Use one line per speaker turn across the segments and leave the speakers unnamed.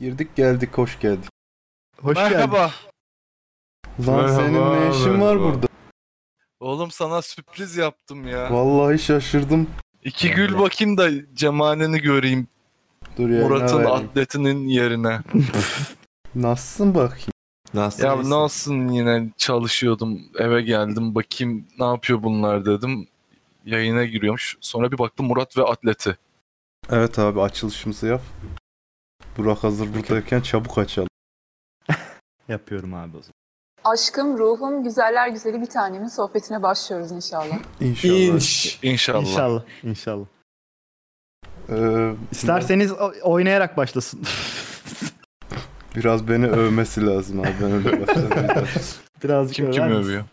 Girdik geldik hoş geldik.
Hoş
Merhaba.
Lan
Merhaba,
senin ne işin var
merhaba.
burada?
Oğlum sana sürpriz yaptım ya.
Vallahi şaşırdım.
İki gül bakayım da cemaneni göreyim.
Dur ya.
Murat'ın
vereyim.
atletinin yerine.
Nasılsın bakayım?
Nasıl?
Ya ne olsun yine çalışıyordum. Eve geldim bakayım ne yapıyor bunlar dedim. Yayına giriyormuş. Sonra bir baktım Murat ve atleti.
Evet abi açılışımızı yap. Burak hazır buradayken çabuk açalım.
Yapıyorum abi o zaman.
Aşkım, ruhum, güzeller güzeli bir tanemin sohbetine başlıyoruz inşallah.
İnşallah.
İnş.
İnşallah.
İnşallah. İnşallah.
Ee,
İsterseniz o- oynayarak başlasın.
Biraz beni övmesi lazım abi. Ben öyle başladım.
Birazcık
Kim kim
över misin?
övüyor?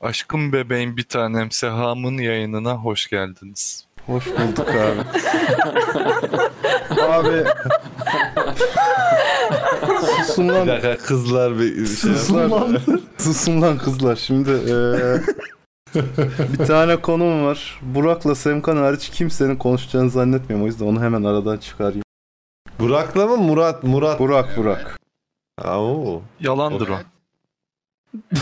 Aşkım bebeğim bir tanem Seham'ın yayınına hoş geldiniz.
hoş bulduk abi. abi. Susun
Bir
lan.
dakika kızlar bir şey.
Sus lan. Susun lan kızlar. Şimdi eee, bir tane konum var. Burak'la Semkan hariç kimsenin konuşacağını zannetmiyorum. O yüzden onu hemen aradan çıkarayım.
Burak'la mı Murat? Murat.
Burak Burak.
Aa, oo.
Yalandır o.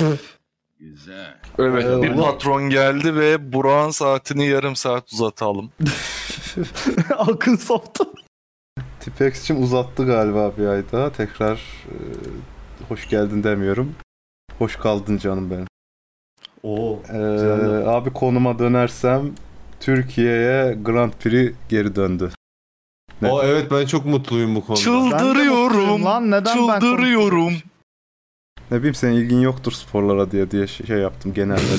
Güzel.
Evet
Ee,
bir
ulan-
patron geldi ve Burak'ın saatini yarım saat uzatalım.
Akın soptu.
Tipex'cim uzattı galiba bir ay daha. Tekrar eee, hoş geldin demiyorum. Hoş kaldın canım benim.
Oo.
Eee,
Güzel.
Ee, abi konuma dönersem Türkiye'ye Grand Prix geri döndü. Ne?
Aa, evet ben çok mutluyum bu konuda.
Çıl- Çıldırıyorum.
Lan neden ben
Çıldırıyorum.
konuşmuyorum?
Ne bileyim senin ilgin yoktur sporlara diye diye şey yaptım genelde.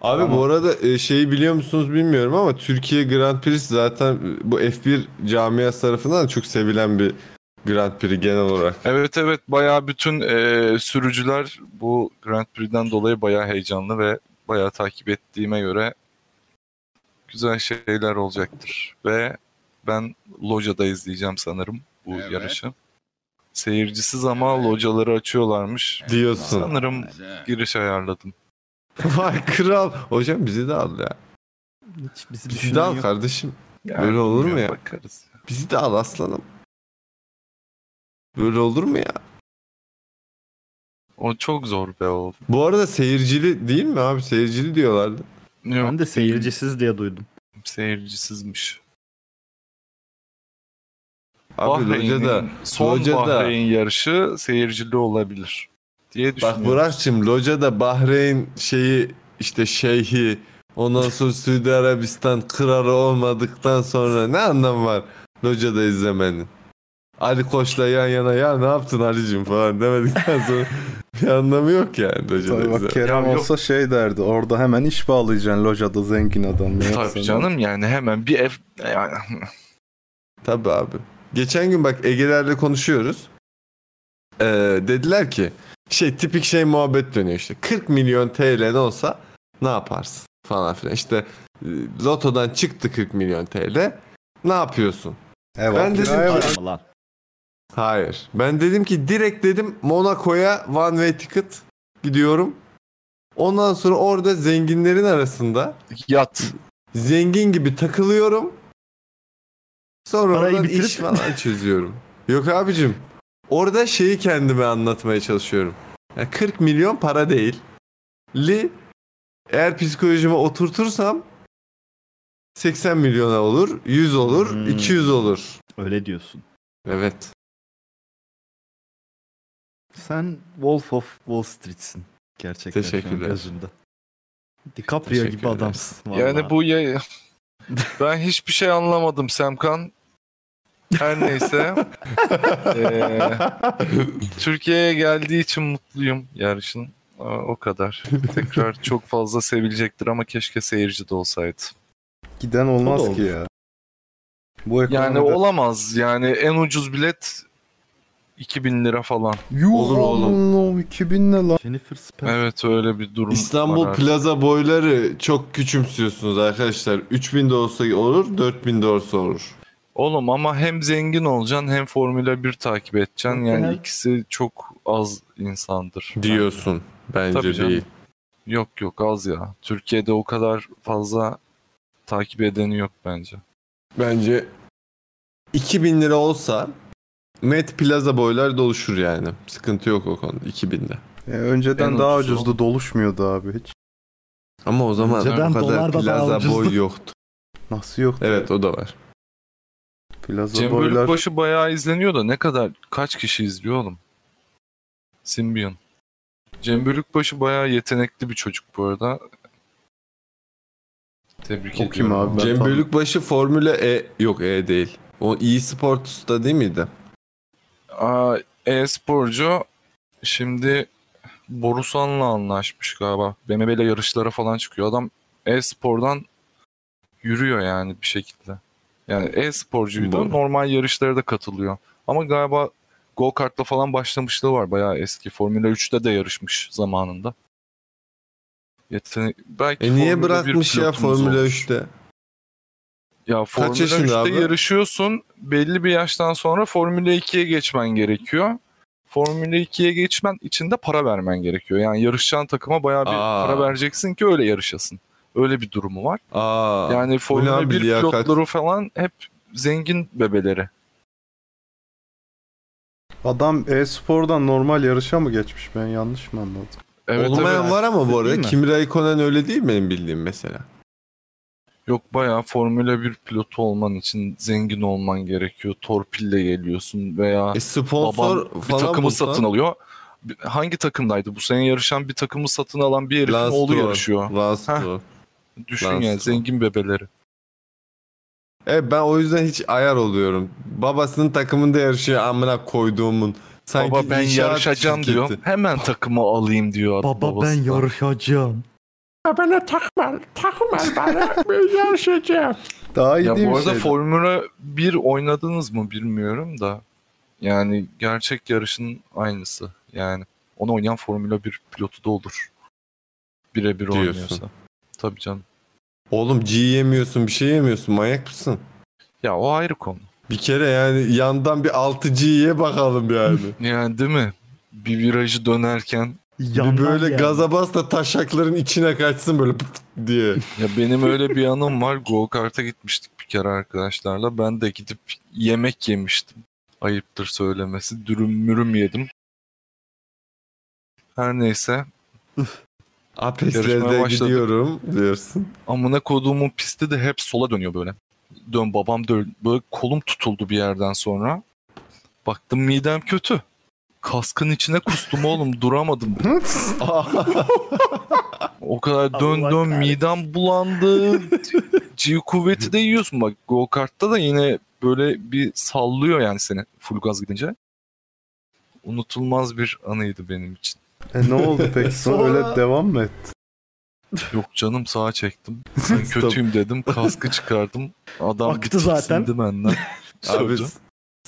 Abi
Ama-
bu arada e, şeyi biliyor musunuz bilmiyorum ama Türkiye Grand Prix zaten e, bu F1 camiası tarafından da çok sevilen bir Grand Prix genel olarak.
Evet evet bayağı bütün e, sürücüler bu Grand Prix'den dolayı bayağı heyecanlı ve bayağı takip ettiğime göre güzel şeyler olacaktır. Ve ben locada izleyeceğim sanırım bu
Evet.
yarışı. Seyircisiz ama locaları açıyorlarmış.
Diyorsun.
Sanırım
Güzel.
giriş ayarladım.
Vay kral. Hocam bizi de al ya.
Hiç bizi
Bizi de
düşünen
al
yok.
kardeşim. Böyle olur mu ya?
bilmiyorum, Bakarız.
Bizi de al aslanım. Böyle olur mu ya?
O çok zor be o.
Bu arada seyircili değil mi abi? Seyircili diyorlardı.
Yok,
Ben de seyircisiz diye duydum.
seyircisizmiş.
Abi
Bahreyn'in-
loca da
son
locada-
Bahreyn yarışı seyircili olabilir diye
bak
düşünüyorum.
Burak'cığım loca da Bahreyn şeyi işte şeyhi ondan sonra Suudi Arabistan kralı olmadıktan sonra ne anlam var locada izlemenin? Ali Koç'la yan yana ya ne yaptın Ali'cim falan demedikten sonra bir anlamı yok yani locada
Tabii bak
izlemenin.
Kerem
Ya yok.
olsa şey derdi. Orada hemen iş bağlayacaksın locada zengin adam. Ne yapsana?
E, Tabii canım yani hemen bir ev yani
Tabii abi. Geçen gün bak Ege'lerle konuşuyoruz. Ee, dediler ki şey tipik şey muhabbet dönüyor işte. 40 milyon TL'n olsa ne yaparsın falan filan. İşte e, lotodan çıktı 40 milyon TL. Ne yapıyorsun?
Evet.
Ben dedim
Ya, evet.
ki-
Lan.
Hayır. Ben dedim ki direkt dedim Monaco'ya one way ticket gidiyorum. Ondan sonra orada zenginlerin arasında
yat.
zengin gibi takılıyorum. Sonra
Parayı
oradan
bitirip-
iş falan çözüyorum. Yok abicim. Orada şeyi kendime anlatmaya çalışıyorum. Ya 40 milyon para değil. Li eğer psikolojime oturtursam 80 milyona olur, 100 olur,
Hmm.
200 olur.
Öyle diyorsun.
Evet.
Sen Wolf of Wall Street'sin. Gerçekten şu an
Teşekkürler.
gözümde. DiCaprio gibi
Teşekkürler.
adamsın.
Yani
vallahi.
bu yay... ben hiçbir şey anlamadım Semkan. Her neyse Ee, Türkiye'ye geldiği için mutluyum yarışın. Aa, O kadar. Tekrar çok fazla sevilecektir ama keşke seyirci de olsaydı.
Giden
O da
olmaz
olur.
ki ya. Bu ekonomide...
Yani olamaz. Yani en ucuz bilet 2000 lira falan.
Yuh
Olur oğlum.
oğlum, 2000 ne lan?
Jennifer Spencer.
Evet öyle bir durum.
İstanbul
var.
plaza boyları çok küçümsüyorsunuz arkadaşlar. 3000 de olsa olur, 4000 de olsa olur.
Oğlum ama hem zengin olacaksın hem Formula 1 takip edeceksin. Yani
Hı hı.
ikisi çok az insandır.
Diyorsun. Bence
Tabii canım.
değil.
Yok yok az ya. Türkiye'de o kadar fazla takip edeni yok bence.
Bence 2000 lira olsa Net plaza boylar doluşur yani. Sıkıntı yok o konuda 2000'de.
E, önceden
En
daha
ucuzu
ucuzdu doluşmuyordu abi hiç.
Ama o zaman
Önceden
o kadar
dolar da daha
plaza
ucuzdu.
boy yoktu.
Nasıl yok?
Evet o da var.
Plaza
Cem
boylar.
Bölükbaşı bayağı izleniyor da ne kadar kaç kişi izliyor oğlum? Simbiyon. Cem Bölükbaşı bayağı yetenekli bir çocuk bu arada. Tebrik
O kim
ediyorum.
abi? Ben
Cem
tam-
Bölükbaşı Formüle E yok E değil. O e-sportsta değil miydi?
Aa, e-sporcu şimdi Borusan'la anlaşmış galiba. BMW ile yarışlara falan çıkıyor. Adam e-spordan yürüyor yani bir şekilde. Yani e-sporcuydu.
Doğru.
Normal yarışlara da kartılıyor. Ama galiba go kartla falan başlamışlığı var. Bayağı eski. Formula 3'te de yarışmış zamanında. Yetenek... Belki
E niye
Formula 1
bırakmış ya
pilotumuz
Formula
olmuş.
3'te?
Ya Formula
yaşında
3'te
abi?
yarışıyorsun. Belli bir yaştan sonra Formula 2'ye geçmen gerekiyor. Formula 2'ye geçmen için de para vermen gerekiyor. Yani yarışacağın takıma bayağı bir
Aa.
para vereceksin ki öyle yarışasın. Öyle bir durumu var.
Aa.
yani Formula
abi
1
liyakat?
pilotları falan hep zengin bebeleri.
Adam e-spordan normal yarışa mı geçmiş? Ben yanlış mı anladım?
Evet,
Olmayan
evet.
var ama bu
Değil
arada
mi?
Kimi Raikkonen öyle değil mi benim bildiğim mesela?
Yok bayağı Formula 1 pilotu olman için zengin olman gerekiyor. Torpille geliyorsun veya
E
baban
sponsor
bir
falan
takımı
bulsan-
satın alıyor. Bir- Hangi takımdaydı? Bu sene yarışan bir takımı satın alan bir herifin
Lance
oğlu
Stroll,
yarışıyor.
Lance
Heh.
Stroll.
Düşün
Lance
yani
Stroll.
zengin bebeleri.
E ben o yüzden hiç ayar oluyorum. Babasının takımında yarışıyor amına koyduğumun. Sanki
Baba ben
inşaat
yarışacağım
şirketi.
diyor. Hemen takımı alayım diyor adam
Baba ben
babasına.
yarışacağım.
Bana takma, takma bana. Ben yaşayacağım.
Daha iyi
Ya
değil
bu
mi?
arada
şeyden?
Formula 1 oynadınız mı bilmiyorum da. Yani gerçek yarışın aynısı. Yani onu oynayan Formula 1 pilotu da olur. Birebir
Diyorsun.
oynuyorsa. Tabii canım.
Oğlum G yemiyorsun bir şey yemiyorsun manyak mısın?
Ya o ayrı konu.
Bir kere yani yandan bir 6G'ye bakalım yani.
Yani değil mi? Bir virajı dönerken
bir
Yandan
böyle
yani.
gaza bas da taşakların içine kaçsın böyle pıt diye.
Ya benim öyle bir anım var. Go kart'a gitmiştik bir kere arkadaşlarla. Ben de gidip yemek yemiştim. Ayıptır söylemesi. Dürüm mürüm yedim. Her neyse. Yarışmaya
Apeslerde
başladık.
gidiyorum diyorsun.
Amına koduğumun pisti de hep sola dönüyor böyle. Dön babam dön. Böyle kolum tutuldu bir yerden sonra. Baktım midem kötü. Kaskın içine kustum oğlum duramadım. O kadar dön
Allah
dön
kahretsin.
midem bulandı. G kuvveti de yiyorsun bak. Go kartta da yine böyle bir sallıyor yani seni full gaz gidince. Unutulmaz bir anıydı benim için.
E ne oldu peki? Sonra öyle devam mı etti?
Yok canım sağa çektim. Ben kötüyüm dedim. Kaskı çıkardım. Adam
Baktı
bir
zaten.
tiksindi benden.
Abi
Sonra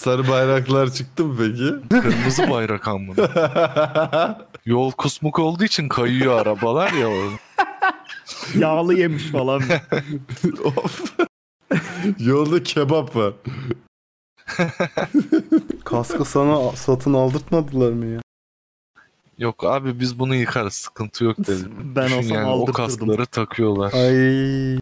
sarı bayraklar çıktı mı peki?
Kırmızı bayrak amına. Yol kusmuk olduğu için kayıyor arabalar ya. orada.
Yağlı yemiş falan.
of. Yolda kebap var.
Kaskı sana satın aldırtmadılar mı ya?
Yok abi biz bunu yıkarız. Sıkıntı yok dedim.
ben
Düşün
olsam
yani, o
aldırtırdım.
kaskları takıyorlar.
Ay.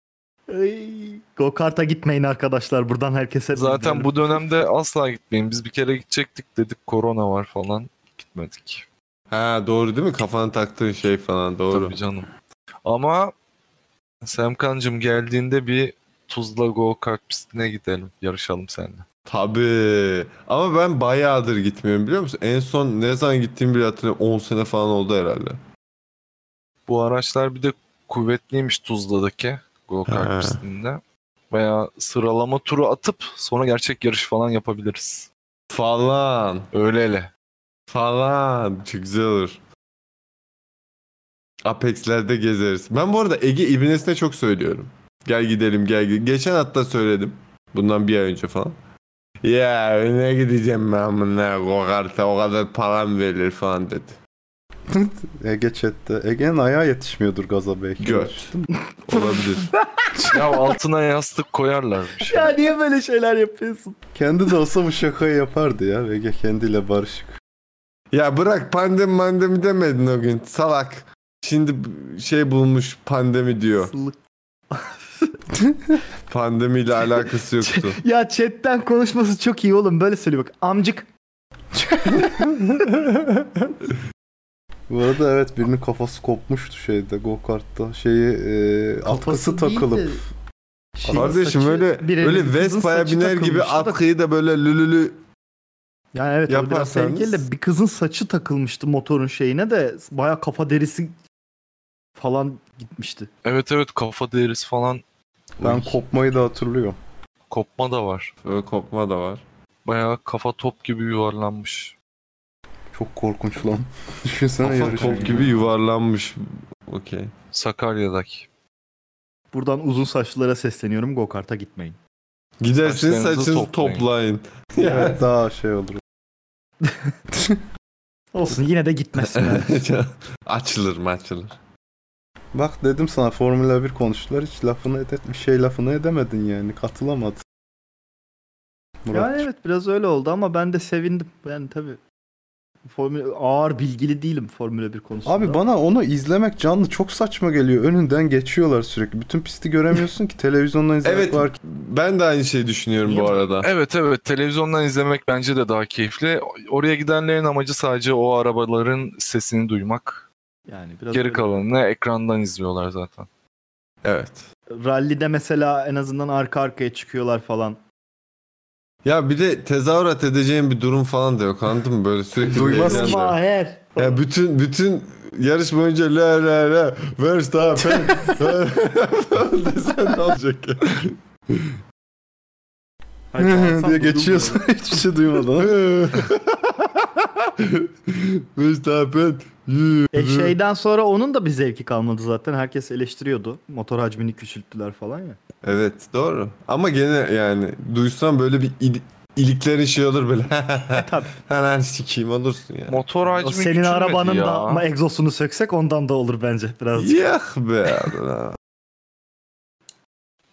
Ay, Go kart'a gitmeyin arkadaşlar. Buradan herkese
Zaten bu dönemde asla gitmeyin. Biz bir kere gidecektik dedik korona var falan. Gitmedik.
Ha doğru değil mi? Kafana taktığın şey falan doğru.
Tabii canım. Ama Semkancım geldiğinde bir Tuzla Go Kart pistine gidelim. Yarışalım seninle.
Tabii. Ama ben bayağıdır gitmiyorum biliyor musun? En son ne zaman gittiğimi bile hatırlamıyorum. 10 sene falan oldu herhalde.
Bu araçlar bir de kuvvetliymiş Tuzla'daki Go
He.
Kart pistinde. Veya sıralama turu atıp sonra gerçek yarış falan yapabiliriz.
Falan.
Öyle hele.
Falan. Çok güzel olur. Apex'lerde gezeriz. Ben bu arada Ege İbnes'ine çok söylüyorum. Gel gidelim gel gidelim. Geçen hatta söyledim. Bundan bir ay önce falan. Ya ne gideceğim ben bunlara Gokart'a o kadar param verilir falan dedi.
Ege chatte. Ege'nin ayağı yetişmiyordur gaza belki.
Göt. Olabilir.
ya altına yastık koyarlar bir şey.
Ya niye böyle şeyler yapıyorsun?
Kendi de olsa bu şakayı yapardı ya. Ege kendiyle barışık.
Ya bırak pandemi mandemi demedin o gün salak. Şimdi b- şey bulmuş pandemi diyor.
Sılık.
Pandemiyle alakası yoktu.
ya chatten konuşması çok iyi oğlum. Böyle söylüyor bak. Amcık
Bu arada evet birinin kafası kopmuştu şeyde go kartta şeyi e, atkısı takılıp
Şey,
Kardeşim
saçı-
öyle
bir elin
öyle
kızın
Vespa'ya
saçı
biner gibi
takılmıştı da-
atkıyı da böyle lülülü
Yani evet o biraz
Yaparsanız-
tehlikeli de bir kızın saçı takılmıştı motorun şeyine de baya kafa derisi falan gitmişti.
Evet evet kafa derisi falan
ben kopmayı da hatırlıyorum.
kopma da var.
böyle kopma da var.
Bayağı kafa top gibi yuvarlanmış.
Çok korkunç lan. Düşünsene
Kafa
yarışın
top gibi yuvarlanmış. Okey.
Sakarya'daki.
Buradan uzun saçlılara sesleniyorum go-kart'a gitmeyin.
Gidersiniz
Saçlarınızı
saçınızı
toplayın.
toplayın.
Evet daha şey olur.
Olsun yine de gitmesinler.
açılır mı açılır.
Bak dedim sana Formula 1 konuştular hiç lafını ede bir şey lafını edemedin yani katılamadın. Murat.
yani evet biraz öyle oldu ama ben de sevindim. Ben tabii Formula, ağır bilgili değilim Formula 1 konusunda.
Abi bana onu izlemek canlı çok saçma geliyor. Önünden geçiyorlar sürekli. Bütün pisti göremiyorsun ki televizyondan izlemek
Evet
var.
ben de aynı şeyi düşünüyorum bu
Ah.
arada.
Evet evet televizyondan izlemek bence de daha keyifli. Oraya gidenlerin amacı sadece o arabaların sesini duymak.
yani biraz
Geri
öyle.
kalanını ekrandan izliyorlar zaten.
Evet.
Rally'de mesela en azından arka arkaya çıkıyorlar falan.
Ya bir de tezahürat edeceğin bir durum falan da yok anladın mı? Böyle sürekli bir
Duymaz
heyecan
ki.
da yok.
Maher.
Ya bütün bütün yarış boyunca la la la Verstappen falan desen ne olacak ya?
diye geçiyorsun hiçbir şey duymadan.
Verstappen
E şeyden sonra onun da bir zevki kalmadı zaten. Herkes eleştiriyordu. Motor hacmini küçülttüler falan ya.
Evet doğru. Ama gene yani duysan böyle bir il- iliklerin şey olur böyle.
Tabii.
Hemen sikeyim olursun yani.
Motor
O
hacmi
senin arabanın
ya.
da ama egzosunu söksek ondan da olur bence biraz.
Yah be adam.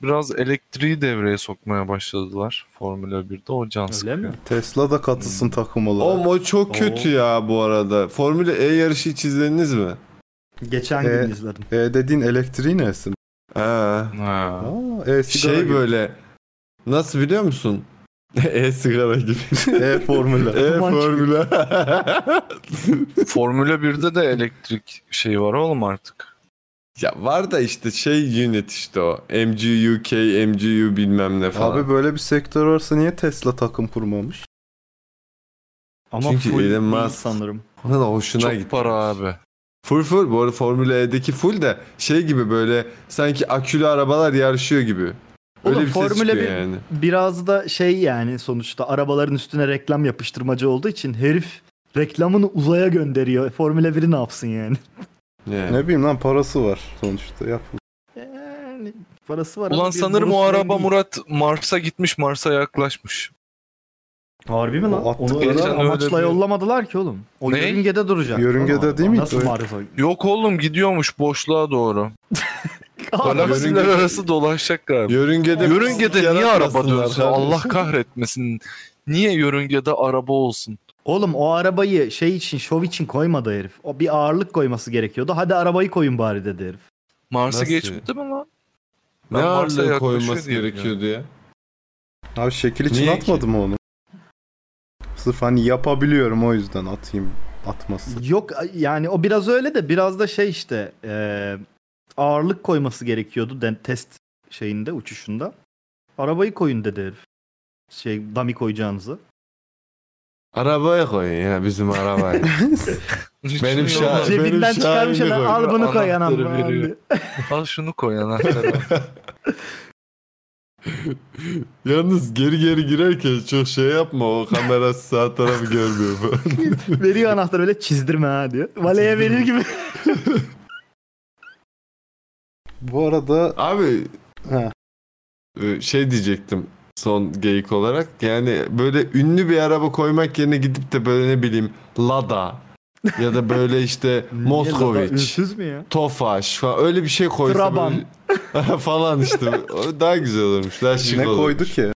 Biraz elektriği devreye sokmaya başladılar Formula 1'de o can
Öyle
sıkıyor.
mi?
Tesla da katılsın takımlara.
Oğlum o çok kötü
Oo.
ya bu arada. Formula E yarışı hiç izlediniz mi?
Geçen
E,
gün izledim.
E, dediğin elektriği nesin?
Ha.
Ha.
Aa, e, sigara
Şey
gibi.
böyle nasıl biliyor musun? E-sigara gibi.
E formula.
Duman
E-formula.
Formula 1'de de elektrik şeyi var oğlum artık.
ya var da işte şey unit işte o. MGUK, MGU bilmem ne falan.
Abi böyle bir sektör varsa niye Tesla takım kurmamış?
Ama
çünkü
full
Elon
değil
Musk-
sanırım.
Ona da hoşuna
Çok
gitti.
para abi.
Full full. Bu arada Formula E'deki full de şey gibi böyle sanki akülü arabalar yarışıyor gibi. Öyle
Oğlum,
bir ses
Formula
çıkıyor
bir-
yani.
Biraz da şey yani sonuçta arabaların üstüne reklam yapıştırmacı olduğu için herif reklamını uzaya gönderiyor. Formula 1'i ne yapsın yani?
Yani.
Ne bileyim lan parası var sonuçta. Yap.
Yani parası var. ama
Ulan
bir
sanırım
bunun
o araba
değil.
Murat Mars'a gitmiş Mars'a yaklaşmış.
Harbi mi lan?
O attık
Onu
geçen
öyle
öyle
amaçla
bir-
yollamadılar ki oğlum. O
Ne?
yörüngede duracak.
Yörüngede
Tamam.
değil miydi
Nasıl
o?
Mars'a?
Yok oğlum gidiyormuş boşluğa doğru. Galaksiler
yörünge-
arası dolaşacak galiba.
Yörüngede,
Yörüngede niye araba
Yaratmasınlar
dönsün?
abi.
Allah kahretmesin. Niye yörüngede araba olsun?
Oğlum o arabayı şey için şov için koymadı herif. O bir ağırlık koyması gerekiyordu. Hadi arabayı koyun bari dedi herif.
Mars'a
Nasıl?
geçmedi mi lan?
Ne
Ben Mars'a
ağırlığı
yaklaşıyor
koyması
diyorum ya.
gerekiyordu ya.
Abi şekil için
Niye
atmadı mı onu? Sırf hani yapabiliyorum o yüzden atayım atması.
Yok yani o biraz öyle de biraz da şey işte eee, ağırlık koyması gerekiyordu den test şeyinde uçuşunda. Arabayı koyun dedi herif. Şey dami koyacağınızı.
Arabaya koyun ya bizim arabaya. Benim
Hiç yok.
şa- benim
Cebinden çıkarmış
şahimi
adam,
koyun.
al bunu koy anam.
Anahtarı
falan
veriyor.
diye.
Al şunu koy anahtarı.
Yalnız geri geri girerken çok şey yapma o kamerası sağ tarafı görmüyor falan.
Veriyor anahtarı öyle çizdirme ha diyor. Valeye verir gibi.
Bu arada
Abi
Ha.
e, şey diyecektim son geyik olarak yani böyle ünlü bir araba koymak yerine gidip de böyle ne bileyim Lada ya da böyle işte Moskoviç,
Ünsüz mü ya?
Tofaş falan öyle bir şey koysa
Trabant.
böyle- falan işte O daha güzel olurmuş daha şık
ne
olurmuş.
koydu ki?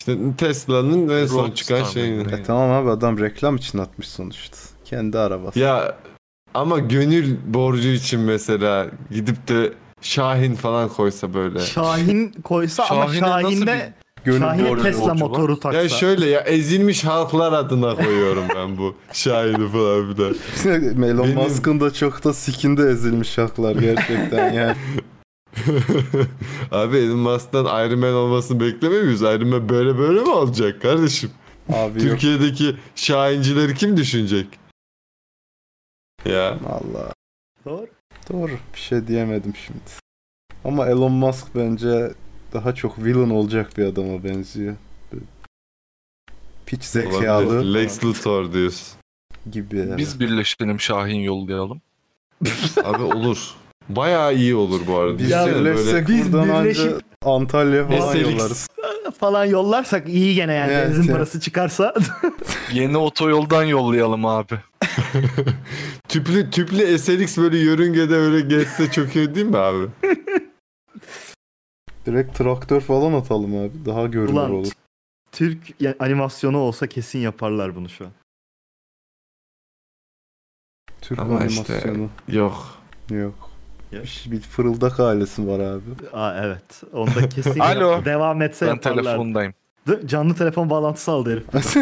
İşte Tesla'nın en son
Roadster
çıkan
mı?
şeyini.
E tamam abi adam reklam için atmış sonuçta. Kendi arabası.
Ya ama gönül borcu için mesela gidip de Şahin falan koysa böyle.
Şahin koysa ama
Şahin'e nasıl
Şahin'de
Gönül
Şahin'e
borcu
Tesla
borcu var.
motoru taksa.
Ya şöyle ya ezilmiş halklar adına koyuyorum ben bu şairi falan filan.
Elon
Benim-
Musk'ın da çok da sikinde ezilmiş haklar gerçekten yani.
Abi Elon Musk'tan Iron Man olmasını beklemiyor muyuz? Iron Man böyle böyle mi olacak kardeşim?
Abi yok.
Türkiye'deki şahincileri kim düşünecek? Ya
Valla
Doğru.
doğru bir şey diyemedim şimdi. Ama Elon Musk bence daha çok villain olacak bir adama benziyor. Böyle Piç
olabilir.
zekalı
Lex Luthor diyorsun.
gibi. yani.
Biz birleşelim Şahin yollayalım.
Abi olur. Bayağı iyi olur bu arada.
Biz
Ya
Düşünsene böyle
birleşsek
Biz
buradan
birleşip-
anca Antalya falan
SLX.
yollarız.
Falan yollarsak iyi gene yani
Evet,
benzin
evet.
parası çıkarsa.
Yeni otoyoldan yollayalım abi.
tüplü tüplü SLX böyle yörüngede öyle geçse çok iyi değil mi abi?
Direkt traktör falan atalım abi. Daha görünür
Ulan.
olur.
Türk ya- animasyonu olsa kesin yaparlar bunu şu an.
Türk
Ama işte-
animasyonu.
Yok.
Yok.
Yok.
Bir- Bir fırıldak ailesi var abi.
Aa evet. Onda kesin yap-
Alo.
devam etse
ben
yaparlar.
telefondayım.
Dı- Canlı telefon bağlantısı aldı herif.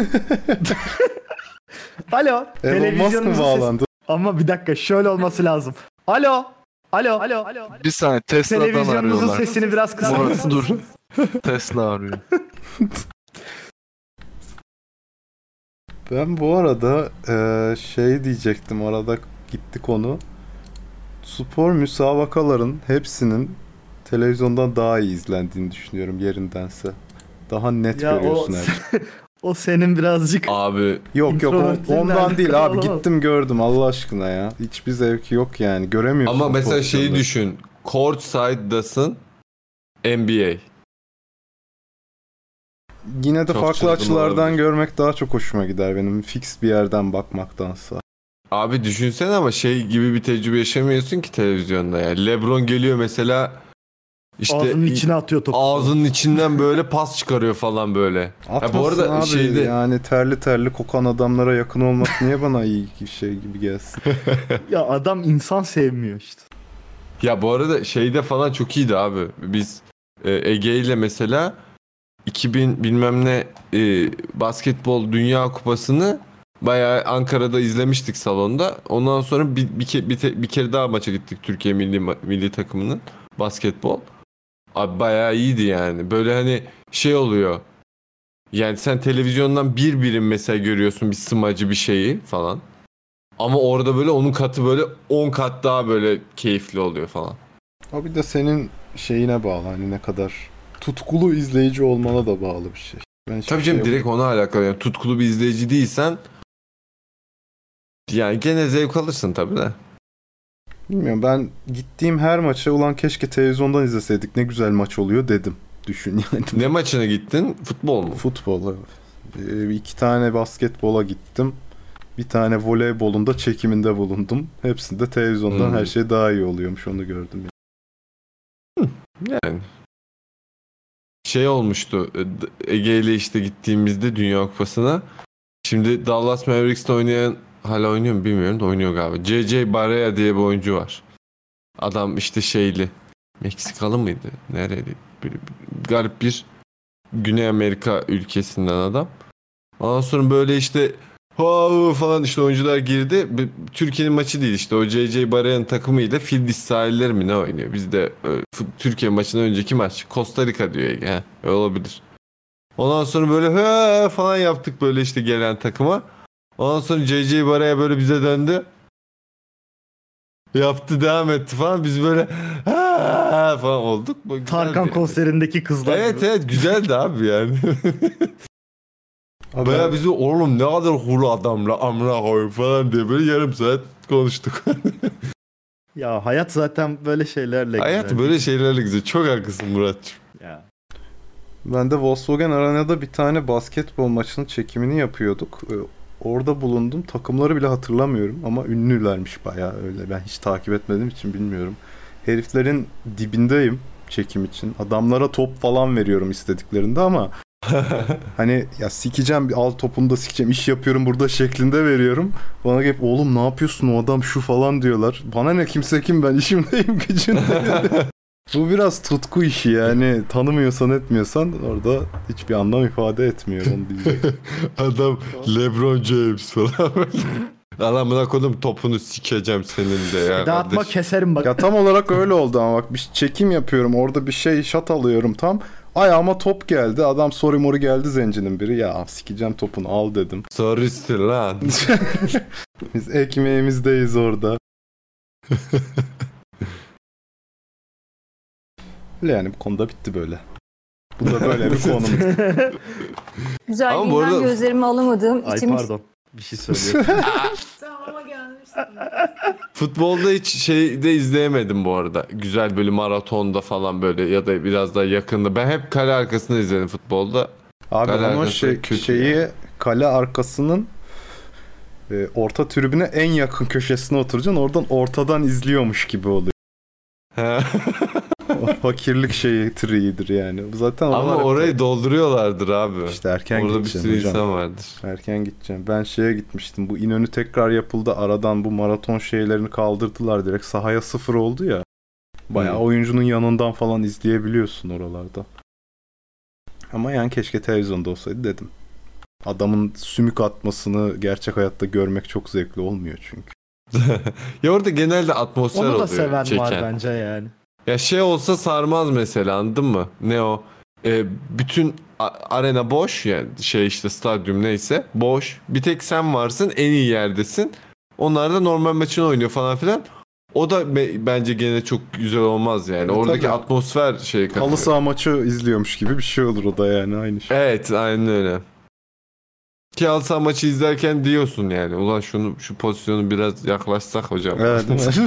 Alo.
Elon Musk mı
televizyonunuzun sesi-
bağlandı?
Ama bir dakika şöyle olması lazım. Alo. Alo. Alo. Alo.
Bir saniye Tesla'dan
Televizyonunuzun
arıyorlar.
sesini biraz kısar
Murat
mısınız?
dur. Tesla arıyor.
Ben bu arada eee, şey diyecektim arada gitti konu. Spor müsabakaların hepsinin televizyondan daha iyi izlendiğini düşünüyorum yerindense. Daha net
Ya o,
görüyorsun her şeyi.
o senin birazcık
Abi
Yok yok o-
introvertliğinden
ondan değil abi
kaynaklı.
gittim gördüm Allah aşkına ya. Hiçbir zevki yok yani göremiyorsun.
ama
o
mesela şeyi
pozisyonları.
düşün. Courtside'dasın NBA.
Yine de
Çok
farklı
çılgın
açılardan
olabilir.
görmek daha çok hoşuma gider benim fix bir yerden bakmaktansa.
Abi düşünsene ama şey gibi bir tecrübe yaşamıyorsun ki televizyonda ya. LeBron geliyor mesela işte
ağzının içine atıyor topu.
ağzının içinden böyle pas çıkarıyor falan böyle.
Atmasın
bu arada
abi
şeyde-
yani terli terli kokan adamlara yakın olmak niye bana iyi bir şey gibi gelsin?
Ya adam insan sevmiyor işte.
Ya bu arada şeyde falan çok iyiydi abi. Biz e, Ege ile mesela 2000 bilmem ne e, basketbol dünya kupasını bayağı Ankara'da izlemiştik salonda. Ondan sonra bir bir, ke- bir, te- bir kere daha maça gittik Türkiye milli ma- milli takımının basketbol. Abi bayağı iyiydi yani. Böyle hani şey oluyor. Yani sen televizyondan bir birim mesela görüyorsun bir smacı bir şeyi falan. Ama orada böyle onun katı böyle 10 kat daha böyle keyifli oluyor falan.
O bir de senin şeyine bağlı hani ne kadar tutkulu izleyici olmana da bağlı bir şey. Ben hiçbir
Tabii
şey
canım
yok.
direkt ona alakalı. Yani tutkulu bir izleyici değilsen yani gene zevk alırsın tabii de.
Bilmiyorum ben gittiğim her maça ulan keşke televizyondan izleseydik ne güzel maç oluyor dedim. Düşün yani.
Ne maçına gittin? Futbol mu?
Futbol. evet. Ee, iki tane basketbola gittim. Bir tane voleybolunda çekiminde bulundum. Hepsinde televizyondan
Hmm.
her şey daha iyi oluyormuş onu gördüm.
Yani. Şey olmuştu. e, Ege ile işte gittiğimizde Dünya Kupası'na. Şimdi Dallas Mavericks'te oynayan hala oynuyor mu bilmiyorum da oynuyor galiba. CC Barea diye bir oyuncu var. Adam işte şeyli. Meksikalı mıydı? Nereli? Bir- bir- garip bir Güney Amerika ülkesinden adam. Ondan sonra böyle işte Hoo falan işte oyuncular girdi. Bir- Türkiye'nin maçı değil işte o JJ Barra'nın takımıyla Fildiş sahilleri mi ne oynuyor? Bizde e, fut- Türkiye maçından önceki maç Costa Rica diyor Ege. He, öyle olabilir. Ondan sonra böyle "Hee!" falan yaptık böyle işte gelen takıma. Ondan sonra JJ Barra'ya böyle bize döndü. Yaptı devam etti falan. Biz böyle "Ha!" falan olduk. Bu güzeldi
Tarkan
yani.
konserindeki kızlar
Evet
gibi.
evet güzeldi abi yani.
Abi,
Baya bizi oğlum ne kadar hulu adamla amına koyun falan diye böyle yarım saat konuştuk.
Ya hayat zaten böyle şeylerle
Hayat
güzel.
böyle şeylerle güzel. Çok haklısın Muratçım.
Ya.
Ben de Volkswagen Arena'da bir tane basketbol maçının çekimini yapıyorduk. Ee, Orada bulundum. Takımları bile hatırlamıyorum ama ünlülermiş bayağı öyle. Ben hiç takip etmediğim için bilmiyorum. Heriflerin dibindeyim çekim için. Adamlara top falan veriyorum istediklerinde ama hani ya sikeceğim bir al topunu da sikeceğim iş yapıyorum burada şeklinde veriyorum. Bana gelip oğlum ne yapıyorsun o adam şu falan diyorlar. Bana ne kimse kim ben işimdeyim gücündeyim. Bu biraz tutku işi yani tanımıyorsan etmiyorsan orada hiçbir anlam ifade etmiyor onu diyecek.
Adam LeBron James falan böyle. Adam buna koydum topunu sikeceğim senin de ya.
Dağıtma
kardeşim.
keserim bak.
ya tam olarak öyle oldu ama bak bir çekim yapıyorum orada bir şey şat alıyorum tam ayağıma top geldi adam sorry moru geldi zencinin biri ya sikeceğim topunu al dedim.
Sorry lan.
Biz ekmeğimizdeyiz orada. Öyle yani bu konuda bitti böyle. Bu da böyle bir konumuz.
Ama bu
Güzelliğinden
arada-
gözlerimi alamadığım
Ay
içim
pardon. Bir şey söylüyorum.
Futbolda hiç şey de izleyemedim bu arada. Güzel böyle maratonda falan böyle ya da biraz daha yakında. Ben hep kale arkasında izledim futbolda.
Abi
Kale
ama
arkası
şey,
kötü
şeyi kale arkasının e, orta tribüne en yakın köşesine oturacaksın. Oradan ortadan izliyormuş gibi oluyor.
He.
O fakirlik şeyi triğidir yani. Bu Zaten
Ama
oralar-
orayı dolduruyorlardır abi.
işte erken
Orada bir
gideceksin
sürü
hocam.
insan vardır.
Erken gideceğim. Ben şeye gitmiştim. Bu İnönü tekrar yapıldı. Aradan bu maraton şeylerini kaldırdılar direkt. Sahaya sıfır oldu ya. Bayağı
Hmm.
oyuncunun yanından falan izleyebiliyorsun oralarda. Ama yani keşke televizyonda olsaydı dedim. Adamın sümük atmasını gerçek hayatta görmek çok zevkli olmuyor çünkü.
ya orada genelde atmosfer
Onu da
oluyor.
seven var
çeken.
bence yani.
Ya şey olsa sarmaz mesela anladın mı? Ne o? Ee, bütün a- arena boş yani şey işte stadyum neyse boş. Bir tek sen varsın en iyi yerdesin. Onlar da normal maçını oynuyor falan filan. O da be- bence gene çok güzel olmaz yani.
Evet,
Oradaki
tabii.
atmosfer şey katıyor.
Halı saha maçı izliyormuş gibi bir şey olur o da yani aynı şey.
Evet aynen öyle. Ki halı saha maçı izlerken diyorsun yani. Ulan şunu şu pozisyonu biraz yaklaşsak hocam.
Evet.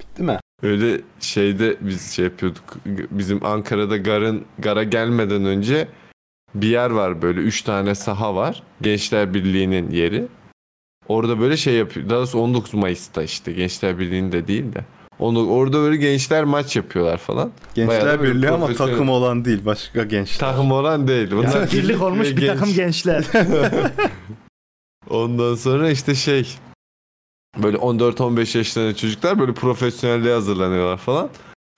Bitti mi?
Öyle şeyde biz şey yapıyorduk. G- Bizim Ankara'da garın gara gelmeden önce bir yer var böyle üç tane saha var. Gençler Birliği'nin yeri. Orada böyle şey yapıyor. Daha doğrusu 19 Mayıs'ta işte Gençler Birliği'nde değil de. Onu, orada böyle gençler maç yapıyorlar falan. Bayağı da
Gençler
bir
Birliği ama
profesyonel-
takım olan değil başka gençler.
Takım olan değil. Bunlar
Ya, birlik olmuş
ve
bir takım gençler.
Ondan sonra işte şey böyle 14-15 yaşlarında çocuklar böyle profesyonelliğe hazırlanıyorlar falan.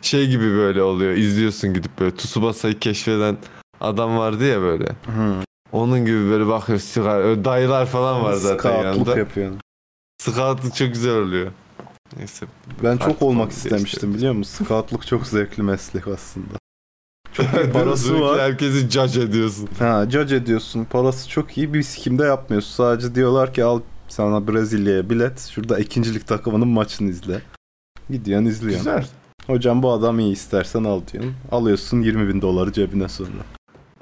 Şey gibi böyle oluyor. izliyorsun gidip böyle Tsubasa'yı keşfeden adam vardı ya böyle.
Hı.
Onun gibi böyle bakıyor sigara. Öyle dayılar falan var zaten
Scoutluk
yanında.
yapıyor.
Scout'luk çok güzel oluyor. Neyse.
Ben çok
Farklı
olmak
konu
istemiştim
değiştirdim.
biliyor musun? Scoutluk çok zevkli meslek aslında.
Çok
iyi parası var.
Herkesi judge ediyorsun.
Ha, judge ediyorsun. Parası çok iyi. Bir sikimde yapmıyorsun. Sadece diyorlar ki al sana Brezilya'ya bilet. Şurada ikincilik takımının maçını izle. Gidiyorsun izliyorsun.
Güzel.
Hocam bu adam iyi istersen al diyorsun. Alıyorsun 20 bin doları cebine sonra.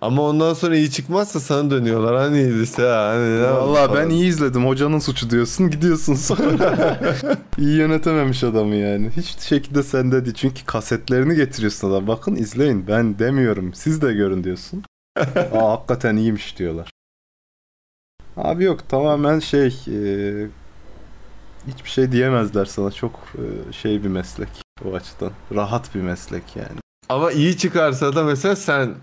Ama ondan sonra iyi çıkmazsa sana dönüyorlar. Hani iyiydi ha. Hani ne
Vallahi
yapalım
ben
falan.
iyi izledim. Hocanın suçu diyorsun. Gidiyorsun sonra. iyi yönetememiş adamı yani. Hiçbir şekilde sende değil. Çünkü kasetlerini getiriyorsun adam. Bakın izleyin. Ben demiyorum. Siz de görün diyorsun. Aa hakikaten iyiymiş diyorlar. Abi yok tamamen şey e, hiçbir şey diyemezler sana. Çok e, şey bir meslek o açıdan. Rahat bir meslek yani.
Ama iyi çıkarsa da mesela sen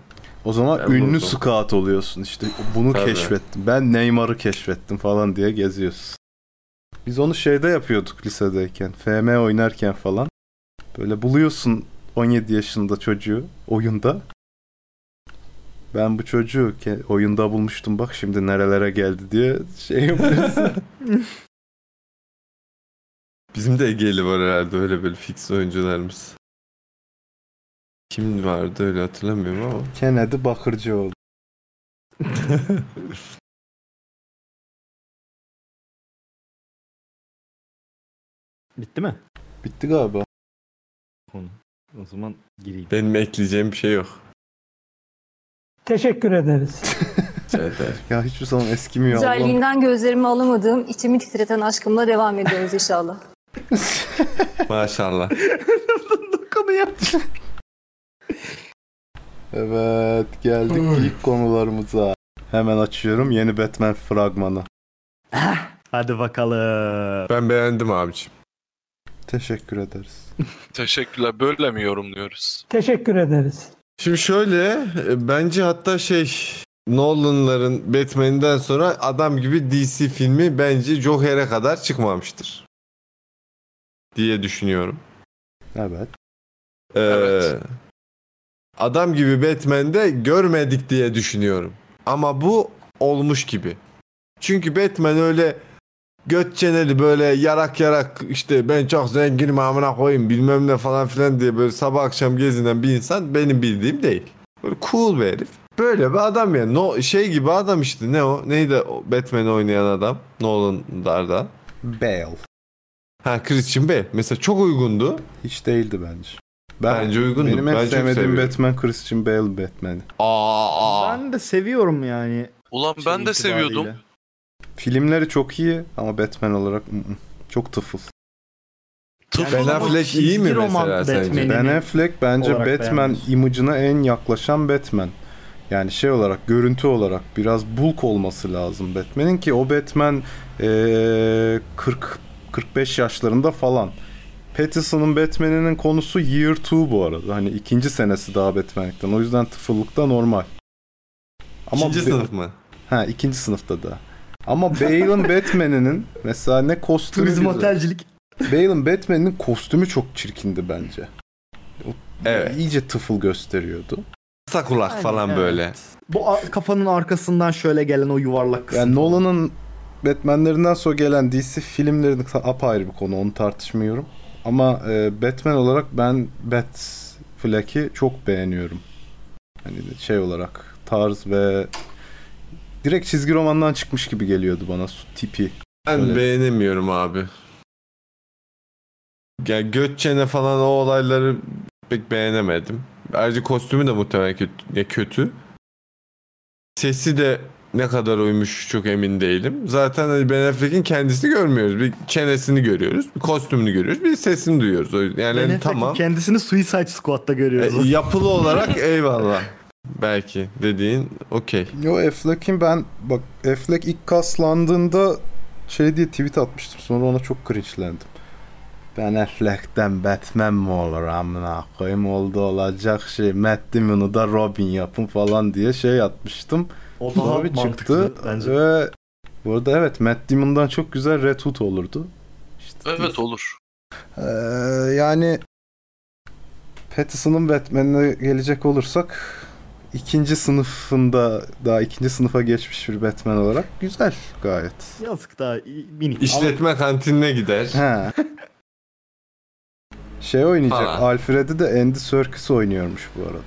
O zaman
Ben
ünlü
buldum.
scout oluyorsun işte. Bunu
Tabii.
keşfettim. Ben Neymar'ı keşfettim falan diye geziyorsun. Biz onu şeyde yapıyorduk lisedeyken. FM oynarken falan. Böyle buluyorsun 17 yaşında çocuğu oyunda. Ben bu çocuğu ke- oyunda bulmuştum bak şimdi nerelere geldi diye şey yapıyorsun.
Bizim de Ege'li var herhalde öyle böyle fix oyuncularımız. Kim vardı öyle hatırlamıyorum ama.
Kennedy Bakırcıoğlu.
Bitti mi?
Bitti galiba.
O zaman gireyim.
Benim ekleyeceğim bir şey yok.
Teşekkür ederiz.
Rica ederim.
Ya hiçbir zaman eskimiyor. Allah'ım.
güzelliğinden gözlerimi alamadığım içimi titreten aşkımla devam ediyoruz inşallah.
Maşallah.
Konu yap.
Evet geldik ilk konularımıza. Hemen açıyorum yeni Batman fragmanı.
Hadi bakalım.
Ben beğendim abiciğim.
Teşekkür ederiz.
Teşekkürler. Böyle mi yorumluyoruz?
Teşekkür ederiz.
Şimdi şöyle e, bence hatta şey Nolan'ların Batman'den sonra adam gibi DC filmi bence Joker'e kadar çıkmamıştır. diye düşünüyorum.
Evet.
Ee,
Evet.
Adam gibi Batman'de görmedik diye düşünüyorum. Ama bu olmuş gibi. Çünkü Batman öyle göt çeneli böyle yarak yarak işte ben çok zenginim amına koyayım bilmem ne falan filan diye böyle sabah akşam gezinen bir insan benim bildiğim değil. Böyle cool bir herif. Böyle bir adam yani. No, şey gibi adam işte ne o? Neydi o Batman'i oynayan adam? Nolan'larda.
Bale.
Ha Christian Bale. Mesela çok uygundu.
Hiç değildi bence.
Bence uygundu.
Benim en
Ben çok
sevmediğim
seviyorum.
Batman Christian Bale Batman'i.
Aa, aa.
Ben de seviyorum yani.
Ulan
şey
ben de
itibariyle.
seviyordum.
Filmleri çok iyi ama Batman olarak ı-ı, çok tıfıl.
Tıfıl
Ben
mı?
Affleck iyi mi
Çizgi roman
mesela sence?
Batman'ini-
Ben Affleck bence
olarak
Batman
beğenmiyorsun.
imajına en yaklaşan Batman. Yani şey olarak, görüntü olarak biraz bulk olması lazım Batman'in ki o Batman eee 40 45 yaşlarında falan. Pattinson'ın Batman'inin konusu Year 2 bu arada. Hani ikinci senesi daha Batman'likten. O yüzden tıfıllıkta normal.
İkinci
Ba-
sınıf mı?
Ha ikinci sınıfta da. Ama Bale'ın Batman'inin mesela ne kostümü
Turizm
güzel.
otelcilik.
Bale'ın Batman'inin kostümü çok çirkindi bence.
Evet.
İyice tıfıl gösteriyordu.
Kısa kulak
Aynen,
falan
evet.
böyle.
Bu a- kafanın arkasından şöyle gelen o yuvarlak kısım.
Yani Nolan'ın Batman'lerinden sonra gelen DC filmlerinin apayrı bir konu onu tartışmıyorum. Ama e, Batman olarak ben Batfleck'i çok beğeniyorum. Hani şey olarak tarz ve direkt çizgi romandan çıkmış gibi geliyordu bana su tipi.
Ben
Öyle.
beğenemiyorum abi. Ya Götçen'e falan o olayları pek beğenemedim. Ayrıca kostümü de muhtemelen kötü. ya kötü. Sesi de ne kadar uymuş çok emin değilim. Zaten hani Ben Affleck'in kendisini görmüyoruz. Bir çenesini görüyoruz, bir kostümünü görüyoruz, bir sesini duyuyoruz. O yüzden- Yani
Ben
hani
Affleck'in
tamam.
Kendisini Suicide Squad'da görüyoruz.
E, yapılı olarak eyvallah. Belki dediğin okey.
Yo Affleck'in ben bak Affleck ilk kaslandığında şey diye tweet atmıştım sonra ona çok cringe'lendim. Ben Affleck'ten Batman mi olur amına koyayım oldu olacak şey Matt Damon'u da Robin yapın falan diye şey atmıştım.
o
Sonra bir çıktı
bence.
ve bu arada evet Matt Damon'dan çok güzel Red Hood olurdu. İşte
Evet olur.
Ee, yani Pattinson'ın Batman'ine gelecek olursak ikinci sınıfında daha ikinci sınıfa geçmiş bir Batman olarak güzel gayet.
Yazık daha iyi- minik.
İşletme kantinine gider.
He. Şey oynayacak.
Falan.
Alfred'i de Andy Serkis oynuyormuş bu arada.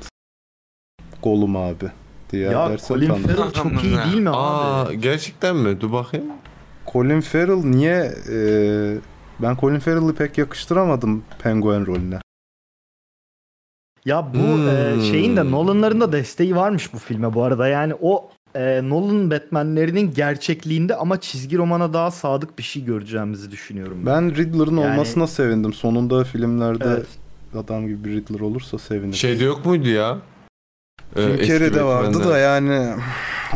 Golum abi. Diye
Ya Colin Farrell çok iyi değil mi abi?
Aa gerçekten mi? Dur bakayım.
Colin Farrell niye e, ben Colin Farrell'ı pek yakıştıramadım penguen rolüne.
Ya bu
Hmm.
e, şeyin de Nolan'ların da desteği varmış bu filme bu arada. Yani o e, Nolan Batman'lerinin gerçekliğinde ama çizgi romana daha sadık bir şey göreceğimizi düşünüyorum.
Ben Riddler'ın
Yani-
olmasına sevindim. Sonunda filmlerde
Evet.
adam gibi bir Riddler olursa sevinirim.
Şeyde yok muydu ya? Ee,
Jim
Şey eski
Carrey de vardı
Batman'de.
da yani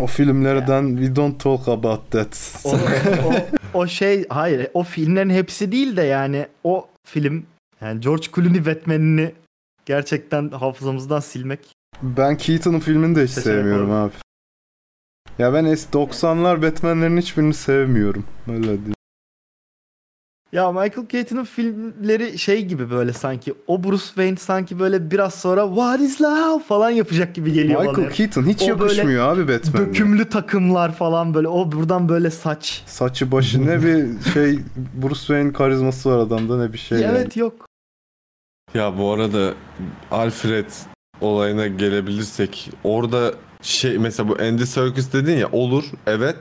o filmlerden we don't talk about that.
O, o, o şey hayır o filmlerin hepsi değil de yani o film yani George Clooney Batman'ini gerçekten hafızamızdan silmek.
Ben Keaton'ın filmini de hiç
Seçenek
sevmiyorum abi. Ya ben es- 90'lar Batman'lerin hiçbirini sevmiyorum. Öyle diyeyim.
Ya Michael Keaton'ın filmleri şey gibi böyle sanki o Bruce Wayne sanki böyle biraz sonra What is love falan yapacak gibi geliyor bana.
Michael Keaton hiç
O
yakışmıyor abi Batman'e.
Dökümlü takımlar falan böyle o buradan böyle saç.
Saçı başı ne bir şey Bruce Wayne karizması var adamda ne bir şey. yani.
Evet yok.
Ya bu arada Alfred olayına gelebilirsek orada şey mesela bu Andy Serkis dedin ya olur evet.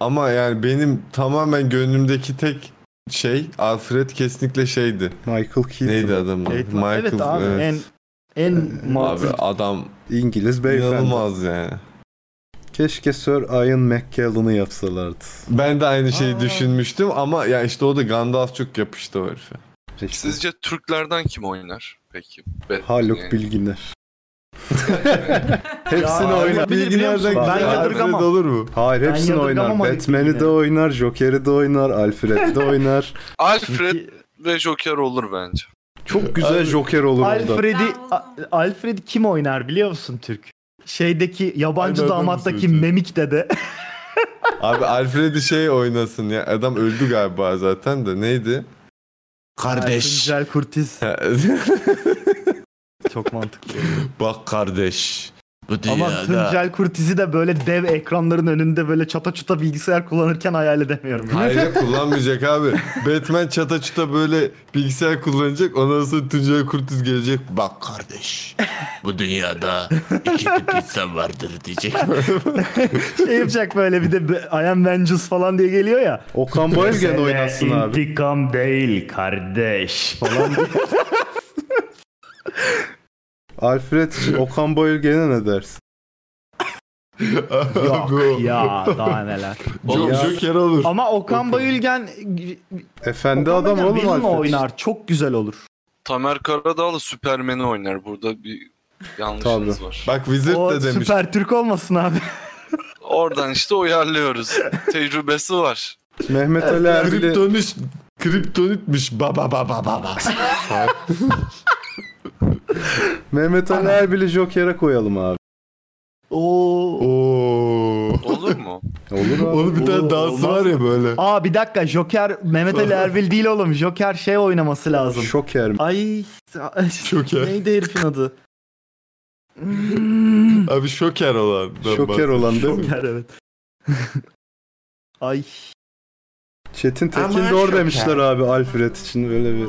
Ama yani benim tamamen gönlümdeki tek şey Alfred kesinlikle şeydi.
Michael Keaton.
Neydi adamın? adı?
Evet,
Michael. Ee,
evet abi en en
Abi
makul.
adam
İngiliz beyefendi.
inanılmaz yani.
Keşke Sir Ian McKellen'ı yapsalardı.
Ben de aynı şeyi
Aa.
düşünmüştüm ama ya işte o da Gandalf çok yapıştı o herife.
İşte
Sizce Türklerden kim oynar? Peki. Batman
Haluk
yani.
Bilginer. hepsini
Ya,
oynar.
olabilir biliyor musun?
Bilginerden
Ben
güzel.
yadırgamam.
Alfred olur mu?
Hayır
Ben
hepsini oynar.
yadırgamam Haluk
Batman'i de
Bilginer'i.
oynar, Joker'i de oynar, Alfred'i de oynar.
Alfred ve Joker olur bence.
Çok güzel
Abi-
Joker olur orada.
Alfred'i
Ben buldum.
A- Alfred kim oynar biliyor musun Türk? Şeydeki yabancı
Ay, ben
damattaki
bilmiyorum.
Memik dede.
Abi Alfred'i şey oynasın ya. Adam öldü galiba zaten de. Neydi? Kardeş.
Tuncel Kurtiz çok mantıklı.
Bak kardeş. Bu
Ama Tuncel Kurtiz'i de böyle dev ekranların önünde böyle çata çuta bilgisayar kullanırken hayal edemiyorum.
Hayır kullanmayacak abi. Batman çata çuta böyle bilgisayar kullanacak. Ondan sonra Tuncay Kurtuz gelecek. Bak kardeş. Bu dünyada iki tip insan vardır diyecek.
şey yapacak böyle bir de be- I am Vengeance falan diye geliyor ya.
Okan Bayülgen
Mesele
oynasın abi.
İntikam değil kardeş falan. diye.
Alfred için Okan Bayülgen'e ne dersin?
Yok ya daha neler.
Oğlum
Ya.
Joker olur.
Ama Okan
Okan.
Bayülgen
Efendi
Okan
adam
Bayülgen
oğlum
birinle
Alfred.
oynar. Çok güzel olur.
Tamer Karadağlı Superman'i oynar. Burada bir yanlışınız var.
Bak Wizard
o
de demiş.
süper Türk olmasın abi.
Oradan işte uyarlıyoruz. Tecrübesi var.
Mehmet Ali Erbil'i
Kriptonit, kriptonitmiş baba baba baba.
Mehmet Ali Erbil'i Joker'e koyalım abi.
Oo.
Oo.
Olur mu?
Olur abi.
Onun bir
Oo,
tane dansı
olmaz
var ya böyle.
Aa bir dakika Joker Mehmet Ali Erbil değil oğlum. Joker şey oynaması lazım.
Şoker mi?
Ay
Joker.
neydi herifin adı? Hmm.
Abi şoker olan.
Şoker olan değil mi?
Joker evet. Ay.
Çetin Tekin doğru demişler abi Alfred için böyle bir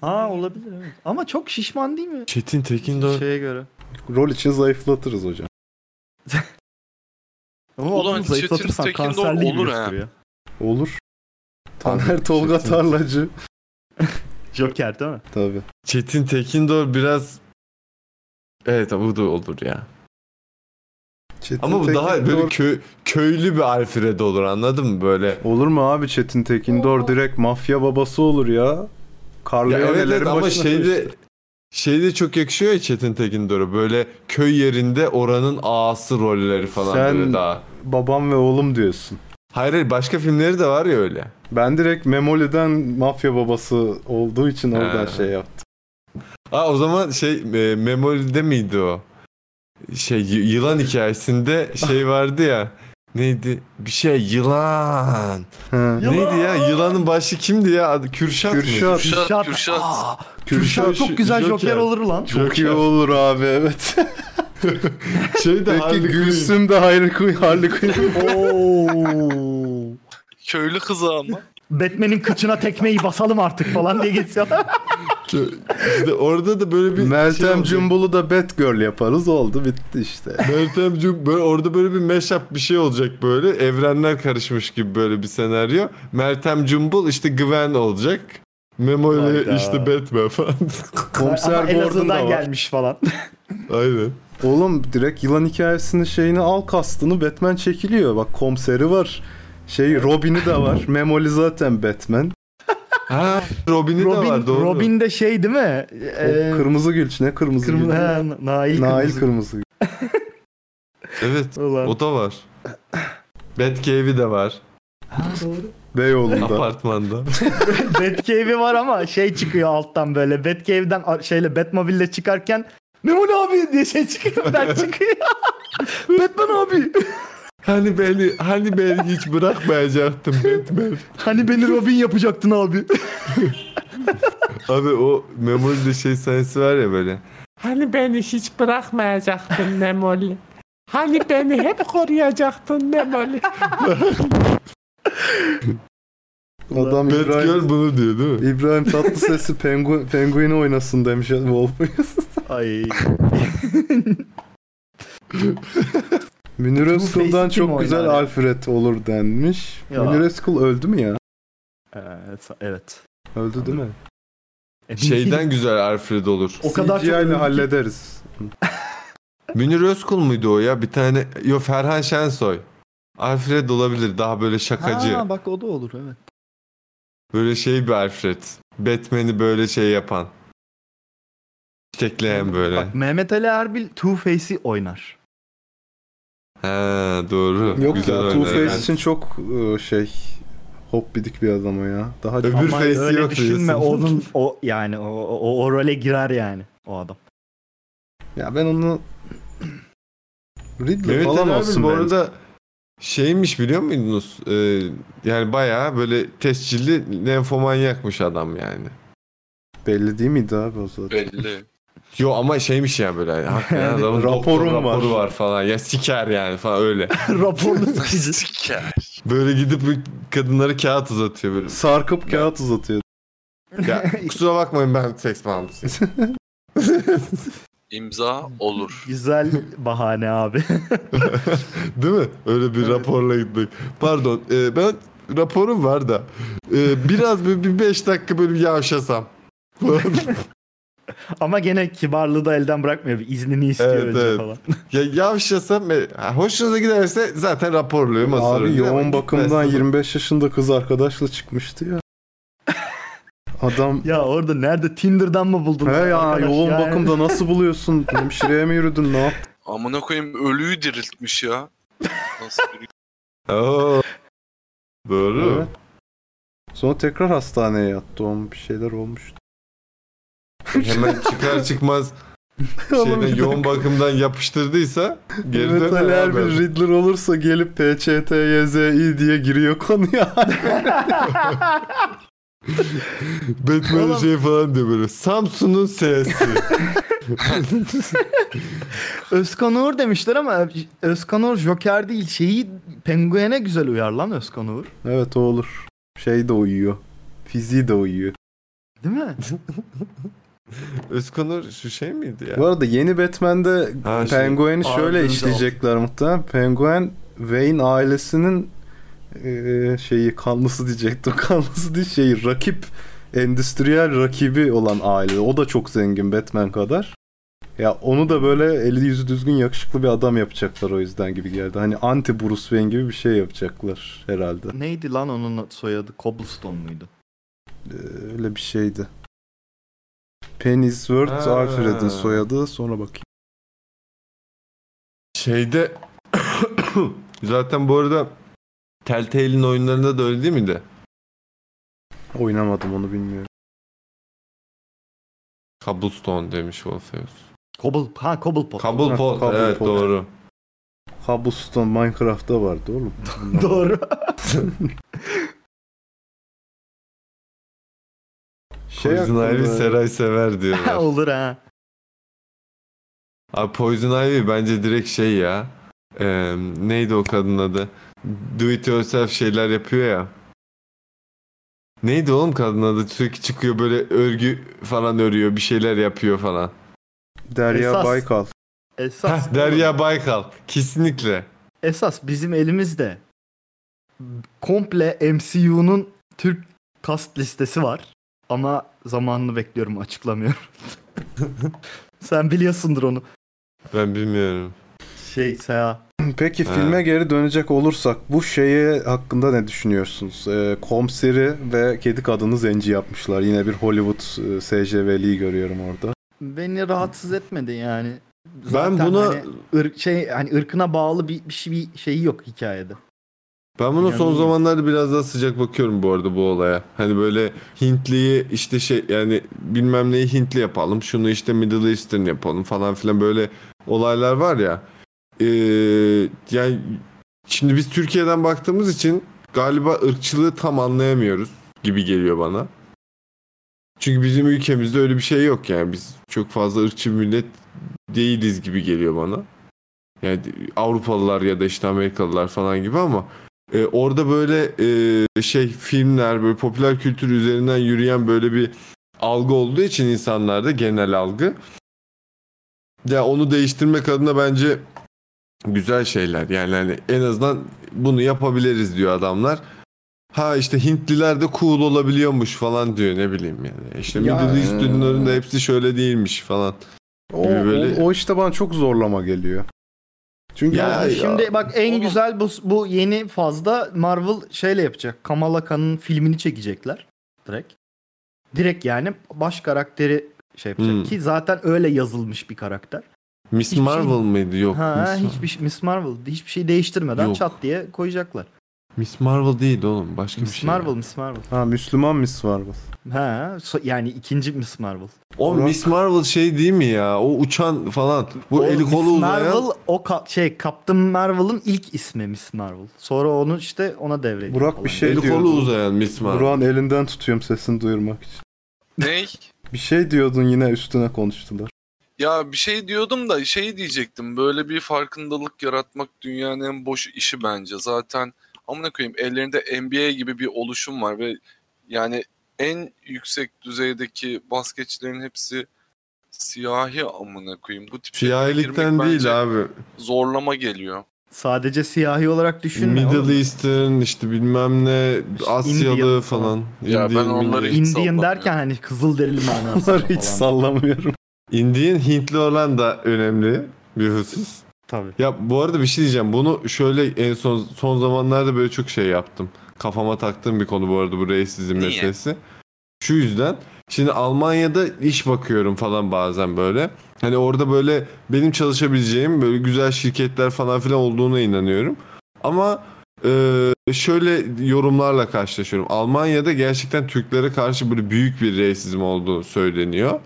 Ha olabilir evet. Ama çok şişman değil mi?
Çetin Tekin de
Şeye göre.
rol için zayıflatırız hocam.
Ama
Ulan
onu
Çetin
zayıflatırsan
Tekindor
kanserli gibi
olur
gösteriyor.
ha.
ya.
Olur. Taner Tolga Tarlacı.
Joker değil mi?
Tabii.
Çetin Tekindor biraz Evet bu da olur ya.
Çetin
Ama bu daha
Tekindor-
böyle kö- köylü bir Alfred olur anladın mı böyle?
Olur mu abi Çetin Tekindor direkt mafya babası olur ya. Karlı
Ya evet, evet ama şey şeyde
işte.
şeyde çok yakışıyor ya Çetin Tekindor'a böyle köy yerinde oranın ağası rolleri falan
Sen-
böyle daha.
babam ve oğlum diyorsun.
Hayır hayır başka filmleri de var ya öyle.
Ben direkt Memoli'den mafya babası olduğu için oradan
He.
şey yaptım.
Aa o zaman şey e, Memoli'de miydi o? Şey y- yılan hikayesinde şey vardı ya. Neydi? Bir şey yılan.
He.
Neydi ya? Yılanın başı kimdi ya? Adı Kürşat, mı?
Kürşat.
Kürşat,
Kürşat.
Kürşat.
Aa, Kürşat çok güzel Joker, olur lan.
Çok iyi olur abi evet.
Şey de
Peki
Harley Quinn.
Gülsüm de Harley Quinn. Harley Quinn.
Oo.
Köylü kızı ama.
Batman'in kıçına tekmeyi basalım artık falan diye geçiyorlar.
Kö- İşte orada da böyle bir şey
Meltem
olacak.
Cumbul'u da Batgirl yaparız oldu bitti işte.
Meltem Cum böyle orada böyle bir mashup bir şey olacak böyle. Evrenler karışmış gibi böyle bir senaryo. Meltem Cumbul işte Gwen olacak. Memo ile
Hayda.
işte Batman falan.
Ama
Komiser Gordon da
Elazığ'dan
var.
gelmiş falan.
Aynen.
Oğlum direkt yılan hikayesinin şeyini al kastını Batman çekiliyor. Bak komiseri var. Şey Robin'i de var. Memoli zaten Batman.
Ha, Robin'i de var
Robin,
doğru.
Robin de şey değil mi?
O
Ee,
kırmızı gül ne kırmızı
kırmızı-
gül?
ha,
Nail
Nail, kırmızı.
kırmızı gül.
Evet
Ulan.
o da var. Batcave'i de var
Ha, doğru.
Beyoğlu'nda.
apartmanda.
Batcave'i var ama şey çıkıyor alttan böyle. Batcave'den a- şeyle Batmobile'le çıkarken Memoli abi diye şey çıkıyor. Ben çıkıyor. Batman abi.
hani beni hani beni hiç bırakmayacaktın Batman.
Hani beni Robin yapacaktın abi.
Abi o Memoli'de şey sahnesi var ya böyle.
Hani beni hiç bırakmayacaktın Nemoli. Hani beni hep koruyacaktın Nemoli.
Adam İbrahim,
Batgirl bunu diyor değil mi?
İbrahim Tatlıses'i pengu, penguini oynasın demiş. Wolf-
Ay.
Münir Özkul'dan
Two-Face kim
çok güzel
oynar ya?
Alfred olur denmiş.
Ya.
Münir Özkul öldü mü ya?
Evet. evet.
Öldü değil mi?
Şeyden güzel Alfred olur.
O kadar
CGI
çok öldü
ile
ki.
hallederiz.
Münir Özkul muydu o ya? Bir tane... Yo Ferhan Şensoy. Alfred olabilir. Daha böyle şakacı.
Ha bak o da olur evet.
Böyle şey bir Alfred. Batman'i böyle şey yapan. Tekleyen böyle.
Bak Mehmet Ali Erbil Two Face'i oynar.
Ha doğru.
Yok
Güzel
ya
oynar.
Two Face
Yani
için çok e, şey hop bidik bir adam o ya. Daha
Öbür
Ama
face'i
öyle
yok
düşünme
diyorsun.
onun o yani o, o, o role girer yani o adam.
ya ben onu Ridley
Mehmet
falan
Ali
olsun
Erbil bu
benim.
arada şeymiş biliyor muydunuz? Ee, yani bayağı böyle tescilli lenfomanyakmış adam yani.
Belli değil miydi abi o zaten?
Belli.
Yo ama şeymiş yani böyle. Yani, hakikaten
Yani
adamın doktor
raporum var.
raporu var falan. Ya siker yani falan öyle.
Raporlu sikici.
Siker.
Böyle gidip kadınları kağıt uzatıyor böyle.
Sarkıp kağıt uzatıyor.
Ya, kusura bakmayın ben seks bağımlısıyım.
İmza olur.
Güzel bahane abi.
Değil mi? Öyle bir raporla gittik. Pardon e, ben raporum var da. e, biraz bir, bir beş dakika böyle bir yavşasam.
Ama gene kibarlığı da elden bırakmıyor. Bir iznini istiyor
Evet,
önce
evet.
falan.
ya yavşasam e, ha, hoşunuza giderse zaten raporluyum. hazırım.
Abi
Ama
yoğun bakımdan
gitmezse-
25 yaşında kız arkadaşla çıkmıştı ya. Adam
Ya orada nerede Tinder'dan mı buldun?
he ya
arkadaş
yoğun
ya?
bakımda nasıl buluyorsun? Hemşireye mi yürüdün ne yaptın?
Amına koyayım ölüyü diriltmiş ya. Nasıl bir
Oo. Doğru.
Evet. Sonra tekrar hastaneye yattı oğlum bir şeyler olmuştu.
Hemen çıkar çıkmaz
Oğlum bir
şeyden yoğun bakımdan yapıştırdıysa geri
Evet
döner
Ali
abi.
Erbil Riddler olursa gelip PCTYZI diye giriyor konuya.
Batman'in şey falan diyor böyle. Samsun'un S'si.
Özkan Uğur demişler ama Özkan Uğur Joker değil. Şeyi Penguen'e güzel uyar lan Özkan Uğur.
evet o olur. Şey de uyuyor. Fiziği de uyuyor.
Değil mi?
Özkanur şu şey miydi ya?
Bu arada yeni Batman'de
Ha, şey,
Penguin'i şöyle
Ardından
işleyecekler muhtemelen. Penguen Wayne ailesinin eee, şeyi kanlısı diyecektim. Kanlısı değil şeyi rakip endüstriyel rakibi olan aile. O da çok zengin Batman kadar. Ya onu da böyle eli yüzü düzgün yakışıklı bir adam yapacaklar o yüzden gibi geldi. Hani anti Bruce Wayne gibi bir şey yapacaklar herhalde.
Neydi lan onun soyadı? Cobblestone muydu?
Eee, E, öyle bir şeydi. Pennyworth
Ha.
Alfred'in soyadı. Sonra bakayım.
Şeyde zaten bu arada Telltale'in oyunlarında da öyle değil miydi?
Oynamadım onu bilmiyorum.
Cobblestone demiş Wolfeus.
Cobble, ha Cobblepot.
Cobblepot
Cobblepot.
evet doğru.
Cobblestone Minecraft'ta vardı oğlum.
Doğru.
Şey
Poison
hakkında-
Ivy Seray sever
Ha,
diyorlar.
Olur ha.
Abi Poison Ivy bence direkt şey ya. Eee neydi o kadın adı? Do it yourself şeyler yapıyor ya. Neydi oğlum kadın adı? Sürekli çıkıyor böyle örgü falan örüyor, bir şeyler yapıyor falan.
Derya
Esas.
Baykal.
Esas.
Heh, Derya Baykal. Kesinlikle.
Esas bizim elimizde komple MCU'nun Türk cast listesi var. Ama zamanını bekliyorum açıklamıyorum. Sen biliyorsundur onu.
Ben bilmiyorum.
Şey Seha.
Peki
Ha.
filme geri dönecek olursak bu şeye hakkında ne düşünüyorsunuz? Ee, komiseri ve kedi kadını zenci yapmışlar. Yine bir Hollywood e, SJV'liği görüyorum orada.
Beni rahatsız etmedi yani.
ben buna
hani ırk- şey hani ırkına bağlı bir, bir şey bir şeyi yok hikayede.
Ben buna son
Yanılmıyor.
zamanlarda biraz daha sıcak bakıyorum bu arada bu olaya. Hani böyle Hintliyi işte şey yani bilmem neyi Hintli yapalım. Şunu işte Middle Eastern yapalım falan filan böyle olaylar var ya. Ee, yani şimdi biz Türkiye'den baktığımız için galiba ırkçılığı tam anlayamıyoruz gibi geliyor bana. Çünkü bizim ülkemizde öyle bir şey yok yani biz çok fazla ırkçı bir millet değiliz gibi geliyor bana. Yani Avrupalılar ya da işte Amerikalılar falan gibi ama e, orada böyle e, şey filmler böyle popüler kültür üzerinden yürüyen böyle bir algı olduğu için insanlarda genel algı. Ya onu değiştirmek adına bence güzel şeyler. Yani hani en azından bunu yapabiliriz diyor adamlar. Ha işte Hintliler de cool olabiliyormuş falan diyor ne bileyim yani. İşte
Ya,
Middle
e.
Eastern'ların da hepsi şöyle değilmiş falan.
O,
Gibi böyle-
o, o işte bana çok zorlama geliyor. Çünkü
Ya,
Abi,
Şimdi bak en
Oğlum.
güzel bu, bu yeni fazda Marvel şeyle yapacak. Kamala Khan'ın filmini çekecekler direkt. Direkt yani baş karakteri şey yapacak
Hmm.
ki zaten öyle yazılmış bir karakter.
Miss
Hiçbir şey-
Marvel mıydı? Yok.
ha
Miss,
hiçbir şey- Miss Marvel hiçbir şey değiştirmeden
Yok.
çat diye koyacaklar.
Miss Marvel değil oğlum. Başka bir
Miss
şey.
Marvel, Miss Marvel.
Ha Müslüman mis var bu.
Ha so- yani ikinci Miss Marvel.
O
Burak-
Miss Marvel şey değil mi ya? O uçan falan. Bu
O
eli
Miss
kolu uzayan.
Marvel o ka- şey Captain Marvel'ın ilk ismi Miss Marvel. Sonra onu işte ona devrediyor.
Burak bir
falan.
şey
Eli
diyordu.
kolu uzayan Miss Marvel.
Burak'ın elinden tutuyorum sesini duyurmak için.
Ney?
Bir şey diyordun yine üstüne konuştular.
Ya bir şey diyordum da şey diyecektim. Böyle bir farkındalık yaratmak dünyanın en boş işi bence. Zaten amına koyayım ellerinde NBA gibi bir oluşum var ve yani en yüksek düzeydeki basketçilerin hepsi siyahi amına koyayım. Bu tip şeylere
Siyahilikten
girmek bence
değil abi.
Zorlama geliyor.
Sadece siyahi olarak düşünme. oğlum.
Middle Eastern işte bilmem ne Asyalı
Indian
falan.
falan.
Ya ben
Indian,
onları
Middle-
hiç
Indian
sallamıyor.
derken hani kızılderili manasında
Bunları hiç
falan.
sallamıyorum.
Indian Hintli olan da önemli bir husus.
Tabii.
Ya bu arada bir şey diyeceğim. Bunu şöyle en son son zamanlarda böyle çok şey yaptım. Kafama taktığım bir konu bu arada bu reisizm
Niye?
meselesi. Şu yüzden şimdi Almanya'da iş bakıyorum falan bazen böyle. Hani orada böyle benim çalışabileceğim böyle güzel şirketler falan filan olduğuna inanıyorum. Ama e, şöyle yorumlarla karşılaşıyorum. Almanya'da gerçekten Türklere karşı böyle büyük bir reisizm olduğu söyleniyor.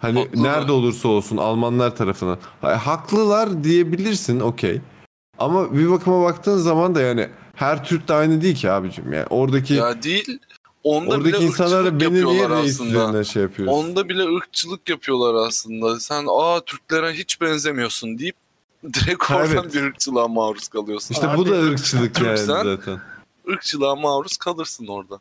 Hani
Haklılar.
nerede olursa olsun Almanlar tarafından. Ha- Haklılar diyebilirsin okey. Ama bir bakıma baktığın zaman da yani her Türk de aynı değil ki abicim. Yani oradaki
Ya değil. Onda
oradaki
bile
insanlara
ırkçılık
beni niye
yapıyorlar
reis
aslında.
üzerinden şey yapıyorsun?
Onda bile ırkçılık yapıyorlar aslında. Sen aa Türklere hiç benzemiyorsun deyip direkt
Ha,
oradan
evet.
bir ırkçılığa maruz kalıyorsun.
İşte
İşte
bu da ırkçılık yani
Türksen-
zaten.
ırkçılığa maruz kalırsın orada.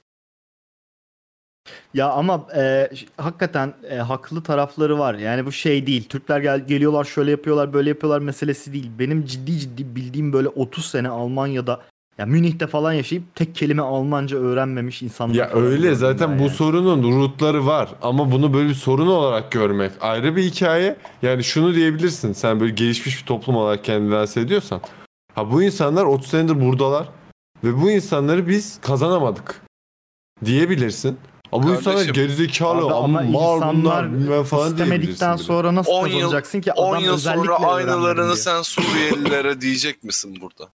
Ya ama e, ş- hakikaten e, haklı tarafları var. Yani bu şey değil. Türkler gel geliyorlar şöyle yapıyorlar böyle yapıyorlar meselesi değil. Benim ciddi ciddi bildiğim böyle 30 sene Almanya'da ya Münih'te falan yaşayıp tek kelime Almanca öğrenmemiş insanlar
Ya
falan
öyle
gördüm
zaten
ben
bu
yani.
sorunun rootları var ama bunu böyle bir sorun olarak görmek ayrı bir hikaye. Yani şunu diyebilirsin sen böyle gelişmiş bir toplum olarak kendini lanse ediyorsan. Ha bu insanlar 30 senedir buradalar ve bu insanları biz kazanamadık diyebilirsin. Ama bu insanlar
Kardeşim.
gerizekalı
Abi
ama
ama
mal bunlar
insanlar
bilmem falan diyebilirsin.
istemedikten
bile.
sonra nasıl
10 yıl-
kazanacaksın ki
10
adam
yıl sonra
özellikle öğrenmedim
aynılarını
diye.
sen Suriyelilere diyecek misin burada?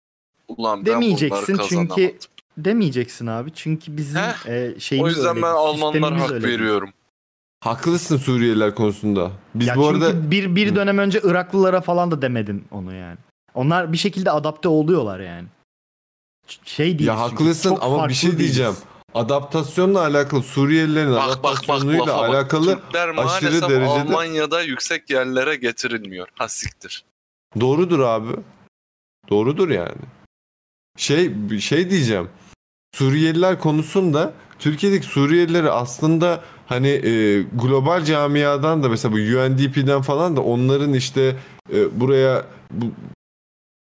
Ulan ben
demeyeceksin
bunları
çünkü
kazanamadım.
demeyeceksin abi. Çünkü bizim
Heh.
e,
O
şeyimiz
yüzden
öyleydi,
ben Almanlara
sistemimiz
hak
öyleydi.
veriyorum.
Haklısın Suriyeliler konusunda. Biz
ya
bu
çünkü
arada
bir bir
Hı.
dönem önce Iraklılara falan da demedin onu yani. Onlar bir şekilde adapte oluyorlar yani. Ç- Şey değil.
Ya haklısın ama bir şey diyeceğim. adaptasyonla alakalı Suriyelilerin
Bak bak bak
adaptasyonuyla
lafa
alakalı
bak. Türkler
aşırı
maalesef
derecede-
Almanya'da yüksek yerlere getirilmiyor. Ha siktir.
Doğrudur abi. Doğrudur yani. Şey bir şey diyeceğim. Suriyeliler konusunda Türkiye'deki Suriyelileri aslında hani e, global camiadan da mesela bu UNDP'den falan da onların işte e, buraya bu,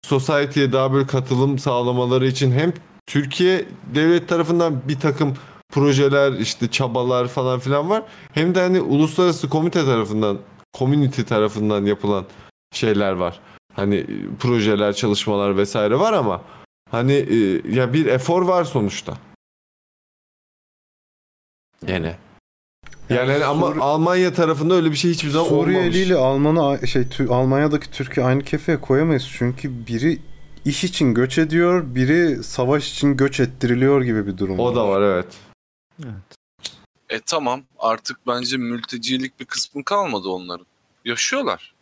society'ye daha böyle katılım sağlamaları için hem Türkiye devlet tarafından bir takım projeler işte çabalar falan filan var. Hem de hani uluslararası komite tarafından, community tarafından yapılan şeyler var. Hani e, projeler, çalışmalar vesaire var ama hani e, ya bir efor var sonuçta. Gene. Yani, hani ama
Sur-
Almanya tarafında öyle bir şey hiçbir zaman
Suriyeli ile
olmamış.
Alman'ı a- şey Tü- Almanya'daki Türk'ü aynı kefeye koyamayız. Çünkü biri iş için göç ediyor, biri savaş için göç ettiriliyor gibi bir durum.
O da var evet.
E tamam artık bence mültecilik bir kısmı kalmadı onların. Yaşıyorlar.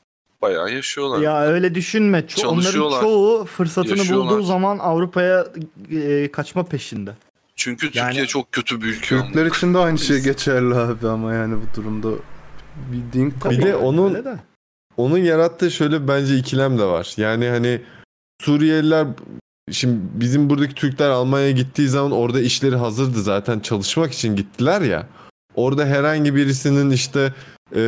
Bayağı yaşıyorlar.
Ya öyle düşünme. Ço- onların
Çalışıyorlar.
çoğu fırsatını
Yaşıyorlar.
bulduğu zaman Avrupa'ya e, kaçma peşinde.
Çünkü
Yani-
Türkiye çok kötü bir ülke. ama.
Türkler için de aynı şey geçerli abi ama yani bu durumda bildiğin
Bir de onun-
Öyle de.
Onun yarattığı şöyle bence ikilem de var. Yani hani Suriyeliler şimdi bizim buradaki Türkler Almanya'ya gittiği zaman orada işleri hazırdı zaten çalışmak için gittiler ya. Orada herhangi birisinin işte e,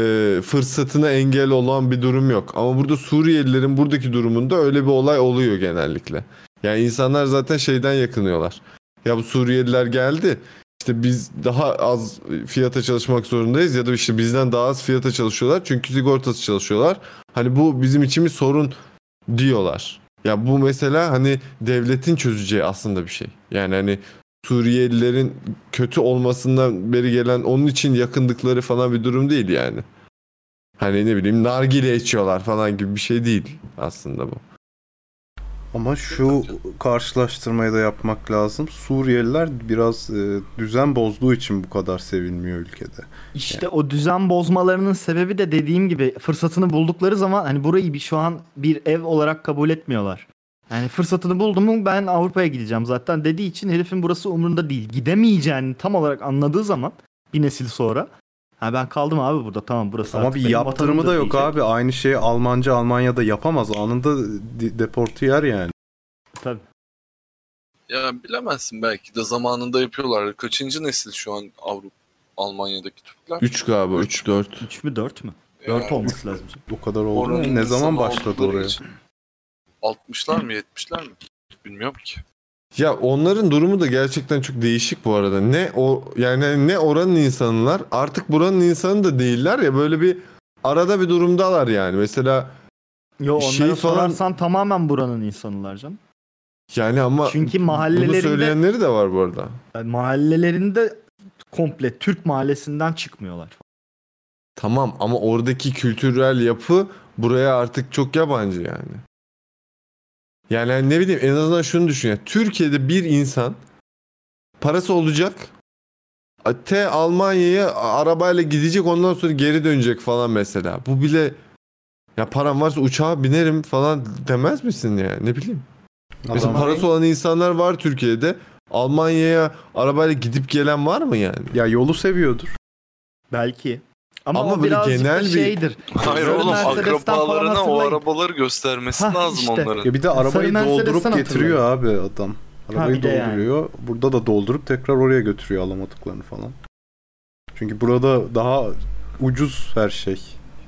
fırsatına engel olan bir durum yok. Ama burada Suriyelilerin buradaki durumunda öyle bir olay oluyor genellikle. Yani insanlar zaten şeyden yakınıyorlar. Ya bu Suriyeliler geldi. İşte biz daha az fiyata çalışmak zorundayız ya da işte bizden daha az fiyata çalışıyorlar çünkü sigortası çalışıyorlar. Hani bu bizim için bir sorun diyorlar. Ya bu mesela hani devletin çözeceği aslında bir şey. Yani hani Suriyelilerin kötü olmasından beri gelen onun için yakındıkları falan bir durum değil yani. Hani ne bileyim nargile içiyorlar falan gibi bir şey değil aslında bu.
Ama şu karşılaştırmayı da yapmak lazım. Suriyeliler biraz e, düzen bozduğu için bu kadar sevilmiyor ülkede.
İşte o düzen bozmalarının sebebi de dediğim gibi fırsatını buldukları zaman hani burayı bir şu an bir ev olarak kabul etmiyorlar. Yani fırsatını buldum mu ben Avrupa'ya gideceğim zaten dediği için herifin burası umurunda değil. Gidemeyeceğini tam olarak anladığı zaman bir nesil sonra Ha ben kaldım abi burada tamam burası
Ama
artık
bir
benim
yaptırımı
vatanımdır
da yok
diyecek.
abi. Aynı şeyi Almanca Almanya'da yapamaz. Anında di- deportu yer yani.
Tabii.
Ya bilemezsin belki de zamanında yapıyorlar. Kaçıncı nesil şu an Avrupa Almanya'daki Türkler?
3 galiba 3 4.
3 mü 4 mü?
Yani
4 olması lazım.
O kadar oldu.
oranın
mu? Ne zaman
insanı
başladı
oldukları
oraya?
için. 60'lar mı 70'ler mi? Bilmiyorum ki.
Ya onların durumu da gerçekten çok değişik bu arada. Ne o yani hani ne oranın insanlar artık buranın insanı da değiller ya böyle bir arada bir durumdalar yani. Mesela
Yo onlara
Şey falan-
sorarsan tamamen buranın insanılar canım.
yani ama
Çünkü
bunu
mahallelerinde
söyleyenleri de var bu arada.
yani mahallelerinde komple Türk mahallesinden çıkmıyorlar.
Tamam ama oradaki kültürel yapı buraya artık çok yabancı yani. Yani hani ne bileyim en azından şunu düşün. ya, Türkiye'de bir insan parası olacak. a- T Almanya'ya a- arabayla gidecek ondan sonra geri dönecek falan mesela. Bu bile ya param varsa uçağa binerim falan demez misin ya ne bileyim. Mesela
Adam-
parası olan insanlar var Türkiye'de. Almanya'ya arabayla gidip gelen var mı yani?
Ya yolu seviyordur.
Belki. Ama,
Ama
o
böyle
birazcık
genel
da
bir-
şeydir.
Hayır
Sarı
oğlum
Mercedes'ten falan
akrabalarına o
hatırlayın.
arabaları göstermesi
Hah,
lazım
işte.
onların.
Ya bir de arabayı
Mercedes'ten
doldurup
hatırlıyorum.
getiriyor abi adam. Arabayı
bir de yani.
dolduruyor. Burada da doldurup tekrar oraya götürüyor alamadıklarını falan. Çünkü burada daha ucuz her şey.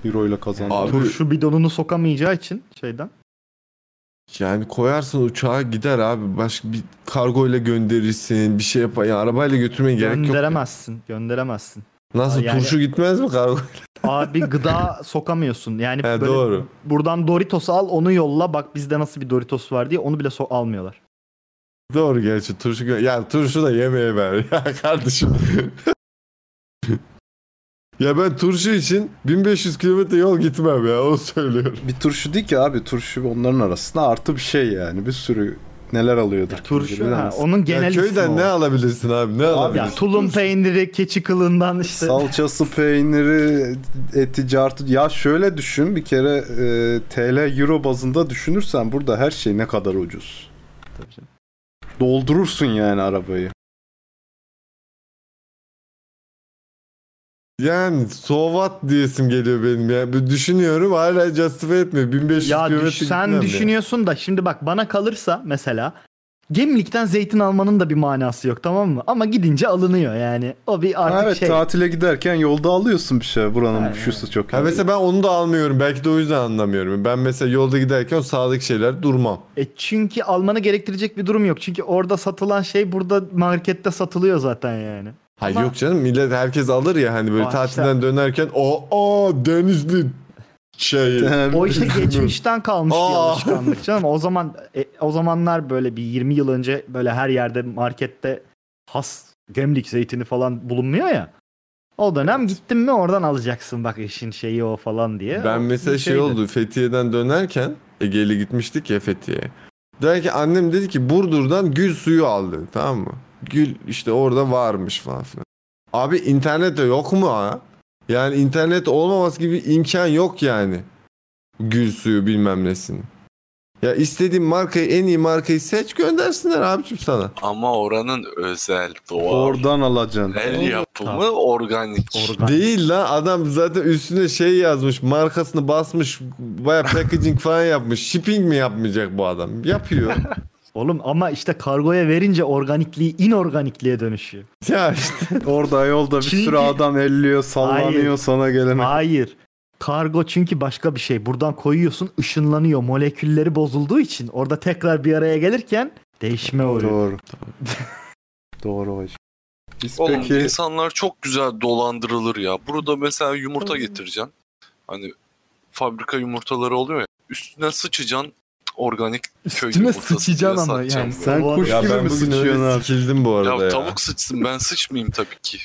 Euro ile kazanılıyor.
Abi-
Turşu bidonunu sokamayacağı için şeyden.
Yani koyarsın uçağa gider abi. Başka bir kargoyla gönderirsin. Bir şey yap. Yani arabayla götürmeye gerek yok.
gönderemezsin. Gönderemezsin.
Nasıl
Yani-
turşu gitmez mi kargo?
Abi gıda sokamıyorsun. Yani
He,
böyle
doğru.
buradan Doritos al onu yolla. Bak bizde nasıl bir Doritos var diye onu bile so almıyorlar.
Doğru gerçi turşu. gö- Ya turşu da yemeğe ver ya kardeşim. ya ben turşu için 1500 kilometre yol gitmem ya onu söylüyorum.
Bir turşu değil ki abi. Turşu onların arasında artı bir şey yani. Bir sürü neler alıyordur. Kim
Turşu
bilir
ha,
nasıl.
onun
Ya
genel ismi
köyden
o.
ne alabilirsin abi? Ne
Ya
alabilirsin?
tulum peyniri, keçi kılından işte.
Salçası, peyniri, eti, cartı. Ya şöyle düşün bir kere e, TL, Euro bazında düşünürsen burada her şey ne kadar ucuz.
Tabii canım.
Doldurursun yani arabayı.
Yani sovat diyesim geliyor benim ya. Bir düşünüyorum hala justify etmiyor. 1500
ya
kilometre
düş- sen
gitmem ya.
düşünüyorsun da şimdi bak bana kalırsa mesela Gemlik'ten zeytin almanın da bir manası yok tamam mı? Ama gidince alınıyor yani. O bir artık
evet
şey.
tatile giderken yolda alıyorsun bir şey. Buranın
Aynen.
şusu çok
Ha
iyi.
mesela ben onu da almıyorum. Belki de o yüzden anlamıyorum. Ben mesela yolda giderken o sağdaki şeyler durmam.
E çünkü almanı gerektirecek bir durum yok. Çünkü orada satılan şey burada markette satılıyor zaten yani.
Hayır
Ama-
yok canım millet herkes alır ya hani böyle
Aa,
tatilden dönerken o o denizli şey.
O işte geçmişten kalmış bir
Aa.
alışkanlık canım. O zaman e, o zamanlar böyle bir 20 yıl önce böyle her yerde markette has Gemlik zeytini falan bulunmuyor ya. O dönem gittin mi oradan alacaksın bak işin şeyi o falan diye.
ben
O
mesela
bir
şey
şeydi.
oldu Fethiye'den dönerken Ege'yle gitmiştik ya Fethiye'ye. Derken annem dedi ki Burdur'dan gül suyu aldı tamam mı? Gül işte orada varmış falan filan. Abi internet de yok mu ha? Yani internet olmaması gibi imkan yok yani. Gül suyu bilmem nesini. Ya istediğin markayı en iyi markayı seç göndersinler abicim sana.
Ama oranın özel doğal.
Oradan alacaksın.
El yapımı
Tamam.
organik.
Organ.
Değil lan adam zaten üstüne şey yazmış markasını basmış baya packaging falan yapmış. Shipping mi yapmayacak bu adam? Yapıyor.
Oğlum ama işte kargoya verince organikliği inorganikliğe dönüşüyor.
ya işte
Orada yolda bir
Çünkü-
sürü adam elliyor, sallanıyor
Hayır.
sana gelene.
Hayır. Kargo çünkü başka bir şey. Buradan koyuyorsun ışınlanıyor. Molekülleri bozulduğu için orada tekrar bir araya gelirken değişme oluyor.
Doğru. Doğru hocam. Biz
Oğlum
peki
insanlar çok güzel dolandırılır ya. Burada mesela yumurta getireceksin. Hani fabrika yumurtaları oluyor ya. Üstüne sıçacaksın organik köy
Üstüne
yumurtası
sıçacaksın
diye
ama yani.
satacaksın.
sen
O
kuş
ya
gibi
ben
mi
bugün
sıçıyorsun
öyle
abi?
sikildim bu
Ya,
arada ya.
tavuk sıçsın ben sıçmayayım tabii ki.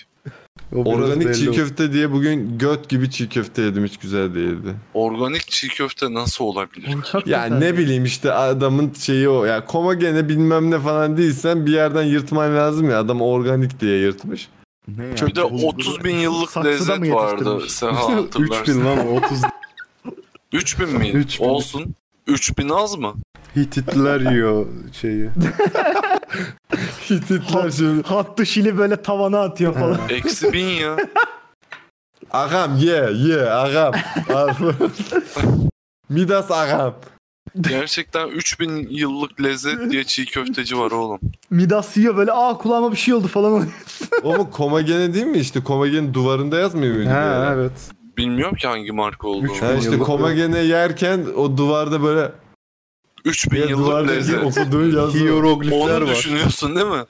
O biraz
Organik
belli
çiğ
oldu.
köfte diye bugün göt gibi çiğ köfte yedim hiç güzel değildi.
Organik çiğ köfte nasıl olabilir?
Ya ne bileyim işte adamın şeyi o ya koma gene bilmem ne falan değilsen bir yerden yırtman lazım ya adam organik diye yırtmış.
Ne
Bir de 30 bin yıllık
Saksıda mı
lezzet vardı.
yetiştirmiş?
Seha
3000
hatırlarsın.
lan 30
3000 miydi?
3000.
Olsun. 3000 az mı?
Hititler yiyor şeyi.
Hititler şimdi. şey-
Hattı şili böyle tavana atıyor falan.
Eksi 1000 ya.
Agam ye ye agam. Al. Midas agam.
Gerçekten 3000 yıllık lezzet diye çiğ köfteci var oğlum.
Midas yiyor böyle aa kulağıma bir şey oldu falan.
Oğlum komagene değil mi işte? Komagenin duvarında yazmıyor muydu? bir
Ha
yere?
evet.
Bilmiyorum ki hangi marka olduğunu.
Üç
Ha işte
Yıllık-
komagene yerken o duvarda böyle
3000
ya
yıllık
duvardaki
lezzet.
okuduğun yazıyor.
Hieroglifler
Onu
var.
düşünüyorsun değil mi?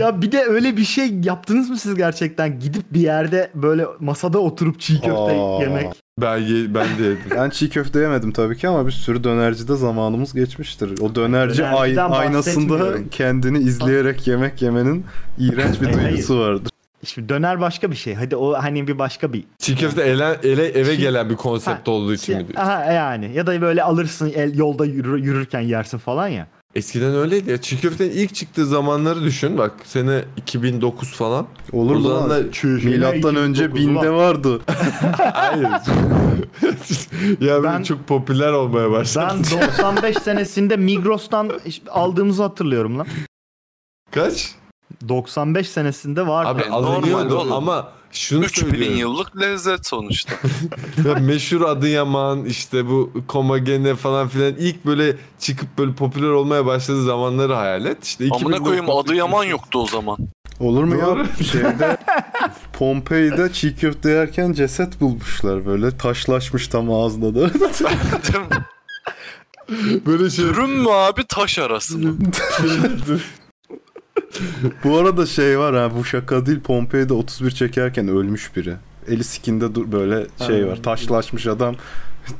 ya bir de öyle bir şey yaptınız mı siz gerçekten? Gidip bir yerde böyle masada oturup çiğ köfte
Aa.
yemek.
Ben, ye- ben de yedim.
Ben çiğ köfte yemedim tabii ki ama bir sürü dönercide zamanımız geçmiştir. O dönerci ay-
Dönerciden bahsetmiyorum.
aynasında kendini izleyerek yemek yemenin iğrenç bir
Hayır.
duygusu vardır.
Şimdi döner başka bir şey. Hadi o hani bir başka bir.
Çiğ köfte ele, ele, eve
Çiğ-
gelen bir konsept olduğu
şey,
için mi diyorsun?
Aha yani ya da böyle alırsın el yolda yürü- yürürken yersin falan ya.
Eskiden öyleydi ya. Çiğ köftenin ilk çıktığı zamanları düşün bak. Sene 2009 falan.
Olur
O
mu
zaman
lan?
da çüş.
Milattan
Yine
önce
2009
binde
ulan.
vardı.
Hayır. ya ben
Ben-
çok popüler olmaya başladı.
Ben 95 senesinde Migros'tan işte aldığımızı hatırlıyorum lan.
Kaç?
95 senesinde vardı.
Abi
E,
alınıyordu
normal oğlum.
ama şunu
3000
söylüyorum.
yıllık lezzet sonuçta.
Ya meşhur Adıyaman işte bu Komagene falan filan ilk böyle çıkıp böyle popüler olmaya başladığı zamanları hayal et. İşte
Amına
2009
koyayım adı Yaman yoktu o zaman.
Olur mu
Doğru.
ya? Şeyde Pompei'de çiğ köfte yerken ceset bulmuşlar böyle. Taşlaşmış tam ağzına da.
Değil mi?
Böyle şey
Dürüm mü abi taş arası mı?
Bu arada şey var ha bu şaka değil Pompei'de 31 çekerken ölmüş biri. Eli sikinde dur böyle şey var. Taşlaşmış adam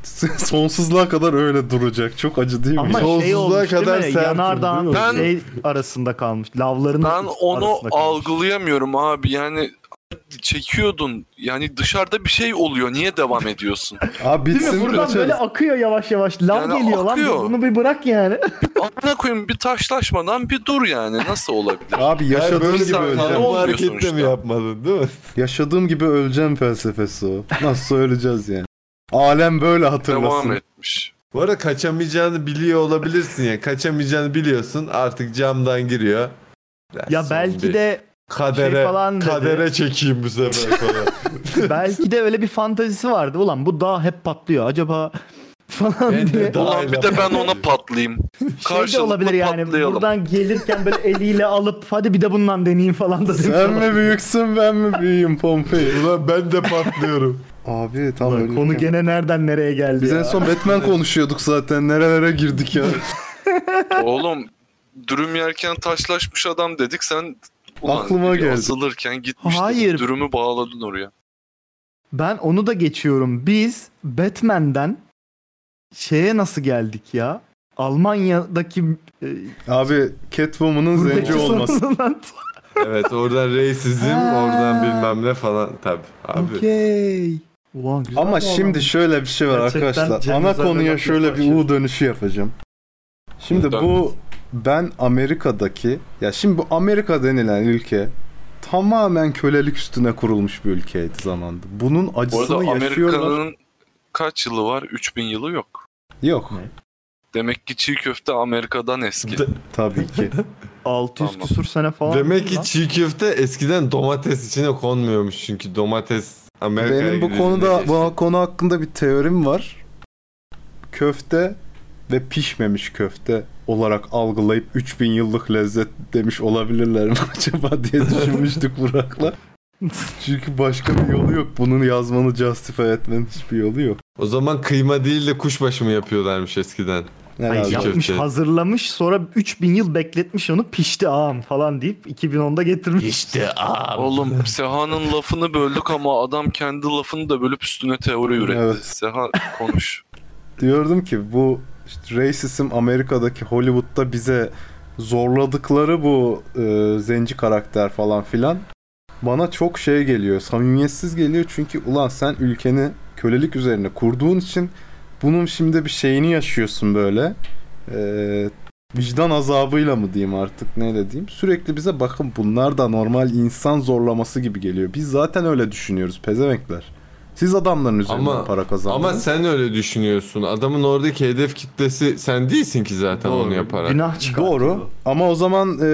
sonsuzluğa kadar öyle duracak. Çok acı değil mi?
Ama şey
Sonsuzluğa
olmuş
kadar
değil mi?
sertti,
Yanardağın
değil mi?
Ben-
şey arasında kalmış. Lavların
Ben onu
arasında kalmış.
algılayamıyorum abi yani çekiyordun. Yani dışarıda bir şey oluyor. Niye devam ediyorsun?
Abi
Değil mi?
bitsin
Buradan
kaçarız.
böyle akıyor yavaş yavaş. Lav
Yani
geliyor
akıyor.
lan. Bunu bir bırak yani.
Amına koyayım bir taşlaşmadan bir dur yani. Nasıl olabilir?
Abi yaşadığım
böyle
gibi
sen
Ne
öleceğim.
bu
oluyor
hareketle
sonuçta?
mi yapmadın değil mi?
Yaşadığım gibi öleceğim felsefesi o. Nasıl öleceğiz yani? Alem böyle hatırlasın.
Devam etmiş.
Bu arada kaçamayacağını biliyor olabilirsin ya. Kaçamayacağını biliyorsun artık camdan giriyor.
Ya
Son bir
belki de
kadere,
şey falan dedi.
kadere çekeyim bu sefer falan.
belki de öyle bir fantazisi vardı. Ulan bu dağ hep patlıyor. Acaba falan
Ben de
diye.
dağ-
Ulan bir de ben ona patlayayım.
Şey de
Karşılıklı
olabilir yani.
patlayalım.
Buradan gelirken böyle eliyle alıp hadi bir de bundan deneyeyim falan da demiş.
Sen mi büyüksün ben mi büyüğüm Pompei?
Ulan ben de patlıyorum.
Abi tam
Ulan
öyle. şey.
Konu gene nereden nereye geldi
Biz
ya.
en son Batman konuşuyorduk zaten. Nerelere girdik ya.
Oğlum dürüm yerken taşlaşmış adam dedik sen ulan
Aklıma geldi.
asılırken gitmiş
Hayır.
dürümü bağladın oraya.
Ben onu da geçiyorum. Biz Batman'den şeye nasıl geldik ya? Almanya'daki e,
Abi Catwoman'ın zenci
gurbetçi
olması.
sorunundan-
evet oradan racism
Ha.
oradan bilmem ne falan tabi abi.
Okey. Ulan güzel
Ama
bir
şimdi
adam.
şöyle bir şey var
Gerçekten
arkadaşlar.
Cem
Ana
Özdemir
konuya
yapmış
şöyle bir
başı.
U dönüşü yapacağım. Şimdi
Dön.
bu ben Amerika'daki ya şimdi bu Amerika denilen ülke tamamen kölelik üstüne kurulmuş bir ülkeydi zamanda. Bunun
Bu arada
acısını yaşıyorlar.
Amerika'nın kaç yılı var? 3000 yılı yok.
Yok
Demek ki çiğ köfte Amerika'dan eski.
De-
tabii ki.
600
Tamam.
küsur sene falan.
Demek ki
lan.
çiğ köfte eskiden domates içine konmuyormuş çünkü domates Amerika'ya
Benim bu
gidildiğinde
konuda
geçti.
bu konu hakkında bir teorim var. Köfte ve pişmemiş köfte olarak algılayıp 3000 yıllık lezzet demiş olabilirler mi acaba diye düşünmüştük Burak'la. Çünkü başka bir yolu yok. Bunun yazmanı justify etmenin hiçbir yolu yok.
O zaman kıyma değil de kuşbaşı mı yapıyorlarmış eskiden?
Ay,
Herhalde.
ya-
yapmış,
köfte.
hazırlamış, sonra 3000 yıl bekletmiş onu pişti ağam falan deyip 2010'da getirmiş.
İşte abi.
Oğlum Seha'nın lafını böldük ama adam kendi lafını da bölüp üstüne teori üretti.
Evet.
Seha konuş.
Diyordum ki bu işte racism Amerika'daki Hollywood'da bize zorladıkları bu e, zenci karakter falan filan bana çok şey geliyor. Samimiyetsiz geliyor çünkü ulan sen ülkeni kölelik üzerine kurduğun için bunun şimdi bir şeyini yaşıyorsun böyle. E, vicdan azabıyla mı diyeyim artık neyle diyeyim. Sürekli bize bakın bunlar da normal insan zorlaması gibi geliyor. Biz zaten öyle düşünüyoruz pezevenkler. Siz adamların üzerinden
Ama-
para kazandınız.
Ama sen öyle düşünüyorsun. Adamın oradaki hedef kitlesi sen değilsin ki zaten onu yaparak.
Günah çıkartıyor.
Doğru. Ama e, o zaman eee,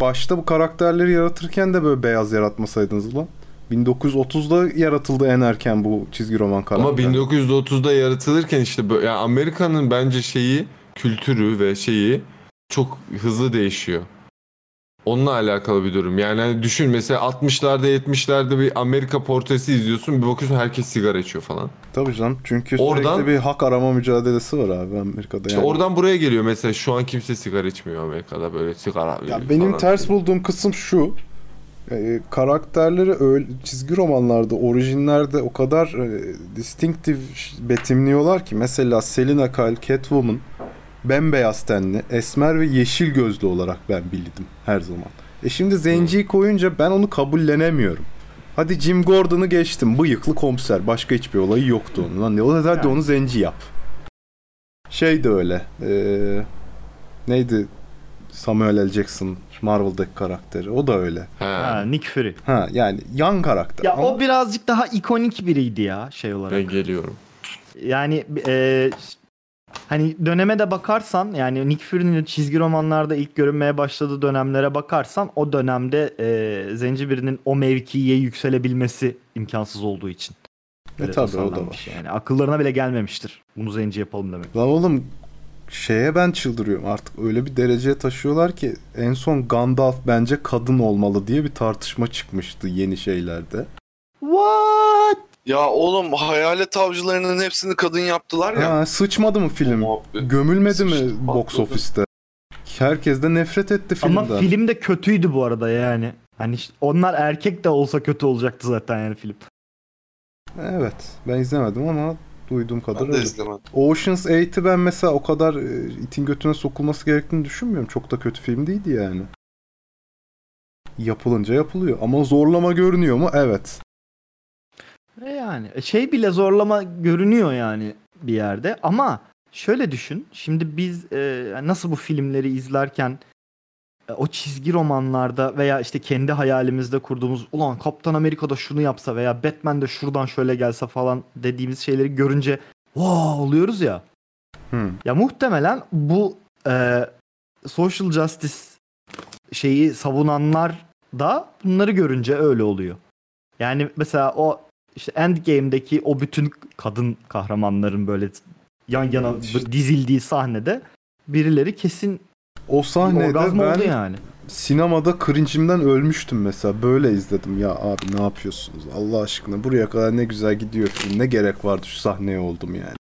başta bu karakterleri yaratırken de böyle beyaz yaratmasaydınız ulan. 1930'da yaratıldı en erken bu çizgi roman
Ama
karakteri.
1930'da yaratılırken işte böyle, yani Amerika'nın bence şeyi kültürü ve şeyi çok hızlı değişiyor. Onunla alakalı bir durum. Yani hani düşün mesela 60'larda 70'lerde bir Amerika portresi izliyorsun bir bakıyorsun herkes sigara içiyor falan.
Tabii canım çünkü
Oradan-
sürekli bir hak arama mücadelesi var abi Amerika'da.
İşte
yani.
oradan buraya geliyor mesela şu an kimse sigara içmiyor Amerika'da böyle sigara.
Ya benim
Ee, falan.
ters bulduğum kısım şu. Ee, karakterleri öyle, çizgi romanlarda, orijinlerde o kadar e, distinctive ş- betimliyorlar ki mesela Selina Kyle Catwoman bembeyaz tenli, esmer ve yeşil gözlü olarak ben bildim her zaman. E şimdi zenciyi koyunca ben onu kabullenemiyorum. Hadi Jim Gordon'u geçtim. Bıyıklı komiser. Başka hiçbir olayı yoktu onun. Lan ne olur hadi
Yani.
onu zenci yap. Şey de öyle. ee, neydi? Samuel L. Jackson Marvel'daki karakteri. O da öyle.
He.
Ha, Nick Fury.
Ha yani yan karakter.
Ya
Ama
o birazcık daha ikonik biriydi ya şey olarak.
Ben geliyorum.
Yani e, hani döneme de bakarsan yani Nick Fury'nin çizgi romanlarda ilk görünmeye başladığı dönemlere bakarsan o dönemde e, zenci birinin o mevkiye yükselebilmesi imkansız olduğu için. Böyle
E, tabii, o da
tasarlanmış Yani akıllarına bile gelmemiştir. Bunu zenci yapalım demek.
Lan oğlum şeye ben çıldırıyorum artık. Öyle bir dereceye taşıyorlar ki en son Gandalf bence kadın olmalı diye bir tartışma çıkmıştı yeni şeylerde.
What?
Ya oğlum hayalet avcılarının hepsini kadın yaptılar ya.
Ha, sıçmadı mı film?
Muhabbet.
Gömülmedi mi
Sıçtı,
box
patladı.
ofiste? Herkes de nefret etti
Ama
filmden.
film de kötüydü bu arada yani. Hani işte onlar erkek de olsa kötü olacaktı zaten yani film.
Evet. Ben izlemedim ama duyduğum
Ben
kadarıyla.
de
öyle.
izlemedim.
Ocean's 8'i ben mesela o kadar e, itin götüne sokulması gerektiğini düşünmüyorum. Çok da kötü film değildi yani. Yapılınca yapılıyor. Ama zorlama görünüyor mu? Evet.
E yani e şey bile zorlama görünüyor yani bir yerde ama şöyle düşün şimdi biz e, nasıl bu filmleri izlerken e, o çizgi romanlarda veya işte kendi hayalimizde kurduğumuz ulan Kaptan Amerika'da şunu yapsa veya Batman de şuradan şöyle gelse falan dediğimiz şeyleri görünce wow oluyoruz ya.
Hmm.
Ya muhtemelen bu e, social justice şeyi savunanlar da bunları görünce öyle oluyor. Yani mesela o işte Endgame'deki o bütün kadın kahramanların böyle yan yana dizildiği sahnede birileri kesin
O
bir
sahnede
orgazm
ben
oldu yani.
sinemada cringe'imden ölmüştüm mesela. Böyle izledim. Ya abi ne yapıyorsunuz? Allah aşkına buraya kadar ne güzel gidiyor film. Ne gerek vardı şu sahneye oldum yani.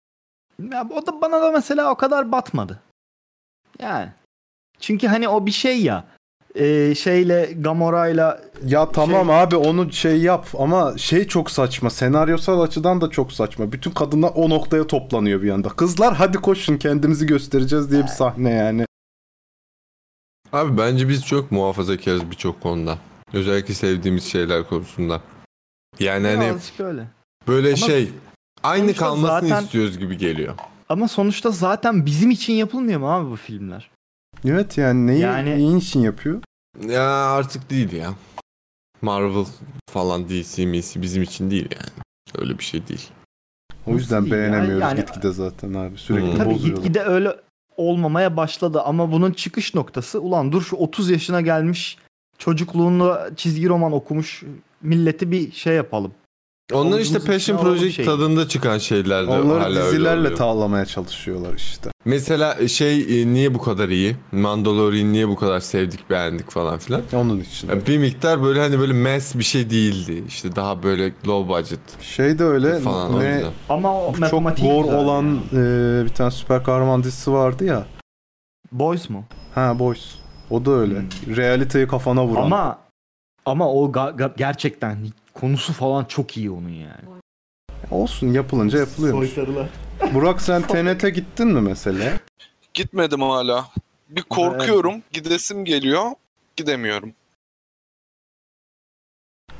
Ya o da bana da mesela o kadar batmadı. Yani. Çünkü hani o bir şey ya. E, şeyle Gamora'yla
Ya tamam abi onu şey yap ama şey çok saçma. Senaryosal açıdan da çok saçma. Bütün kadınlar o noktaya toplanıyor bir anda. Kızlar hadi koşun kendimizi göstereceğiz diye bir sahne yani.
Abi bence biz çok muhafazakarız birçok konuda. Özellikle sevdiğimiz şeyler konusunda. Yani hani
birazcık öyle.
böyle
Ama
şey aynı
sonuçta
kalmasını
zaten-
istiyoruz gibi geliyor.
Ama sonuçta zaten bizim için yapılmıyor mu abi bu filmler?
Evet yani neyi
Yani-
neyin için yapıyor?
Ya artık değil ya. Marvel falan DC misi bizim için değil yani. Öyle bir şey değil.
O yüzden
değil ya?
beğenemiyoruz
Yani- hani
gitgide zaten abi. Sürekli
Hmm.
bozuyorlar.
Tabii gitgide öyle olmamaya başladı ama bunun çıkış noktası ulan dur şu 30 yaşına gelmiş çocukluğunda çizgi roman okumuş milleti bir şey yapalım.
Onlar işte
Olduğumuz için şey
Passion
alalım
Project
şeyi.
tadında çıkan şeyler de hala
Onları
öyle
dizilerle
oluyor.
tağlamaya çalışıyorlar işte.
Mesela şey e, niye bu kadar iyi? Mandalorian niye bu kadar sevdik beğendik falan filan.
Onun için.
Ya Bir miktar böyle hani böyle mass bir şey değildi. İşte daha böyle low budget
Şey de öyle.
falan. o
ne,
yüzden.
Ama o
çok
matematiği
gore
güzel.
olan e, bir tane süper kahraman dizisi vardı ya.
Boys mu?
Ha Boys. O da öyle.
Hmm.
Realiteyi kafana vuran.
Ama ama o ga- ga- gerçekten konusu falan çok iyi onun yani.
Olsun yapılınca yapılıyormuş. Burak sen TNT gittin mi mesela?
Gitmedim hala. Bir korkuyorum. Gidesim geliyor. Gidemiyorum.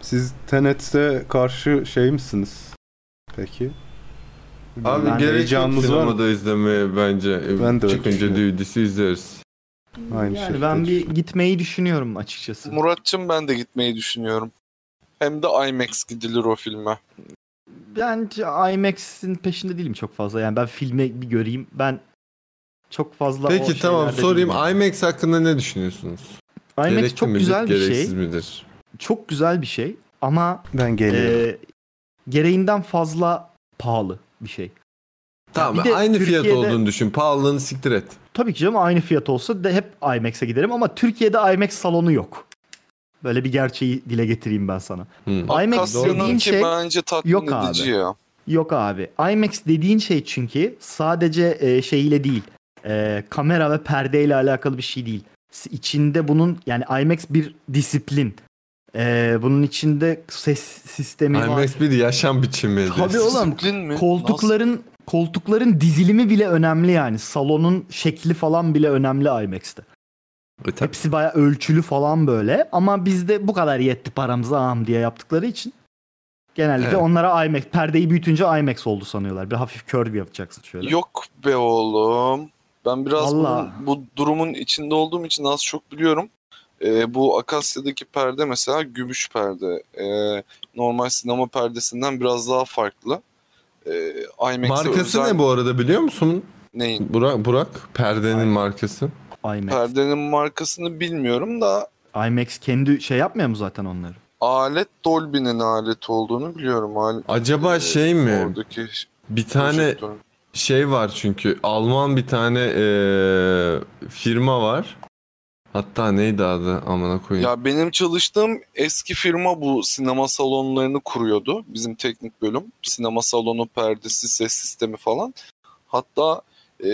Siz TNT'e karşı şey misiniz? Peki.
Abi
Yani
gerek yok
heyecanınız var mı?
sinemada izlemeye bence.
Ben de öyle
Çıkınca
düşünüyorum.
DVD'si izleriz.
Aynı şey.
yani
şekilde
ben bir
düşünüyorum.
gitmeyi düşünüyorum açıkçası.
Muratçım ben de gitmeyi düşünüyorum. Hem de IMAX gidilir o filme.
Bence IMAX'in peşinde değilim çok fazla. Yani ben filmi bir göreyim. Ben çok fazla o
Peki tamam
şeylerde
sorayım
değilim yani.
IMAX hakkında ne düşünüyorsunuz?
IMAX
Gerekli
çok
midir,
güzel bir şey.
gereksiz midir?
Çok güzel bir şey. Ama
Ben geliyorum.
e, gereğinden fazla pahalı bir şey.
Tamam
Bir de
aynı fiyat
Türkiye'de-
olduğunu düşün. Pahalılığını siktir et.
Tabii ki canım aynı fiyat olsa de hep IMAX'e giderim ama Türkiye'de IMAX salonu yok. Böyle bir gerçeği dile getireyim ben sana.
Hı.
IMAX dediğin
Akasya'nınki
şey
bence tatmin
yok abi.
edici ya.
yok abi. IMAX dediğin şey çünkü sadece e, şeyiyle değil. e, kamera ve perdeyle alakalı bir şey değil. S- İçinde bunun yani IMAX bir disiplin. E, bunun içinde ses sistemi var.
IMAX bir yaşam biçimi.
Tabii
diyorsun.
oğlum.
Disiplin mi?
Koltukların koltukların dizilimi bile önemli yani. Salonun şekli falan bile önemli IMAX'te.
E, tabii.
Hepsi baya ölçülü falan böyle. Ama bizde bu kadar yetti paramız ağam diye yaptıkları için. Genellikle
Evet.
onlara IMAX. Perdeyi büyütünce IMAX oldu sanıyorlar. Bir hafif kör bir yapacaksın şöyle.
Nasıl? Yok be oğlum. Ben biraz
Vallahi.
bunun- bu durumun içinde olduğum için az çok biliyorum. Ee, bu Akasya'daki perde mesela gümüş perde. Ee, normal sinema perdesinden biraz daha farklı. Ee, IMAX'e
Markası
özel-
ne bu arada biliyor musun?
Neyin?
Burak, Burak perdenin markası.
IMAX.
Perdenin markasını bilmiyorum da
IMAX kendi şey yapmıyor mu zaten onları?
alet Dolby'nin aleti olduğunu biliyorum. Al-
Ee,
Acaba şey mi?
Oradaki
Bir tane
projektörün.
şey var çünkü Alman bir tane eee, firma var. Hatta neydi adı amına koyayım.
Ya benim çalıştığım eski firma bu sinema salonlarını kuruyordu. Bizim teknik bölüm. Sinema salonu perdesi, ses sistemi falan. Hatta e,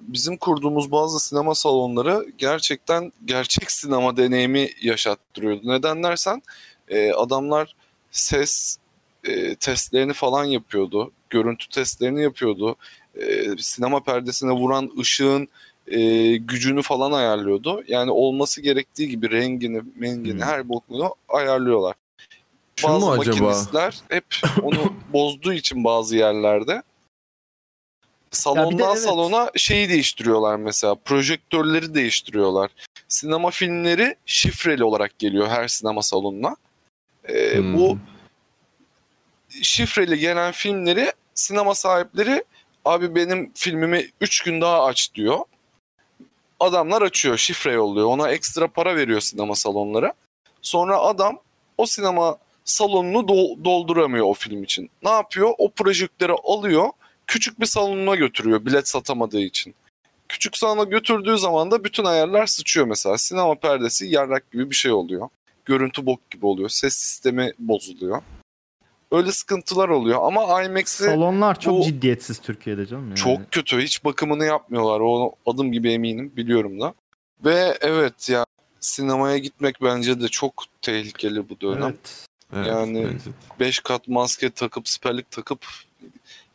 bizim kurduğumuz bazı sinema salonları gerçekten gerçek sinema deneyimi yaşattırıyordu. Neden dersen e, adamlar ses e, testlerini falan yapıyordu. Görüntü testlerini yapıyordu. E, sinema perdesine vuran ışığın e, gücünü falan ayarlıyordu. Yani olması gerektiği gibi rengini, mengini,
Hmm.
her bokunu ayarlıyorlar.
Şu
bazı
mu acaba?
makinistler hep onu bozduğu için bazı yerlerde salondan
evet.
salona şeyi değiştiriyorlar mesela. Projektörleri değiştiriyorlar. Sinema filmleri şifreli olarak geliyor her sinema salonuna. Ee,
Hmm.
Bu şifreli gelen filmleri sinema sahipleri abi benim filmimi 3 gün daha aç diyor. Adamlar açıyor, şifre yolluyor. Ona ekstra para veriyor sinema salonlara. Sonra adam o sinema salonunu do- dolduramıyor o film için. Ne yapıyor? O projektörü alıyor, küçük bir salonuna götürüyor bilet satamadığı için. Küçük salona götürdüğü zaman da bütün ayarlar sıçıyor mesela. Sinema perdesi yarrak gibi bir şey oluyor. Görüntü bok gibi oluyor. Ses sistemi bozuluyor. Öyle sıkıntılar oluyor ama IMAX'i
Salonlar çok
bu-
ciddiyetsiz Türkiye'de canım. Yani.
çok kötü. Hiç bakımını yapmıyorlar. O adım gibi eminim. Biliyorum da. Ve evet ya sinemaya gitmek bence de çok tehlikeli bu dönem.
Evet.
Evet,
yani-
bence de.
5 kat maske takıp siperlik takıp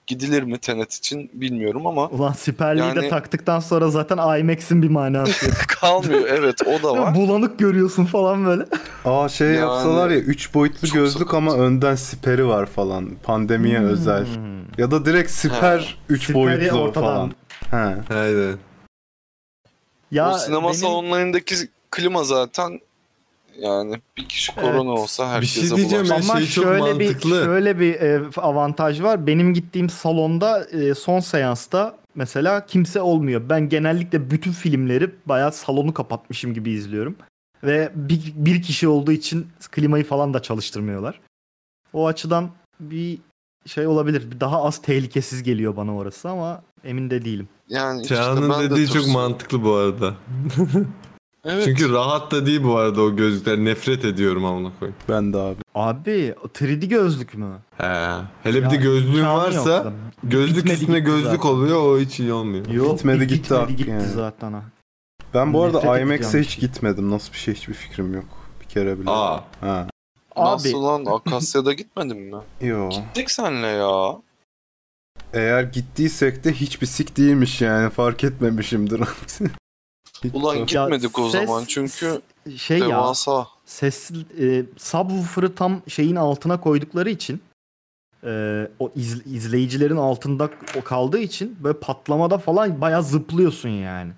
gidilir mi tenet için bilmiyorum ama
Ulan siperliği de
Yani-
taktıktan sonra zaten IMAX'in bir manası yok.
kalmıyor. Evet o da var.
Bulanık görüyorsun falan böyle.
Ee,
Aa şey
Yani-
yapsalar ya 3 boyutlu
Çok
gözlük
sakat.
ama önden siperi var falan. Pandemiye özel.
Hmm.
Ya da direkt siper 3
Siperi
boyutlu
ortadan.
falan. He.
Aynen.
Ya
o sinema
benim-
salonlarındaki klima zaten yani bir kişi korona
Evet.
olsa
Bir şey
herkese
diyeceğim
bulaşır.
ya.
Ama
şey çok
şöyle bir
mantıklı.
şöyle bir e, avantaj var. Benim gittiğim salonda e, son seansta mesela kimse olmuyor. Ben genellikle bütün filmleri bayağı salonu kapatmışım gibi izliyorum. Ve bir, bir kişi olduğu için klimayı falan da çalıştırmıyorlar. O açıdan bir şey olabilir. Bir Daha az tehlikesiz geliyor bana orası ama emin de değilim.
Yani işte
Çağan'ın
ben de
dediği çok
tırsıyorum.
mantıklı bu arada.
Evet.
Çünkü rahat da değil bu arada o gözlükler. Nefret ediyorum amına koyayım.
Ben de abi.
Abi o 3D gözlük mü?
He. Hele bir
Ya,
de gözlüğün
İmkanı
varsa
yok da.
gözlük
Bitmedi
üstüne
gitti
gözlük
zaten.
oluyor o hiç iyi olmuyor.
Yok,
Gitmedi gitti
gitmedi
abi
gitti
yani.
zaten ha.
Ben bu arada
Nefret
IMAX'e
edeceğim
hiç
bir şey.
gitmedim. Nasıl bir şey hiçbir fikrim yok. Bir kere bile.
Aa.
Ha.
Abi
Nasıl lan Akasya'da gitmedin mi?
Yo.
Gittik senle ya.
Eğer gittiysek de hiçbir sik değilmiş yani. Fark etmemişimdir. Hiç-
Ulan
Ya
gitmedik o
ses-
zaman çünkü
şey ya
devasa.
ses e, subwoofer'ı tam şeyin altına koydukları için e, o iz- izleyicilerin altında o kaldığı için böyle patlamada falan bayağı zıplıyorsun yani.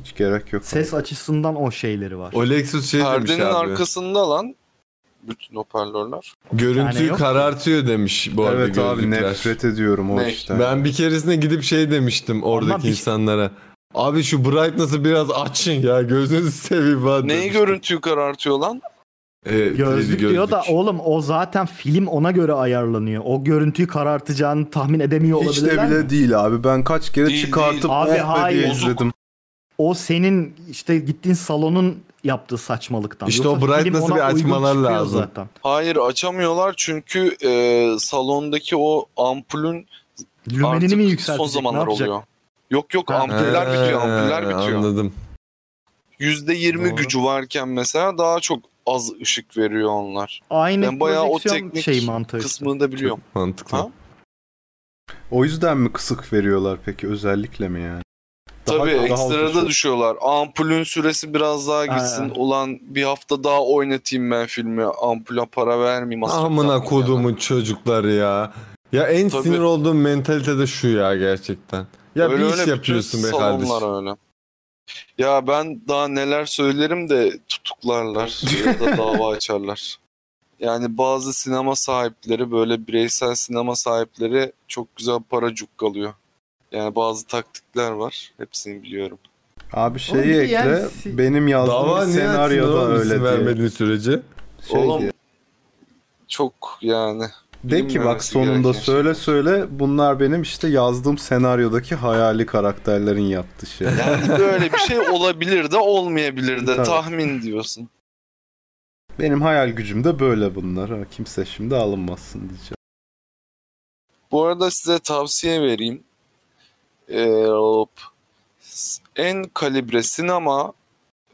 Hiç gerek yok.
Ses açısından o şeyleri var.
O Lexus şey demiş
Perdenin
abi. Şey
arkasında lan bütün hoparlörler.
tane
Görüntüyü
yok
karartıyor demiş bu arada
evet abi
gözlükler.
nefret ediyorum o
Ne?
işten.
Ben bir keresinde gidip şey demiştim oradaki
Ama bir-
insanlara. Abi şu brightness'ı biraz açın ya gözünüzü seveyim falan
Neyi
demiştim.
görüntüyü karartıyor lan?
Ee,
Gözlük,
gözlük.
diyor da oğlum o zaten film ona göre ayarlanıyor. O görüntüyü karartacağını tahmin edemiyor
Hiç de
Şey olabilirler.
bile
mi?
değil abi. Ben kaç kere
Değil,
çıkartıp
değil.
Abi,
oh be
hayır.
diye
Bozuk.
izledim.
O senin işte gittiğin salonun yaptığı saçmalıktan.
İşte o
Yoksa
brightness'ı
film ona
bir
uygun
açmaları
çıkıyor
lazım.
Zaten.
Hayır açamıyorlar çünkü e, salondaki o ampulün
Lümenini
artık
mi
son
yükseltecek?
zamanlar
ne yapacak?
oluyor. Yok yok
Ha.
ampuller bitiyor,
Ee,
ampuller bitiyor.
Anladım.
Yüzde yirmi
Doğru.
gücü varken mesela daha çok az ışık veriyor onlar.
Aynı
Ben bayağı o
projeksiyon
teknik
şey mantığı. işte.
Kısmını da biliyorum.
Mantıklı.
Ha?
O yüzden mi kısık veriyorlar peki? Özellikle mi yani? Daha-
Tabii
daha
şey.
şey.
ekstrada
ucuz.
düşüyorlar. Ampulün süresi biraz daha gitsin.
Ha.
Ulan bir hafta daha oynatayım ben filmi. Ampule para vermeyeyim. masraf
Amına
yapmayayım
kodumun çocuklar ya. Ya en
Tabii.
sinir olduğum mentalite de şu ya gerçekten. Ya bir iş
bütün
yapıyorsun be
salonlar
kardeşim.
öyle. Ya ben daha neler söylerim de tutuklarlar ya da dava açarlar. Yani bazı sinema sahipleri böyle bireysel sinema sahipleri çok güzel para cukkalıyor. Yani bazı taktikler var. Hepsini biliyorum.
Abi şeyi
Oğlum bir
ekle.
yani si-
Benim
Dava
yazdığım
niye açsın
senaryoda
oğlum
öyle
isim
diye.
vermediğin sürece?
Şey
Oğlum,
diye.
Çok yani.
De ki bak
bilmemesi
sonunda
gereken şey
söyle
şeyler.
söyle bunlar benim işte yazdığım senaryodaki hayali karakterlerin yaptığı şey.
Yani böyle bir şey olabilir de olmayabilir de
Tabii.
tahmin diyorsun.
benim hayal gücüm de böyle bunlar. Ha, kimse şimdi alınmasın diyeceğim.
Bu arada size tavsiye vereyim. Ee, hop, s- en kalibre sinema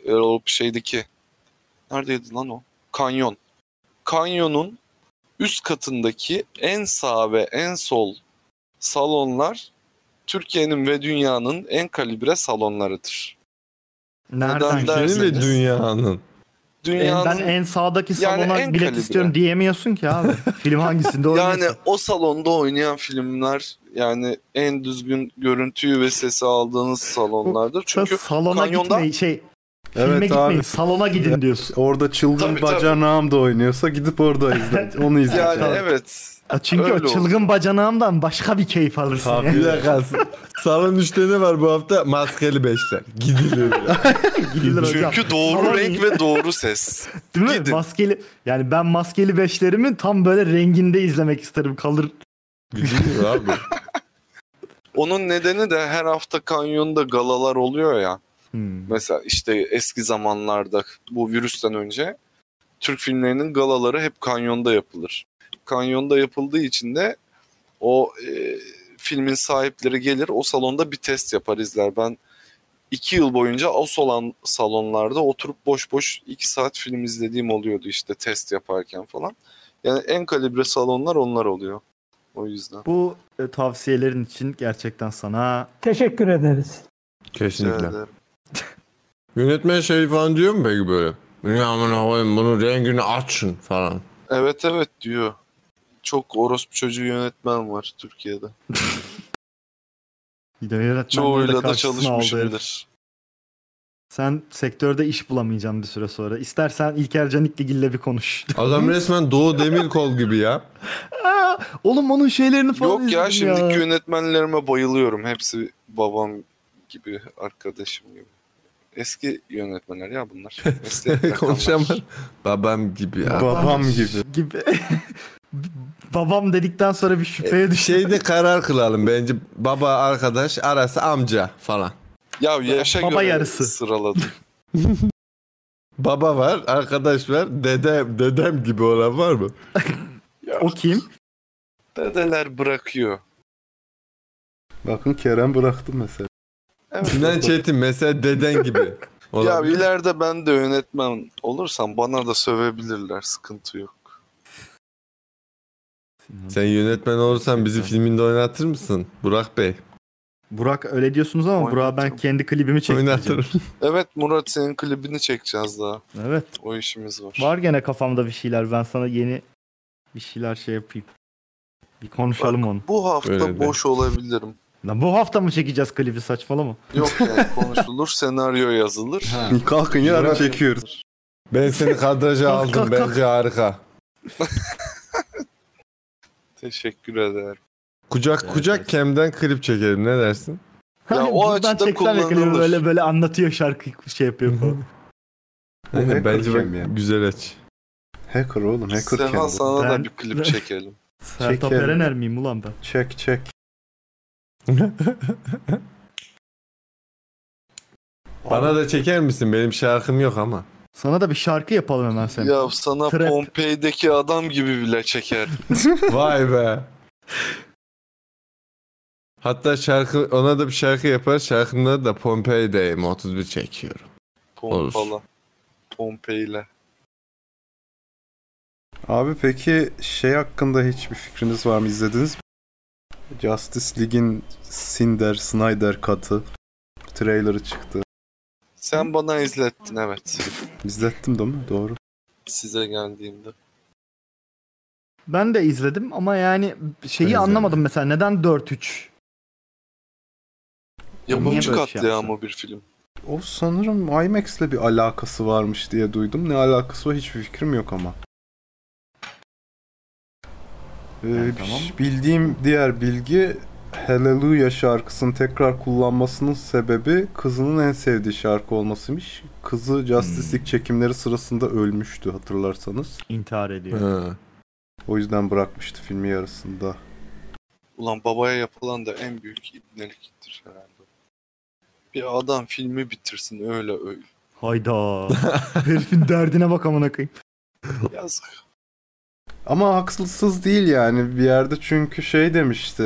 e, hop, şeydeki neredeydi lan o? Kanyon. Kanyonun üst katındaki en sağ ve en sol salonlar Türkiye'nin ve dünyanın en kalibre salonlarıdır.
Nereden
Neden der-
Senin ve
Dersiniz.
dünyanın.
Dünyanın
En- ben en sağdaki
Yani
salona
en
bilet
kalibre.
istiyorum diyemiyorsun ki abi. Film hangisinde oynuyorsun?
Yani o salonda oynayan filmler yani en düzgün görüntüyü ve sesi aldığınız salonlardır. Çünkü
salona
kanyonda-
gitmeyin şey filme
Evet
gitmeyin
abi.
salona gidin diyorsun.
Orada çılgın
Tabii, tabii.
bacanağım da oynuyorsa gidip orada izle. Onu izleyeceğim.
yani evet
Ya Çünkü
Öyle
o çılgın bacanağımdan başka bir keyif alırsın.
Tabii.
yani.
Bir dakika. Salon 3'te ne var bu hafta? Maskeli beşler. Gidilir.
Gidilir hocam.
Çünkü doğru
Salon-
renk ve doğru ses.
Değil mi?
gidin.
Maskeli yani ben maskeli beşlerimi tam böyle renginde izlemek isterim kalır.
Gidilir abi.
Onun nedeni de her hafta kanyonda galalar oluyor ya.
Hmm.
Mesela işte eski zamanlarda bu virüsten önce Türk filmlerinin galaları hep kanyonda yapılır. Kanyonda yapıldığı için de o e, filmin sahipleri gelir o salonda bir test yapar izler. Ben iki yıl boyunca o olan salonlarda oturup boş boş iki saat film izlediğim oluyordu işte test yaparken falan. Yani en kalibre salonlar onlar oluyor. O yüzden.
Bu e, tavsiyelerin için gerçekten sana
Teşekkür ederiz.
Kesinlikle.
Evet.
Yönetmen şey falan diyor mu peki böyle? Ya amına koyayım bunun rengini açın falan.
Evet evet diyor. Çok orospu çocuğu yönetmen var Türkiye'de.
yönetmenlerle
Çoğuyla da
karşısına aldı herif.
çalışmışımdır.
Sen sektörde iş bulamayacaksın bir süre sonra. İstersen İlker Canikligil'le bir konuş.
Adam resmen Doğu Demirkol gibi ya.
Aa, Oğlum onun şeylerini falan
Yok ya
izledim
şimdiki yönetmenlerime bayılıyorum. Hepsi babam gibi, arkadaşım gibi. Eski yönetmenler ya bunlar. Meslek
Konuşamam.
takanlar.
Babam gibi ya.
Babam gibi.
gibi. Babam dedikten sonra bir
E,
şüpheye düştüm.
Şeyde karar kılalım bence baba arkadaş arası amca falan.
Ya yaşa
Baba
göre
yarısı.
sıraladım.
Baba var, arkadaş var, dedem dedem gibi olan var mı?
şey-
O kim?
Dedeler bırakıyor.
Bakın Kerem bıraktı mesela.
Sinan Çetin mesela deden gibi.
Ya
olan.
ileride ben de yönetmen olursam bana da sövebilirler. Sıkıntı yok.
Sen yönetmen olursan bizi filminde oynatır mısın Burak Bey?
Burak öyle diyorsunuz ama Burak ben
Oynatırım.
kendi klibimi çektireceğim.
Oynatırım.
Evet Murat senin klibini çekeceğiz daha.
Evet.
O işimiz var.
Var gene kafamda bir şeyler. Ben sana yeni bir şeyler şey yapayım. Bir konuşalım onu.
Bu hafta
Öyle de.
boş olabilirim.
Lan bu hafta mı çekeceğiz klibi saçmalama.
Yok yani konuşulur, senaryo yazılır.
Kalkın yarın
Bırak.
çekiyoruz.
Ben seni kadraja
Kalk,
aldım
kalk, kalk.
bence harika.
Teşekkür ederim.
Kucak
Evet,
kucak
evet.
kemden klip çekelim ne dersin?
Ya o
Hani Buradan
açıdan
çeksem ya klibi
kullanılır.
Böyle böyle anlatıyor şarkıyı şey yapıyor falan.
Aynen,
Hani bence
kalk
bak
kem ya.
güzel aç.
Hacker oğlum hacker
Sevan
kendi.
sana
Ben-
da bir klip çekelim.
Sertab
Çekerim.
Erener miyim ulan ben?
Çek çek.
Bana da çeker misin? Benim şarkım yok ama.
Sana da bir şarkı yapalım hemen sen.
ya sana
Trap.
Pompei'deki adam gibi bile çeker.
Vay be. Hatta şarkı ona da bir şarkı yapar. Şarkının adı da Pompei'de M31 çekiyorum.
Pompala. Pompei'yle.
Abi peki şey hakkında hiçbir fikriniz var mı? İzlediniz mi? Justice League'in Cinder, Snyder katı trailerı çıktı.
Sen bana izlettin evet.
İzlettim değil mi? Doğru.
Size geldiğimde.
Ben de izledim ama yani şeyi
Ben
anlamadım mesela neden 4-3? Niye
Yapımcı
böyle bir şey
katliamı bir film.
O sanırım IMAX'le bir alakası varmış diye duydum. Ne alakası var hiçbir fikrim yok ama. Ee,
Yani
bir-
tamam.
Bildiğim diğer bilgi Hallelujah şarkısını tekrar kullanmasının sebebi kızının en sevdiği şarkı olmasıymış. Kızı
Hmm.
Justice League çekimleri sırasında ölmüştü hatırlarsanız.
İntihar ediyor.
Ha.
O yüzden bırakmıştı filmi yarısında.
Ulan babaya yapılan da en büyük ibneliktir herhalde. Bir adam filmi bitirsin öyle öyle.
Hayda. Herifin derdine bak amına koyayım.
Yazık.
Ama haksızsız değil yani bir yerde çünkü şey demişti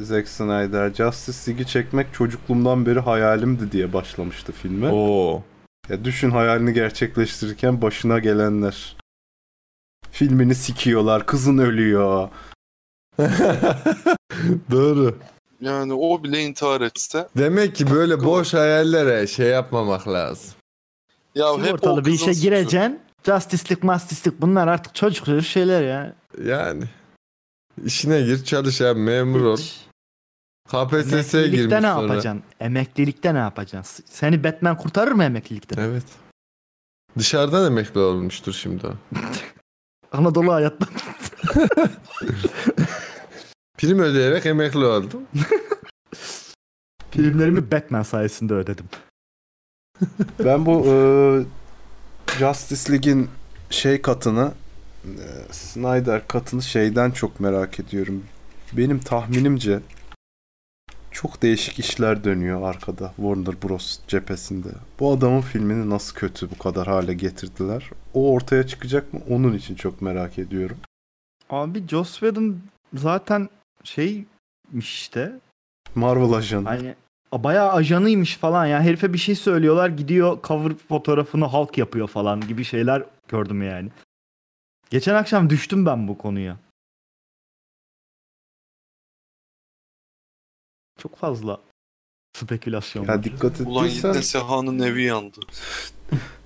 e, Zack Snyder Justice League'i çekmek çocukluğumdan beri hayalimdi diye başlamıştı filme.
Oo.
Ya düşün hayalini gerçekleştirirken başına gelenler. Filmini sikiyorlar, kızın ölüyor.
Doğru.
Yani o bile intihar etse.
Demek ki böyle boş hayallere şey yapmamak lazım.
Ya
Şimdi
hep
ortalığı bir
o kızın
işe
suçu.
gireceksin. Justice'lik, mastislik bunlar artık çocuk şeyler ya.
Yani. işine gir, çalış abi, memur ol.
Hiç.
KPSS'ye girmiş
Emeklilikte ne
sonra.
yapacaksın? Emeklilikte ne yapacaksın? Seni Batman kurtarır mı emeklilikte?
Evet. Dışarıdan emekli olmuştur şimdi o.
Anadolu hayatta.
Prim ödeyerek emekli oldum.
Filmlerimi Batman sayesinde ödedim.
Ben bu eee, Justice League'in şey katını, eee, Snyder katını şeyden çok merak ediyorum. Benim tahminimce çok değişik işler dönüyor arkada Warner Bros cephesinde. Bu adamın filmini nasıl kötü bu kadar hale getirdiler? O ortaya çıkacak mı? Onun için çok merak ediyorum.
Abi Joss Whedon zaten şeymiş işte.
Marvel ajanı.
Hani bayağı ajanıymış falan ya. Herife bir şey söylüyorlar gidiyor cover fotoğrafını halk yapıyor falan gibi şeyler gördüm yani. Geçen akşam düştüm ben bu konuya. Çok fazla spekülasyon. var.
Ya dikkat
Ulan
ettiysen,
yine Seha'nın evi yandı.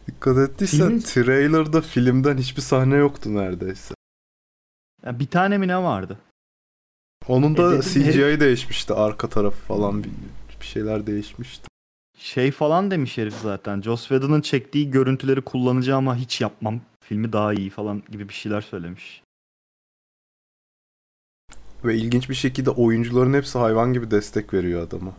dikkat ettiysen
Filmin-
trailer'da filmden hiçbir sahne yoktu neredeyse.
Ya bir tane mi ne vardı?
Onun
E
da
dedim,
CGI değişmişti arka tarafı falan bir, bir şeyler değişmişti.
Şey falan demiş herif zaten. Joss Whedon'ın çektiği görüntüleri kullanacağım ama hiç yapmam. Filmi daha iyi falan gibi bir şeyler söylemiş.
Ve ilginç bir şekilde oyuncuların hepsi hayvan gibi destek veriyor adama.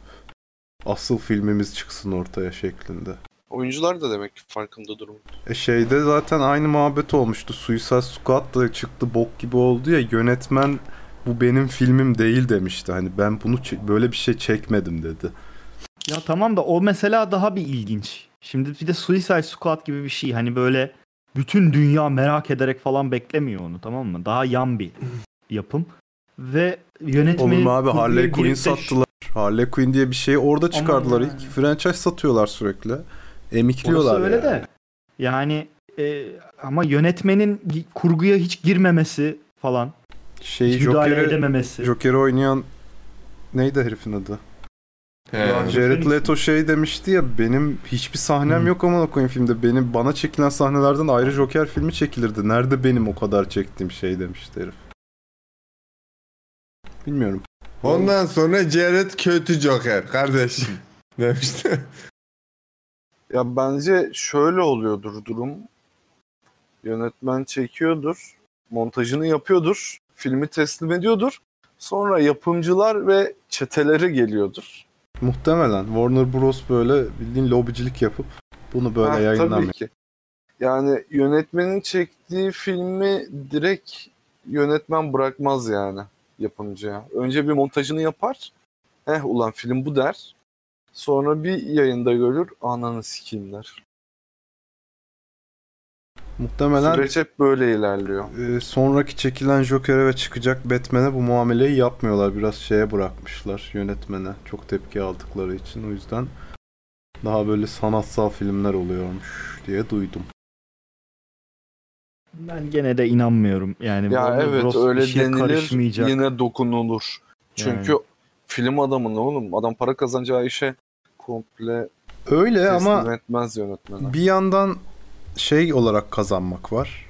Asıl filmimiz çıksın ortaya şeklinde.
Oyuncular da demek ki farkında durum.
E şeyde zaten aynı muhabbet olmuştu. Suicide Squad da çıktı bok gibi oldu ya yönetmen bu benim filmim değil demişti. Hani ben bunu çe- böyle bir şey çekmedim dedi.
Ya tamam da o mesela daha bir ilginç. Şimdi bir de Suicide Squad gibi bir şey. Hani böyle bütün dünya merak ederek falan beklemiyor onu tamam mı? Daha yan bir yapım. Ve yönetmeni...
Olur mu abi Harley
kurguya
Quinn
girip de-
sattılar. Harley Quinn diye bir şeyi orada çıkardılar
şey- yani.
ilk. Franchise satıyorlar sürekli.
Orası
Emikliyorlar
öyle
yani.
de. Yani e, ama yönetmenin gi- kurguya hiç girmemesi falan.
Şeyi
Hiç müdahale
Joker'i,
edememesi.
Joker'i oynayan neydi herifin adı?
He.
Jared
Phoenix mi?
Leto şey demişti ya benim hiçbir sahnem
Hı.
yok ama koyayım filmde. Benim bana çekilen sahnelerden ayrı Joker filmi çekilirdi. Nerede benim o kadar çektiğim şey demişti herif. Bilmiyorum.
Ondan sonra Jared kötü Joker kardeşim demişti.
Ya bence şöyle oluyordur durum. Yönetmen çekiyordur, montajını yapıyordur, filmi teslim ediyordur. Sonra yapımcılar ve çeteleri geliyordur.
Muhtemelen Warner Bros böyle bildiğin lobicilik yapıp bunu böyle
Ha,
yayınlamıyor.
Tabii ki. Yani yönetmenin çektiği filmi direkt yönetmen bırakmaz yani yapımcıya. Önce bir montajını yapar. Eh ulan film bu der. Sonra bir yayında görür. Ananı sikeyim der.
Muhtemelen
Süreç hep böyle ilerliyor.
e, sonraki çekilen Joker'e ve çıkacak Batman'e bu muameleyi yapmıyorlar. Biraz şeye bırakmışlar yönetmene. Çok tepki aldıkları için. O yüzden daha böyle sanatsal filmler oluyormuş diye duydum.
Ben gene de inanmıyorum. Yani
Ya
Warner
evet
Bros.
öyle
işe
denilir
karışmayacak.
yine dokunulur. Çünkü film adamı ne oğlum? Adam para kazanacağı işe komple
Öyle
teslim
ama
etmez yönetmene.
Bir yandan şey olarak kazanmak var.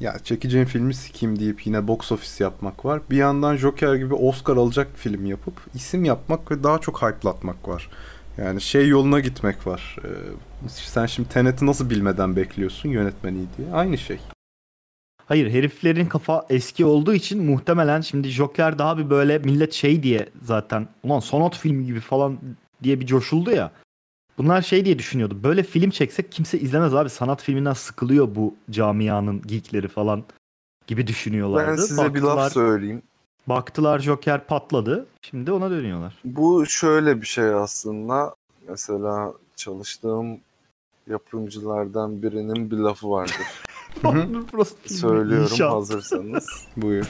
Ya çekeceğim filmi sikeyim deyip yine box office yapmak var. Bir yandan Joker gibi Oscar alacak film yapıp isim yapmak ve daha çok hype'latmak var. Yani şey yoluna gitmek var. Ee, sen şimdi Tenet'i nasıl bilmeden bekliyorsun yönetmen iyi diye. Aynı şey.
Hayır heriflerin kafa eski olduğu için muhtemelen şimdi Joker daha bir böyle millet şey diye zaten ulan sonot filmi gibi falan diye bir coşuldu ya. Bunlar şey diye düşünüyordu. Böyle film çeksek kimse izlemez abi. Sanat filminden sıkılıyor bu camianın geekleri falan gibi düşünüyorlardı.
Ben size bir laf
Baktılar-
söyleyeyim.
Baktılar Joker patladı. Şimdi ona dönüyorlar.
Bu şöyle bir şey aslında. Mesela çalıştığım yapımcılardan birinin bir lafı vardır.
Warner Bros. filmi
Söylüyorum
inşaat.
hazırsanız.
Buyur.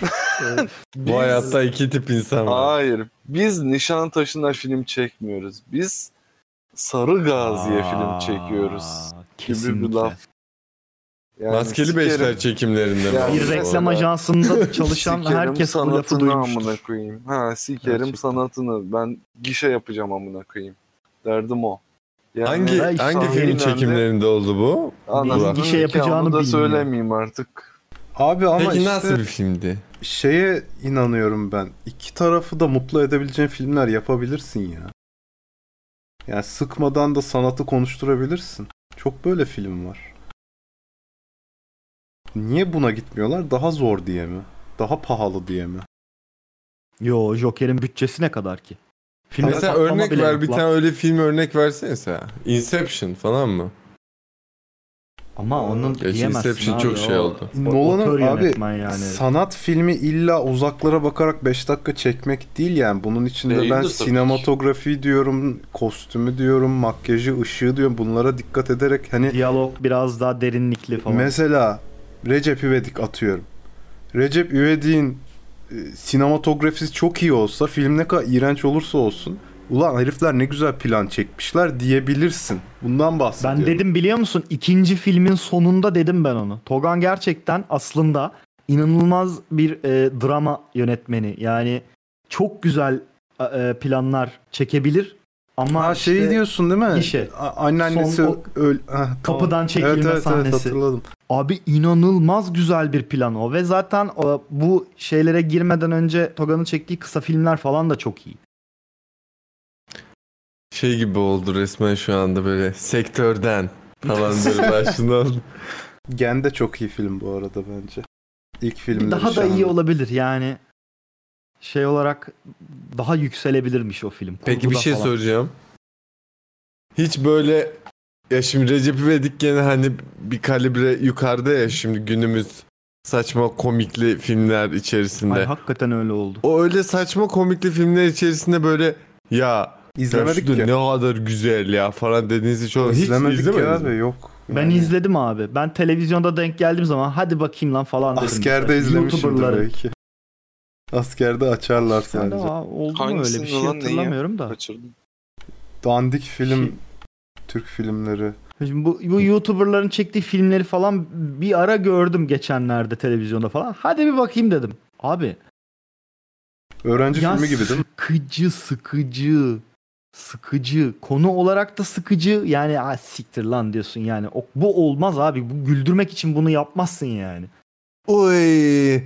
Bu hayatta iki tip insan var.
Hayır. Biz Nişantaşı'na film çekmiyoruz. Biz Sarı Gazi'ye film çekiyoruz.
Aa,
Gibi bir
kesinlikle.
laf. Yani
Maskeli
sikerim-
Beşler çekimlerinden.
Ya,
oldu.
Bir reklam
Vallahi.
ajansında çalışan
sikerim
herkes bu lafı
sanatını amına
duymuştur.
koyayım. Ha sikerim
Gerçekten.
sanatını. Ben gişe yapacağım amına koyayım. Derdim o. Yani
Hangi
Ya işte
hangi film
bilmem de-
çekimlerinde oldu bu?
anasının
gişe yapacağını
nikahını da
bilmiyor.
söylemeyeyim artık.
Abi ama
Peki
işte
nasıl bir filmdi?
şeye inanıyorum ben. İki tarafı da mutlu edebileceğin filmler yapabilirsin ya. Yani sıkmadan da sanatı konuşturabilirsin. Çok böyle film var. Niye buna gitmiyorlar? Daha zor diye mi? Daha pahalı diye mi?
Yo Joker'in bütçesi ne kadar ki? Filmde
Mesela
patlama
örnek
bile
ver
yok
bir
lan.
tane öyle film örnek versene sen. Inception falan mı?
Ama onun
Gerçi
diyemezsin
Inception
abi,
çok
o-
şey oldu.
o-
Nolan'ın
otör
abi,
yönetmen yani.
Sanat filmi illa uzaklara bakarak 5 dakika çekmek değil yani. Bunun içinde
Değildir
ben
tabii ki.
sinematografi diyorum, kostümü diyorum, makyajı, ışığı diyorum. Bunlara dikkat ederek hani
Diyalog biraz daha derinlikli falan.
Mesela Recep İvedik atıyorum. Recep İvedik'in e, sinematografisi çok iyi olsa, film ne kadar iğrenç olursa olsun, ulan herifler ne güzel plan çekmişler diyebilirsin. Bundan
ben
bahsediyorum.
dedim biliyor musun ikinci filmin sonunda dedim ben onu. Togan gerçekten aslında inanılmaz bir e, drama yönetmeni. Yani çok güzel e, e, planlar çekebilir ama
Ha
şey
işte
şeyi diyorsun değil mi?
gişe.
A- Anneannesi
Son o-
öl- Ha, tamam.
kapıdan çekilme
evet, evet,
sahnesi.
Evet, hatırladım.
Abi inanılmaz güzel bir plan o ve zaten o, bu şeylere girmeden önce Togan'ın çektiği kısa filmler falan da çok iyi.
Şey gibi oldu resmen şu anda böyle sektörden falan böyle başında oldu.
Gen de çok iyi film bu arada bence. İlk filmleri
daha da
şahane.
iyi olabilir yani. Şey olarak daha yükselebilirmiş o film.
Peki bir
kurguda
şey
falan.
soracağım. Hiç böyle ya şimdi Recep İvedik gene hani bir kalibre yukarıda ya şimdi günümüz saçma komikli filmler içerisinde.
Ay, hakikaten öyle oldu.
O öyle saçma komikli filmler içerisinde böyle ya
İzlemedik
şurada
ki.
ne kadar güzel ya falan dediğiniz hiç olmadı. Hiç
İzlemedik ki
izlemediniz
abi
mi?
yok.
Ben izledim abi. Ben televizyonda denk geldiğim zaman hadi bakayım lan falan dedim.
Askerde
işte.
izlemişimdir
YouTuber'ları.
belki. Askerde açarlar
Yani,
sadece.
aa, oldu mu öyle
Hangisinin
bir şey
lan neyi?
hatırlamıyorum da.
Kaçırdım.
Dandik film,
Şey-
Türk filmleri.
Şimdi bu, bu YouTuber'ların çektiği filmleri falan bir ara gördüm geçenlerde televizyonda falan. Hadi bir bakayım dedim. Abi
Öğrenci
ya
filmi gibi değil mi?
sıkıcı sıkıcı sıkıcı konu olarak da sıkıcı yani "Aa, siktir lan diyorsun yani o, bu olmaz abi bu güldürmek için bunu yapmazsın yani.
Oy.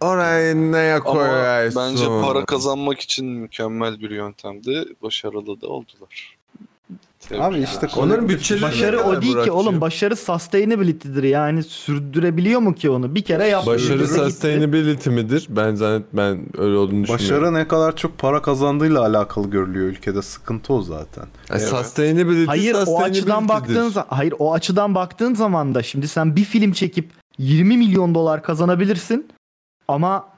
Oraya ne
Ama
koyarsın?
bence para kazanmak için mükemmel bir yöntemdi. Başarılı da oldular.
Abi işte konu-
Onların bütçeleri
Başarı o değil ki oğlum. Başarı sustainability'dir. Yani sürdürebiliyor mu ki onu? Bir kere yaptı.
Başarı
gitti.
sustainability midir? Ben zannet ben öyle olduğunu düşünmüyorum.
Başarı ne kadar çok para kazandığıyla alakalı görülüyor ülkede. Sıkıntı o zaten.
Yani sustainability
Hayır o açıdan
sustainability'dir.
baktığın zaman hayır o açıdan baktığın zaman da şimdi sen bir film çekip 20 milyon dolar kazanabilirsin ama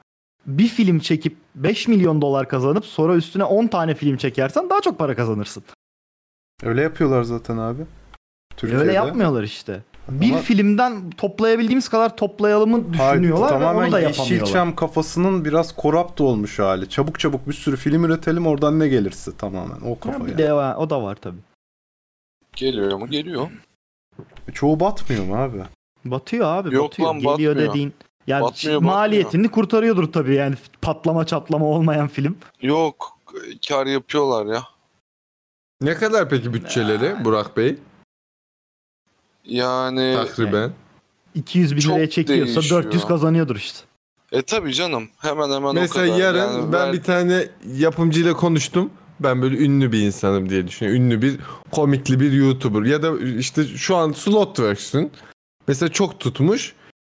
bir film çekip 5 milyon dolar kazanıp sonra üstüne 10 tane film çekersen daha çok para kazanırsın.
Öyle yapıyorlar zaten abi. Türkiye'de.
Öyle yapmıyorlar işte. Bir
Ama
filmden toplayabildiğimiz kadar toplayalımı
hayır,
düşünüyorlar ve onu da
tamamen
yapamıyorlar.
Yeşilçam kafasının biraz korrupt olmuş hali. Çabuk çabuk bir sürü film üretelim oradan ne gelirse tamamen o kafa
Ha, bir
yani.
de var- o da var tabii.
Geliyor mu? Geliyor.
E, Çoğu batmıyor mu abi?
Batıyor abi
Yok
batıyor.
lan,
Geliyor
batmıyor.
dediğin. Yani
Batmıyor,
şey,
batmıyor.
maliyetini kurtarıyordur tabii yani patlama çatlama olmayan film.
Yok. Kar yapıyorlar ya.
Ne kadar peki
Ee,
bütçeleri Burak Bey?
Yani
Takriben.
200 bin
Çok
liraya çekiyorsa
değişiyor.
400 kazanıyordur işte.
e tabii canım. Hemen hemen
Mesela
o kadar.
yarın
Yani
ben
ver-
bir tane yapımcıyla konuştum. Ben böyle ünlü bir insanım diye düşünüyorum. Ünlü bir komikli bir YouTuber ya da işte şu an Slotworks'ün mesela çok tutmuş.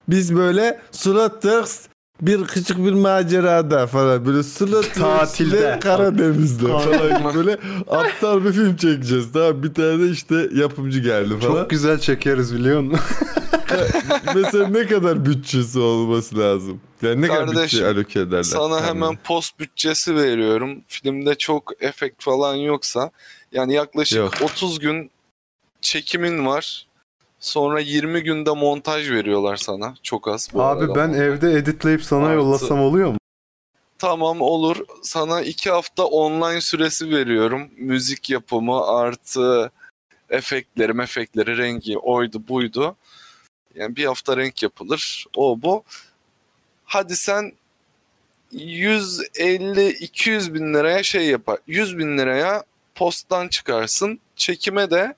Biz böyle Slotworks bir küçük bir macerada falan böyle Slotworks'le
Tatilde.
Karadeniz'de falan böyle aptal bir film çekeceğiz. Tamam bir tane işte yapımcı geldi falan.
Çok güzel çekeriz biliyor musun?
mesela ne kadar bütçesi olması lazım? Yani ne kadar bütçe
Kardeşim,
aloke ederler?
Sana
Yani.
hemen post bütçesi veriyorum. Filmde çok efekt falan yoksa yani yaklaşık
Yok.
30 gün çekimin var. Sonra 20 günde montaj veriyorlar sana. Çok az bu
Abi
arada
ben
montaj.
evde editleyip sana
Artı-
yollasam oluyor mu?
Tamam olur. Sana 2 hafta online süresi veriyorum. Müzik yapımı artı efektleri, efektleri, rengi oydu buydu. Yani bir hafta renk yapılır. O bu. Hadi sen 150-200 bin liraya şey yapar. 100 bin liraya posttan çıkarsın. Çekime de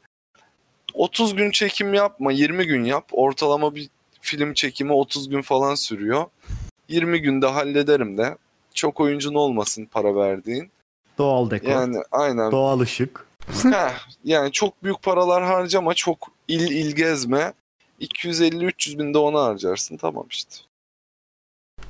30 gün çekim yapma 20 gün yap. Ortalama bir film çekimi 30 gün falan sürüyor. 20 günde hallederim de. Çok oyuncun olmasın para verdiğin.
Doğal dekor,
Yani aynen.
doğal ışık.
Heh, yani çok büyük paralar harcama. Çok il il gezme. 250-300 bin de ona harcarsın. Tamam işte.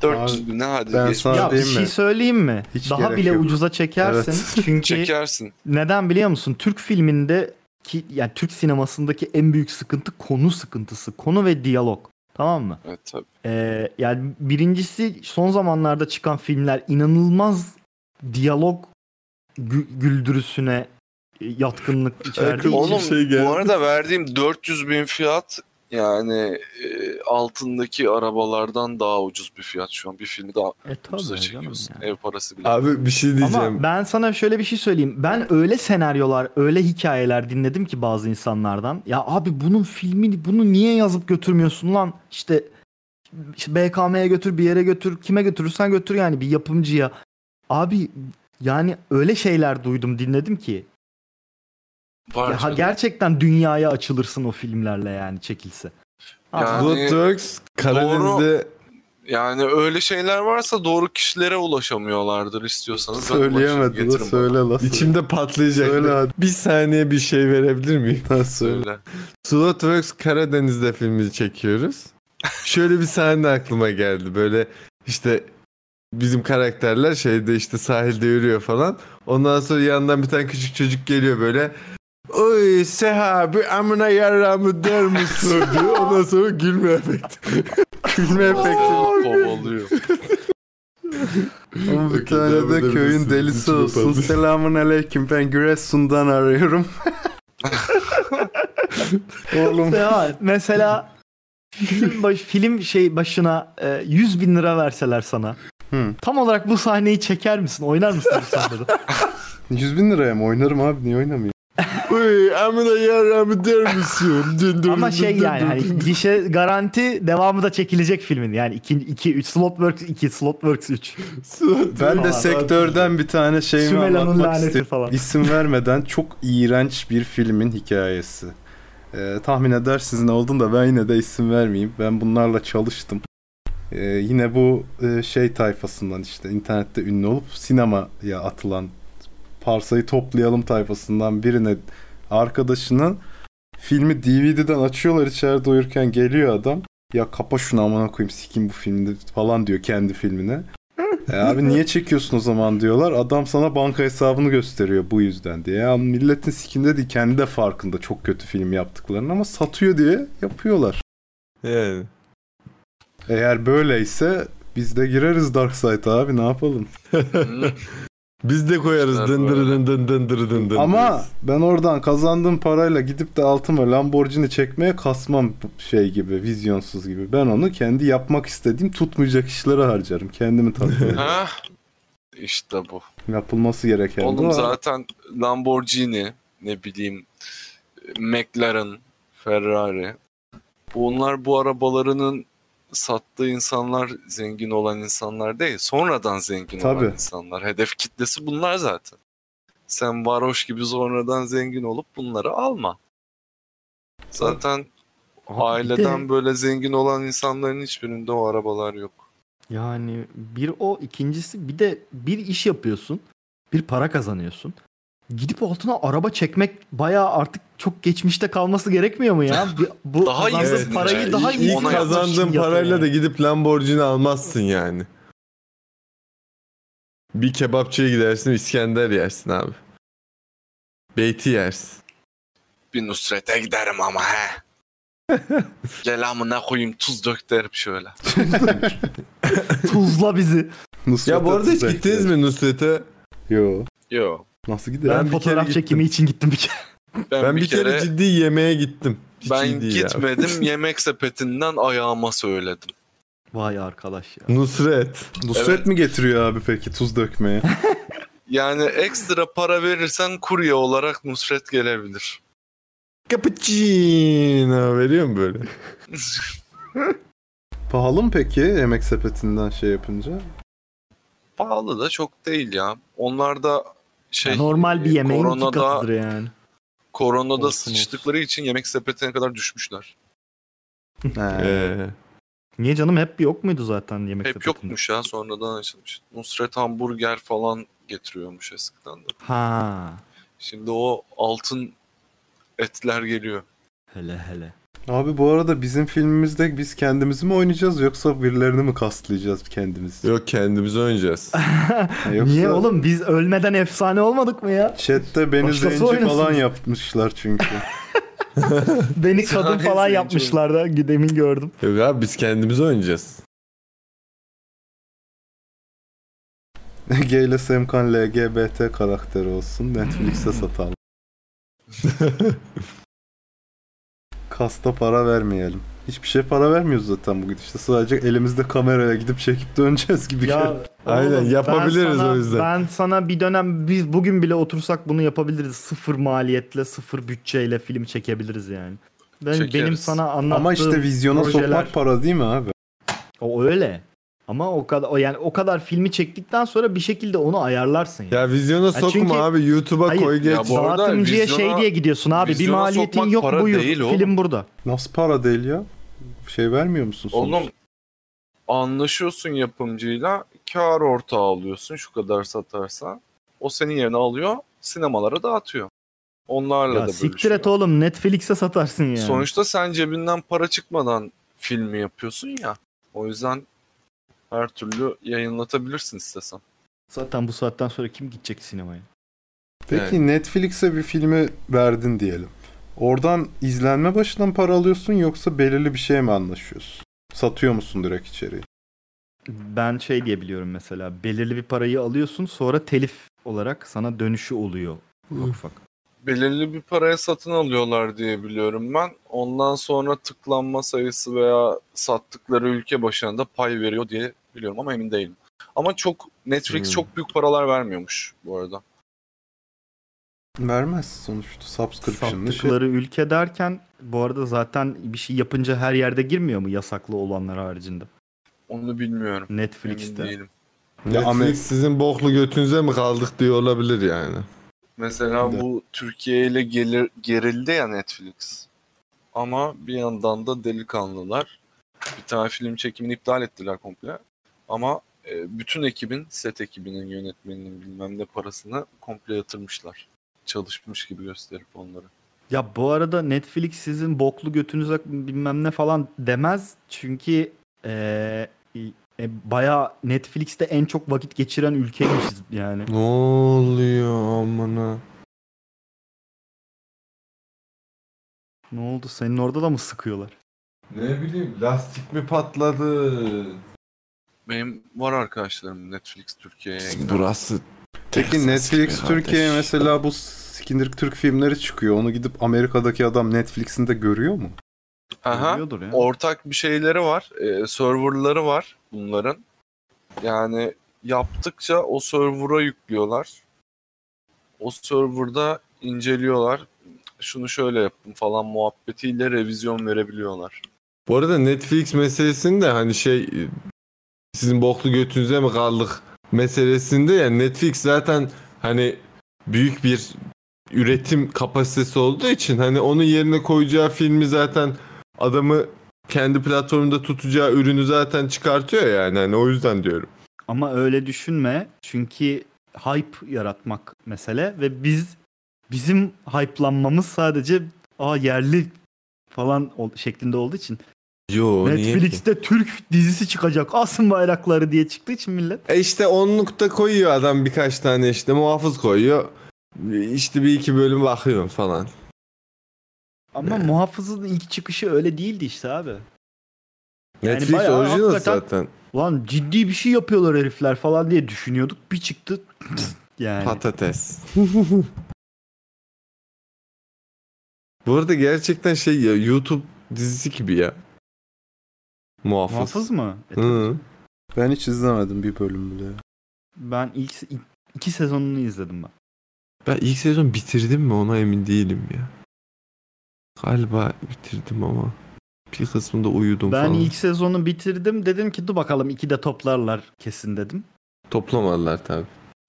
400 bin ne hadi
ben
geç.
sana- Ha,
ya bir
değil
şey
mi?
söyleyeyim mi?
Hiç
Daha
gerek
bile
yok.
ucuza çekersin. Çünkü
Çekersin.
neden biliyor musun? Türk filminde ki yani Türk sinemasındaki en büyük sıkıntı konu sıkıntısı. Konu ve diyalog. Tamam mı?
Evet tabii.
Ee, yani birincisi son zamanlarda çıkan filmler inanılmaz diyalog gü- güldürüsüne e, yatkınlık içerdiği için
Oğlum
şey geldi.
bu arada verdiğim 400 bin fiyat yani e, altındaki arabalardan daha ucuz bir fiyat şu an. Bir filmi daha
E
ucuza
tabii canım
çekiyorsun.
yani.
Ev parası bile.
Abi bir şey diyeceğim.
Ama ben sana şöyle bir şey söyleyeyim. Ben öyle senaryolar, öyle hikayeler dinledim ki bazı insanlardan. Ya abi bunun filmini bunu niye yazıp götürmüyorsun lan? İşte, işte BKM'ye götür, bir yere götür, kime götürürsen götür yani bir yapımcıya. Abi yani öyle şeyler duydum, dinledim ki.
Var
Ya, ha-
canım.
gerçekten dünyaya açılırsın o filmlerle yani çekilse. Abi,
Yani-
Blood Turks Karadeniz'de
Yani öyle şeyler varsa doğru kişilere ulaşamıyorlardır istiyorsanız. ben ulaşayım,
Söyleyemedi de
getirin
söyle la.
içimde patlayacak.
Söyle hadi.
Bir saniye bir şey verebilir miyim?
Ha,
bana.
söyle.
Söyle.
Slotworks Karadeniz'de filmi çekiyoruz. Şöyle bir sahne aklıma geldi. Böyle işte bizim karakterler şeyde işte sahilde yürüyor falan. Ondan sonra yandan bir tane küçük çocuk geliyor böyle. Oy sehabi amına yaramı der misin diyor. Ondan sonra gülme efekti. gülme efekti.
Kovalıyor.
Ama bir
Okey,
tane
devam
de köyün
edebilirsiniz.
delisi
İçime
olsun.
patladı.
Selamun aleyküm ben Giresun'dan arıyorum. Oğlum
Ya mesela film, baş- film şey başına e, 100 bin lira verseler sana.
Hı.
Tam olarak bu sahneyi çeker misin? Oynar mısın bu sahnede?
100 bin liraya mı oynarım abi niye oynamayayım?
Oy amına yaramı der misin?
Ama şey yani hani gişe garanti devamı da çekilecek filmin. Yani 2 2 3 Slotworks 2 Slotworks 3.
Ben de
Vallahi.
sektörden bir tane şeyimi
Sümela'nın
anlatmak
laneti
istiyorum.
falan.
İsim vermeden çok iğrenç bir filmin hikayesi. Ee, tahmin edersiniz ne olduğunu da ben yine de isim vermeyeyim. Ben bunlarla çalıştım. Ee, yine bu e, şey tayfasından işte internette ünlü olup sinemaya atılan parsayı toplayalım tayfasından birine arkadaşının filmi DVD'den açıyorlar içeride uyurken geliyor adam. Ya kapa şunu amına koyayım sikim bu filmde falan diyor kendi filmine. E abi niye çekiyorsun o zaman diyorlar. Adam sana banka hesabını gösteriyor bu yüzden diye. Ya milletin sikinde değil kendi de farkında çok kötü film yaptıklarını ama satıyor diye yapıyorlar.
Yani.
Eğer böyleyse biz de gireriz Dark Side'a abi ne yapalım.
Biz de koyarız
Güzel
dındırı
böyle.
dın dın dındırı dın dın.
Ama ben oradan kazandığım parayla gidip de altıma Lamborghini çekmeye kasmam şey gibi, vizyonsuz gibi. Ben onu kendi yapmak istediğim tutmayacak işlere harcarım. Kendimi tatmin ederim.
ha? İşte bu.
Yapılması gereken
Oğlum
bu.
zaten Lamborghini, ne bileyim McLaren, Ferrari. Onlar bu arabalarının sattığı insanlar zengin olan insanlar değil. Sonradan zengin
Tabii.
olan insanlar. Hedef kitlesi bunlar zaten. Sen varoş gibi sonradan zengin olup bunları alma. Zaten aileden böyle zengin olan insanların hiçbirinde o arabalar yok.
Yani bir o ikincisi bir de bir iş yapıyorsun. Bir para kazanıyorsun. Gidip altına araba çekmek bayağı artık çok geçmişte kalması gerekmiyor mu ya? Bir- Bu
Daha iyi
kazandığın
kazanacak.
parayı daha iyi
ilk
ona
yapmak için
kazandığın
yapıyor
parayla
yani.
da gidip Lamborghini almazsın yani. Bir kebapçıya gidersin İskender yersin abi. Beyti yersin.
bir Nusret'e giderim ama he. Gel amına koyayım tuz dök derim şöyle.
tuzla bizi.
Nusret'e
ya bu arada hiç
tüfek
gittiniz
ver.
mi Nusret'e?
Yo.
Yo.
Nasıl
Ben,
gider?
Ben bir kere
fotoğraf
gittim.
çekimi için gittim bir kere.
Ben,
Ben bir kere ciddi yemeğe gittim. Hiç iyi
ben
değil abi.
gitmedim yemek sepetinden ayağıma söyledim.
Vay arkadaş ya.
Nusret.
Nusret
Evet.
mi getiriyor abi peki tuz dökmeye?
Yani ekstra para verirsen kurye olarak Nusret gelebilir.
Cappuccino veriyor mu böyle?
Pahalı mı peki yemek sepetinden şey yapınca?
Pahalı da çok değil ya. Onlar da şey
Normal bir
e,
yemeğin iki
koronada,
katıdır yani.
koronada
Olsun,
sıçtıkları için yemek sepetine kadar düşmüşler.
He.
Ee,
Niye canım hep yok muydu zaten yemek
Hep
sepetinde?
yokmuş ya sonradan açılmış. Nusret hamburger falan getiriyormuş eskiden de.
Ha.
Şimdi o altın etler geliyor.
Hele hele.
Abi bu arada bizim filmimizde biz kendimizi mi oynayacağız yoksa birilerini mi kastlayacağız kendimiz?
yok kendimiz oynayacağız.
Yoksa-
Niye oğlum biz ölmeden efsane olmadık mı ya?
Chat'te beni
Başkası
zenci
oynasın.
falan yapmışlar çünkü.
Beni kadın
Sahi
falan
zenci
yapmışlar da demin gördüm.
Yok abi biz kendimiz oynayacağız.
G ile Semkan LGBT karakteri olsun. Netflix'e satalım. Kasta para vermeyelim. Hiçbir şey para vermiyoruz zaten bu gidişte. Sadece elimizde kameraya gidip çekip döneceğiz gibi. geliyor.
Aynen,
ben
yapabiliriz
sana-
o yüzden.
Ben sana bir dönem biz bugün bile otursak bunu yapabiliriz. Sıfır maliyetle, sıfır bütçeyle film çekebiliriz yani. Ben,
Çekeriz.
benim sana anlattığım
Ama işte vizyona
projeler-
sokmak para değil mi abi?
o öyle. Ama o kadar o yani o kadar filmi çektikten sonra bir şekilde onu ayarlarsın yani.
Ya vizyona sokma
çünkü-
abi YouTube'a
Hayır.
koy
Ya
geç.
bu arada
Dağıtımcıya şey
vizyona-
diye gidiyorsun abi. Bir
vizyona
maliyetin
sokmak
yok
para
buyur.
değil oğlum.
Film burada.
Nasıl para değil ya? Şey vermiyor musun sonuçta?
Oğlum anlaşıyorsun yapımcıyla kar ortağı alıyorsun şu kadar satarsa. O senin yerine alıyor sinemalara dağıtıyor. Onlarla
Ya
da
siktir
bölüşüyor.
et oğlum Netflix'e satarsın yani.
Sonuçta sen cebinden para çıkmadan filmi yapıyorsun ya. O yüzden her türlü yayınlatabilirsin istesen.
Zaten bu saatten sonra kim gidecek sinemaya?
Peki Netflix'e bir filmi verdin diyelim. Oradan izlenme başına mı para alıyorsun yoksa belirli bir şey mi anlaşıyorsun? Satıyor musun direkt içeriği?
Ben şey diye biliyorum mesela belirli bir parayı alıyorsun sonra telif olarak sana dönüşü oluyor. Ufak ufak.
belirli bir paraya satın alıyorlar diye biliyorum ben. Ondan sonra tıklanma sayısı veya sattıkları ülke başına da pay veriyor diye biliyorum ama emin değilim. Ama çok Netflix
Hmm.
çok büyük paralar vermiyormuş bu arada.
Vermez sonuçta. Subscription'lı şey.
Sattıkları ülke derken bu arada zaten bir şey yapınca her yerde girmiyor mu yasaklı olanlar haricinde?
Onu bilmiyorum. Emin
Netflix'te.
değilim.
Ya Amer-
Netflix sizin boklu götünüze mi kaldık diyor olabilir yani.
Mesela bu Türkiye ile gelir, gerildi ya Netflix. Ama bir yandan da delikanlılar bir tane film çekimini iptal ettiler komple. Ama e, bütün ekibin, set ekibinin, yönetmeninin bilmem ne parasını komple yatırmışlar. çalışmış gibi gösterip onları.
Ya bu arada Netflix sizin boklu götünüze bilmem ne falan demez. Çünkü eee e, bayağı Netflix'te en çok vakit geçiren ülkeymişiz yani.
Ne oluyor amına?
Ne oldu? Senin orada da mı sıkıyorlar?
Ne bileyim lastik mi patladı?
Benim var arkadaşlarım Netflix Türkiye'ye.
Burası
Peki Netflix Türkiye mesela bu Skindirik Türk filmleri çıkıyor. Onu gidip Amerika'daki adam Netflix'inde görüyor mu?
Aha.
Oluyordur ya.
Ortak bir şeyleri var. e, serverları var bunların. Yani yaptıkça o server'a yüklüyorlar. O server'da inceliyorlar. Şunu şöyle yaptım falan muhabbetiyle revizyon verebiliyorlar.
Bu arada Netflix meselesinde hani şey sizin boklu götünüze mi kaldık meselesinde ya Netflix zaten hani büyük bir üretim kapasitesi olduğu için hani onun yerine koyacağı filmi zaten adamı kendi platformunda tutacağı ürünü zaten çıkartıyor yani hani o yüzden diyorum.
Ama öyle düşünme. Çünkü hype yaratmak mesele ve biz bizim hype'lanmamız sadece aa yerli falan ol- şeklinde olduğu için
Yo
Netflix'te Türk dizisi çıkacak. Asın bayrakları diye çıktığı için millet.
E işte onlukta koyuyor adam birkaç tane işte muhafız koyuyor. İşte bir iki bölüm bakıyorum falan.
Ama muhafızın ilk çıkışı öyle değildi işte abi. Yani
Netflix
bayağı
orijinal
hakikaten-
zaten.
Ulan ciddi bir şey yapıyorlar herifler falan diye düşünüyorduk. Bir çıktı yani.
Patates. Bu arada gerçekten şey ya YouTube dizisi gibi ya. Muhafız.
Muhafız mı? E tabii.
Hı.
Ben hiç izlemedim bir bölüm bile.
Ben ilk se- ilk- iki sezonunu izledim ben.
Ben ilk sezon bitirdim mi ona emin değilim ya. Galiba bitirdim ama bir kısmında uyudum
Ben
falan.
ilk sezonu bitirdim. Dedim ki dur bakalım iki de toplarlar kesin dedim.
Toplamadılar tabii.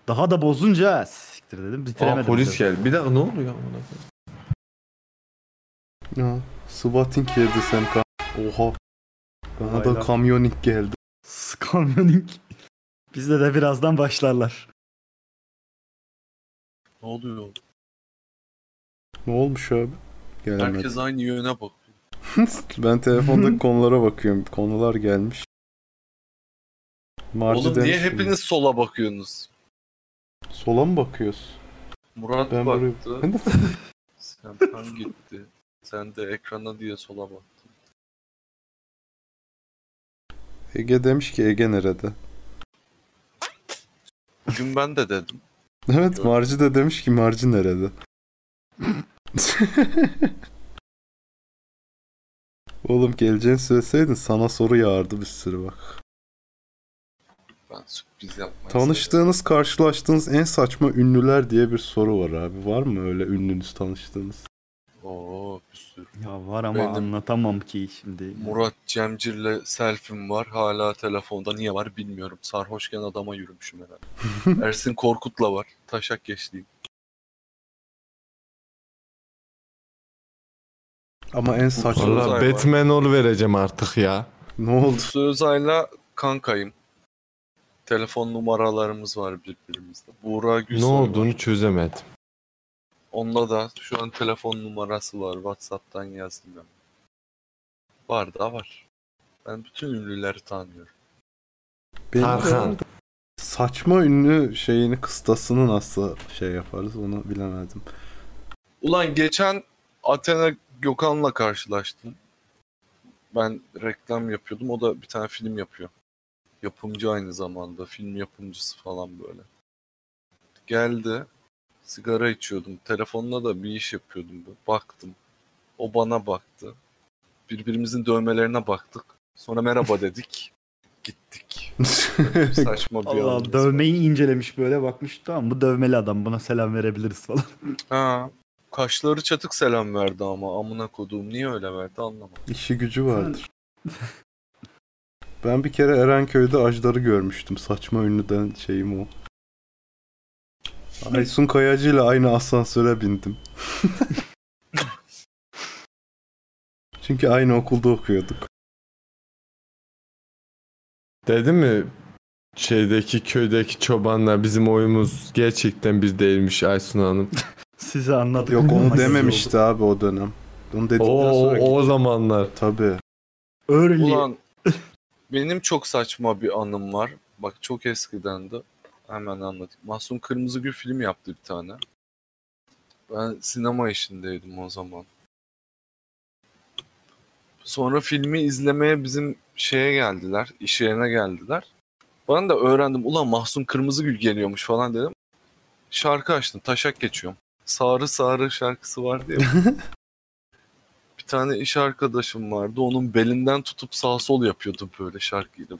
Daha da bozunca siktir dedim. Bitiremedim.
Aa, polis
dedim.
geldi. Bir dakika ne oluyor amına koyayım?
Ya, Swatting geldi Semkan. Oha. Bana da
Olaylar.
kamyonik geldi.
Scanning. Bizde de birazdan başlarlar.
Ne oluyor?
Ne olmuş abi? Gelemedim.
Herkes aynı yöne bakıyor.
ben telefondaki konulara bakıyorum. Konular gelmiş. Marci
Oğlum niye
demiş ki,
hepiniz sola bakıyorsunuz?
Sola mı bakıyoruz?
Murat
Ben buraya-
baktı. Sen gitti. Sen de ekrana diye sola bak.
Ege demiş ki Ege nerede?
Bugün ben de dedim.
Evet Marci de demiş ki Marci nerede? Oğlum geleceğini söyleseydin sana soru yağardı bir sürü bak.
Ben sürpriz yapmayı
Tanıştığınız, karşılaştığınız en saçma ünlüler diye bir soru var abi. Var mı öyle ünlünüz tanıştığınız?
seviyorum. Oo bir sürü.
Ya var ama
Benim-
anlatamam ki şimdi.
Murat Cemcir'le selfie'm var. Hala telefonda niye var bilmiyorum. Sarhoşken adama yürümüşüm herhalde. Ersin Korkut'la var. Taşak geçtiğim.
Ama en saçma.
Vallahi-
Valla
Uzay var.
Batman ol vereceğim artık ya.
Ne oldu?
Hulusi Özay'la kankayım. Telefon numaralarımız var birbirimizde. Buğra
Ne
Gülsoy var.
olduğunu çözemedim.
Onunla da şu an telefon numarası var. Whatsapp'tan yazdım ben. Var da var. Ben bütün ünlüleri tanıyorum.
Benim de
Tarkan.
Saçma ünlü şeyini kıstasını nasıl şey yaparız onu bilemedim.
Ulan geçen Athena Gökhan'la karşılaştım. Ben reklam yapıyordum. O da bir tane film yapıyor. Yapımcı aynı zamanda. Film yapımcısı falan böyle. Geldi. Sigara içiyordum. Telefonla da bir iş yapıyordum. Baktım. O bana baktı. Birbirimizin dövmelerine baktık. Sonra merhaba dedik. Gittik. Saçma bir
Allah
anımız var.
dövmeyi incelemiş böyle bakmış tamam bu dövmeli adam buna selam verebiliriz falan.
Ha. Kaşları çatık selam verdi ama amına koduğum niye öyle verdi anlamadım.
İşi gücü vardır. ben bir kere Erenköy'de Ajdar'ı görmüştüm. Saçma ünlüden şeyim o. Aysun Kayacı ile aynı asansöre bindim. Çünkü aynı okulda okuyorduk.
Dedi mi şeydeki köydeki çobanlar bizim oyumuz gerçekten bir değilmiş Aysun Hanım.
Size anladık.
Yok
Ama
onu
siz
dememişti abi o dönem. Onu dedikten
Oo,
sonra
o zamanlar.
tabii.
oldu. Early.
Ulan benim çok saçma bir anım var. Bak çok eskiden de hemen anlatayım. Mahsun Kırmızıgül film yaptı bir tane. Ben sinema işindeydim o zaman. Sonra filmi izlemeye bizim şeye geldiler, iş yerine geldiler. Ben de öğrendim. Ulan Mahsun Kırmızıgül geliyormuş falan dedim. Şarkı açtım. Taşak geçiyorum. Sarı Sarı şarkısı var diye. bir tane iş arkadaşım vardı. Onun belinden tutup sağ sol yapıyordu böyle şarkıyla.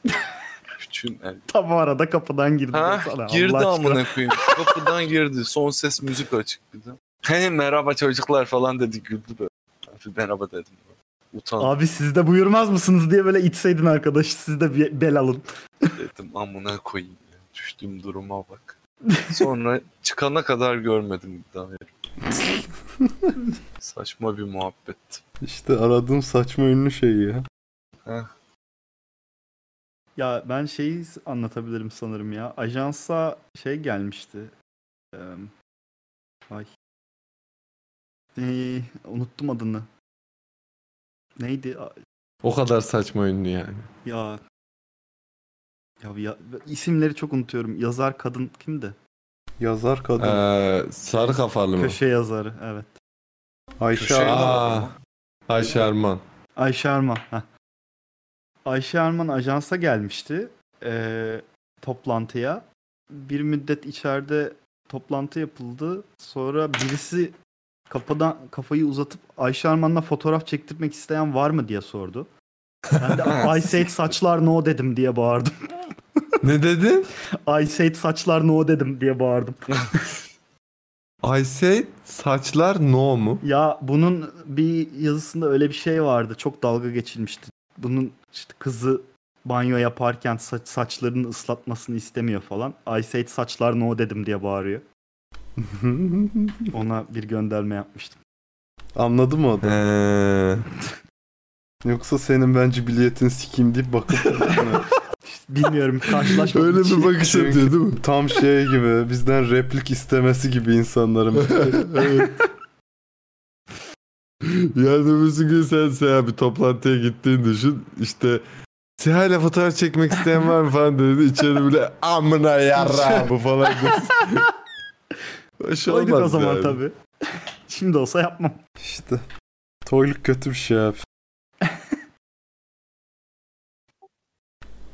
Küçüğün el.
Tam o arada kapıdan girdi.
Ha,
sana, Allah
girdi
aşkına.
amına koyayım. Kapıdan girdi. Son ses müzik açık bir de. Hani merhaba çocuklar falan dedi güldü böyle. Hafif merhaba dedim. Utandım
Abi siz de buyurmaz mısınız diye böyle itseydin arkadaş. Siz de bir bel alın.
dedim amına koyayım. ya. Düştüğüm duruma bak. Sonra çıkana kadar görmedim bir daha herifi. Saçma bir muhabbet.
İşte aradığım saçma ünlü şeyi ya.
Ya ben şeyi anlatabilirim sanırım ya. Ajansa şey gelmişti. Eee, ay. Ee, unuttum adını. Neydi? A-
O kadar saçma ünlü yani.
Ya. Ya, ya isimleri çok unutuyorum. Yazar kadın kimdi?
Yazar kadın.
Ee, sarı kafalı mı?
Köşe yazarı. Evet.
Ayşe
Köşe-
Ar-
Aa, Ayşe Arman.
Ayşe Arman. heh. Ayşe Arman ajansa gelmişti eee, toplantıya. Bir müddet içeride toplantı yapıldı. Sonra birisi kafadan kafayı uzatıp Ayşe Arman'la fotoğraf çektirmek isteyen var mı diye sordu. Ben de I said saçlar no dedim diye bağırdım.
ne dedin?
I said saçlar no dedim diye bağırdım.
I said saçlar no mu?
Ya bunun bir yazısında öyle bir şey vardı. Çok dalga geçilmişti. Bunun işte kızı banyo yaparken saç, saçlarını ıslatmasını istemiyor falan. I said saçlar no dedim diye bağırıyor. Ona bir gönderme yapmıştım.
Anladı mı o da?
Ee,
Yoksa senin bence biletin sikeyim deyip bakıp
İşte bilmiyorum karşılaşma.
öyle bir bakış
Çünkü-
atıyor değil mi?
tam şey gibi bizden replik istemesi gibi insanların.
evet. Yani öbürsü gün sen Seha bir toplantıya gittiğini düşün. İşte Seha'yla fotoğraf çekmek isteyen var mı falan dedi. İçeri bile amına yarra bu falan dedi. Hoş
Koyduk
olmaz
o zaman
yani.
tabii. Şimdi olsa yapmam.
İşte toyluk kötü bir şey abi.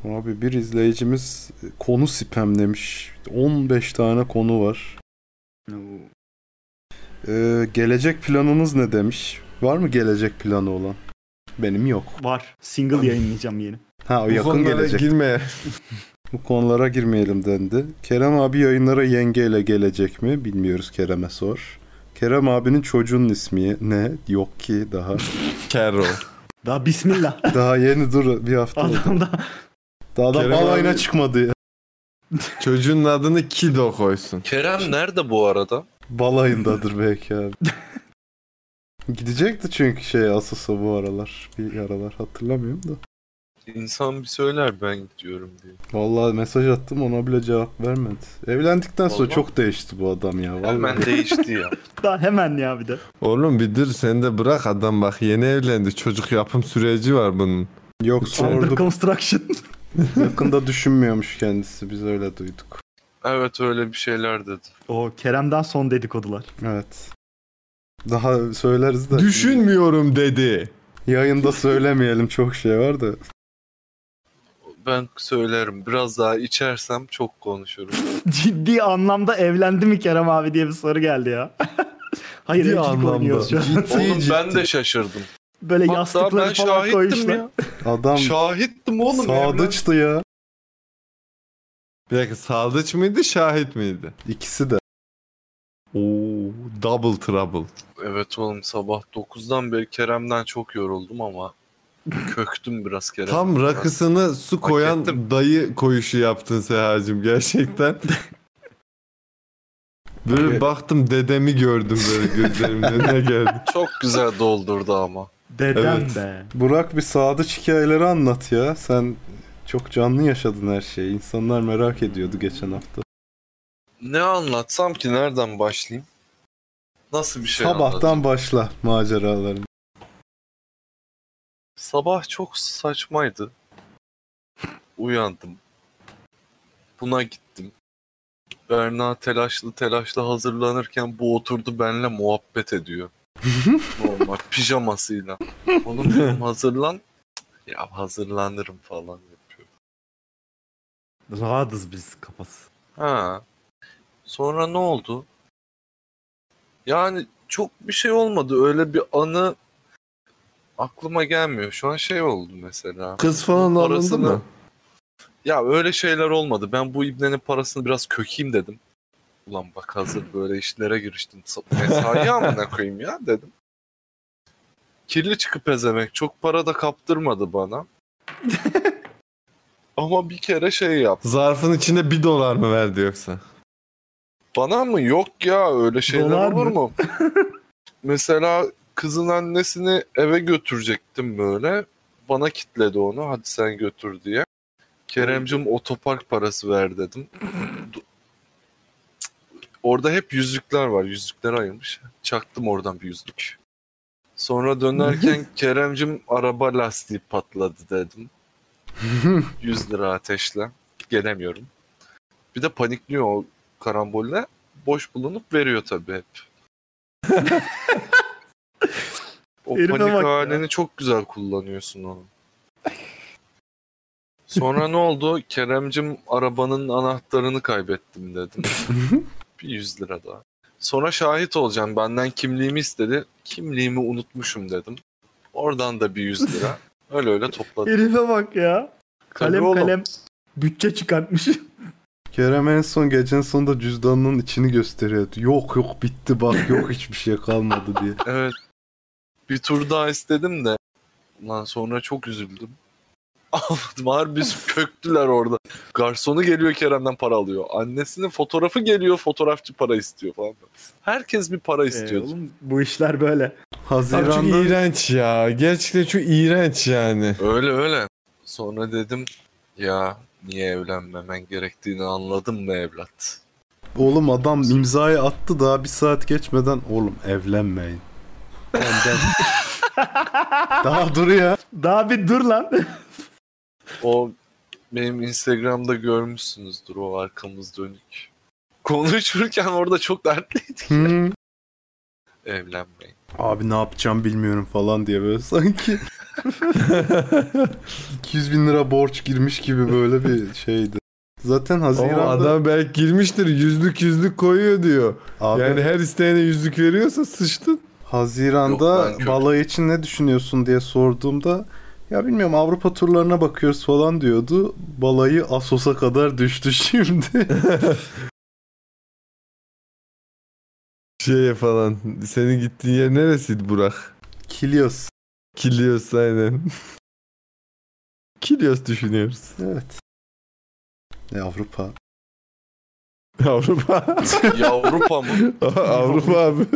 Abi bir izleyicimiz konu spamlemiş. 15 tane konu var. Ee, gelecek planınız ne demiş? Var mı gelecek planı olan? Benim yok.
Var. Single yayınlayacağım yeni.
Ha o
Bu
yakın
konulara
gelecek.
girme.
Bu konulara girmeyelim dendi. Kerem abi yayınlara yengeyle gelecek mi? Bilmiyoruz Kerem'e sor. Kerem abinin çocuğunun ismi ne? Yok ki daha.
Kero.
Daha bismillah.
daha yeni dur bir hafta oldu.
Adam da
Daha da
Kerem
balayına
abi-
çıkmadı. ya.
Çocuğun adını Kido koysun.
Kerem nerede bu arada?
Balayındadır belki abi. Gidecekti çünkü şey Asos'a bu aralar. Bir aralar hatırlamıyorum da.
İnsan bir söyler ben gidiyorum diye.
Vallahi mesaj attım ona bile cevap vermedi. Evlendikten sonra
Vallahi.
çok değişti bu adam ya. Vallahi.
Hemen değişti ya.
daha hemen ya bir de.
Oğlum bir dur sen de bırak adam bak yeni evlendi. Çocuk yapım süreci var bunun.
Yok
Under
sordu.
construction.
Yakında düşünmüyormuş kendisi. Biz öyle duyduk.
Evet öyle bir şeyler dedi.
o Kerem'den son dedikodular.
Evet. Daha söyleriz de.
Düşünmüyorum dedi.
Yayında söylemeyelim çok şey var da.
Ben söylerim. Biraz daha içersem çok konuşurum.
Ciddi anlamda evlendi mi Kerem abi diye bir soru geldi ya. Hayır
Ciddi
evlilik
anlamda.
oynuyoruz şu an.
Oğlum ben de şaşırdım.
Böyle
Hatta ben
yastıkları falan
şahittim
koymuşlar.
ya.
Adam
Şahittim oğlum.
sadıçtı ya.
Bir dakika sadıç mıydı şahit miydi?
İkisi de.
Oo double trouble.
Evet oğlum sabah 9'dan beri Kerem'den çok yoruldum ama köktüm biraz Kerem.
Tam rakısını su koyan
ettim.
dayı koyuşu yaptın Seha'cığım gerçekten. Böyle baktım dedemi gördüm böyle gözlerimin önüne geldi.
Çok güzel doldurdu ama.
Dedem
Evet.
be.
Burak bir sadıç hikayeleri anlat ya. Sen çok canlı yaşadın her şeyi. İnsanlar merak ediyordu geçen hafta.
Ne anlatsam ki nereden başlayayım? Nasıl bir şey anlatayım?
Sabahtan başla maceraların.
Sabah çok saçmaydı. Uyandım. Buna gittim. Berna telaşlı telaşlı hazırlanırken bu oturdu benle muhabbet ediyor. Normal pijamasıyla. Oğlum dedim hazırlan. Cık, Ya hazırlanırım falan yapıyor.
Rahatız biz kafası.
Ha. Sonra ne oldu? Yani çok bir şey olmadı. Öyle bir anı aklıma gelmiyor. Şu an şey oldu mesela.
Kız falan alındı
Parasını-
mı?
Ya öyle şeyler olmadı. Ben bu ibnenin parasını biraz kökeyim dedim. Ulan bak hazır böyle işlere giriştim. Sa- Mesai amına koyayım ya dedim. Kirli çıkıp ezemek. Çok para da kaptırmadı bana. Ama bir kere şey yaptı.
Zarfın içinde bir dolar mı verdi yoksa?
Bana mı? Yok ya öyle şeyler
Dolar
olur
mı?
mu? Mesela kızın annesini eve götürecektim böyle. Bana kitledi onu. Hadi sen götür diye. Keremcim otopark parası ver dedim. Du- Orada hep yüzlükler var. Yüzlükler ayırmış. Çaktım oradan bir yüzlük. Sonra dönerken Keremcim araba lastiği patladı dedim. 100 lira ateşle. Gelemiyorum. Bir de panikliyor o karambolle. Boş bulunup veriyor tabii hep. o
Herife
panik
bak ya.
halini çok güzel kullanıyorsun onu. Sonra ne oldu? Keremcim arabanın anahtarını kaybettim dedim. bir 100 lira daha. Sonra şahit olacağım. Benden kimliğimi istedi. Kimliğimi unutmuşum dedim. Oradan da bir 100 lira. Öyle öyle topladım.
Herife bak ya.
Tabii
Kalem
oğlum.
kalem bütçe çıkartmış. Ee,
Kerem en son gecenin sonunda cüzdanının içini gösteriyordu. Yok yok bitti bak yok hiçbir şey kalmadı diye.
Evet. Bir tur daha istedim de. Lan sonra çok üzüldüm. Almadım. Harbi köktüler orada. Garsonu geliyor Kerem'den para alıyor. Annesinin fotoğrafı geliyor fotoğrafçı para istiyor falan. Herkes bir para
Ee,
istiyordu.
oğlum, bu işler böyle.
Abi çok
Haziran'da
iğrenç ya. Gerçekten çok iğrenç yani.
öyle öyle. Sonra dedim ya niye evlenmemen gerektiğini anladım mı evlat?
oğlum adam imzayı attı daha bir saat geçmeden oğlum evlenmeyin. Benden. daha duruyor.
Daha bir dur lan.
O benim Instagram'da görmüşsünüzdür o arkamız dönük. Konuşurken orada çok dertliydik.
Hı.
Evlenmeyin.
Abi ne yapacağım bilmiyorum falan diye böyle sanki 200 bin lira borç girmiş gibi böyle bir şeydi. Zaten
Ama
Haziran'da
adam belki girmiştir. Yüzlük yüzlük koyuyor diyor.
abi,
Yani her isteyene yüzlük veriyorsa sıçtın.
Haziran'da
Yok, ben kötü.
balayı için ne düşünüyorsun diye sorduğumda ya bilmiyorum Avrupa turlarına bakıyoruz falan diyordu. Balayı Asos'a kadar düştü şimdi.
Şeye Şey falan. Senin gittiğin yer neresiydi Burak?
Kilios.
Kilios aynen. Kilios düşünüyoruz.
Evet. Ne Avrupa.
Avrupa.
Yavrupa mı?
Avrupa abi.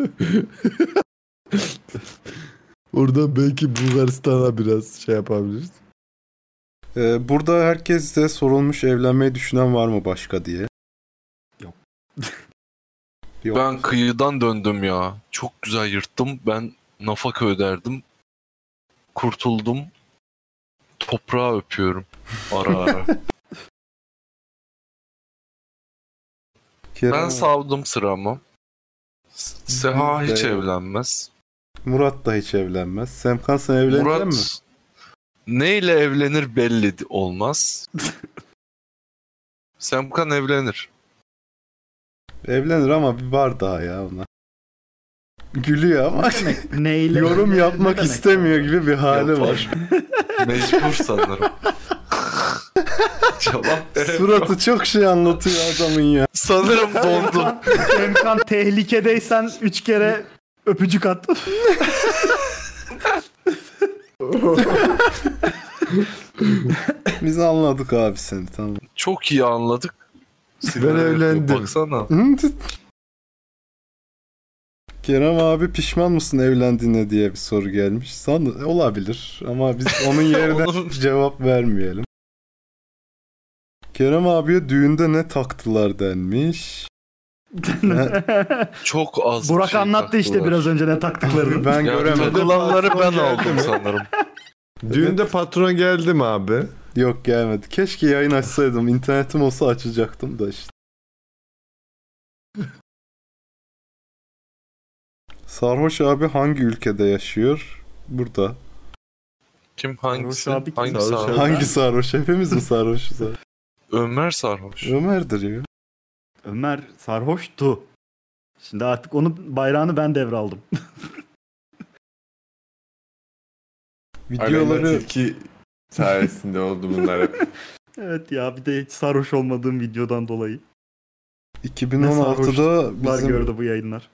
Oradan belki Bulgaristan'a biraz şey yapabiliriz.
Ee, burada herkese sorulmuş evlenmeyi düşünen var mı başka diye.
Yok.
Yok.
Ben kıyıdan döndüm ya. Çok güzel yırttım. Ben nafaka öderdim. Kurtuldum. Toprağı öpüyorum. Ara ara.
Kerem-
ben savdum sıramı. S- Seha hiç
Evet.
evlenmez.
Murat da hiç evlenmez. Semkan sen evlenecek mi?
Murat neyle evlenir belli di- olmaz. Semkan evlenir.
Evlenir ama bir var daha ya ona. Gülüyor ama
Neyle?
yorum
ne-
yapmak
ne demek?
istemiyor gibi bir hali var.
Mecbur sanırım. Cevap veremiyorum.
Suratı çok şey anlatıyor adamın ya.
Sanırım dondum.
Semkan, Semkan tehlikedeysen 3 kere öpücük at.
Biz anladık abi seni tamam.
Çok iyi anladık.
Ben evlendim.
Baksana.
Kerem abi pişman mısın evlendiğine diye bir soru gelmiş. San olabilir ama biz onun yerine
Onun-
cevap vermeyelim. Kerem abiye düğünde ne taktılar denmiş.
Çok az. bir
Burak
şey
anlattı işte
taktılar.
biraz önce ne taktıklarını.
Ben
Ya
göremedim.
takılanları ben
Geldi
aldım
mi?
sanırım.
Düğünde patron geldi mi abi?
Yok gelmedi. Keşke yayın açsaydım. İnternetim olsa açacaktım da işte. Sarhoş abi hangi ülkede yaşıyor? Burada.
Kim hangisi?
Sarhoş abi kim?
Hangi
Sarhoş
sarhoş?
abi.
Hangi sarhoş? Hepimiz mi sarhoşuz abi?
Ömer sarhoş.
Ömer'dir ya.
Ömer sarhoştu. Şimdi artık onun bayrağını ben devraldım.
Videoları
Tilki sayesinde oldu bunlar hep.
evet ya bir de hiç sarhoş olmadığım videodan dolayı. Ne
2016'da
Var
bizim
gördü bu yayınlar.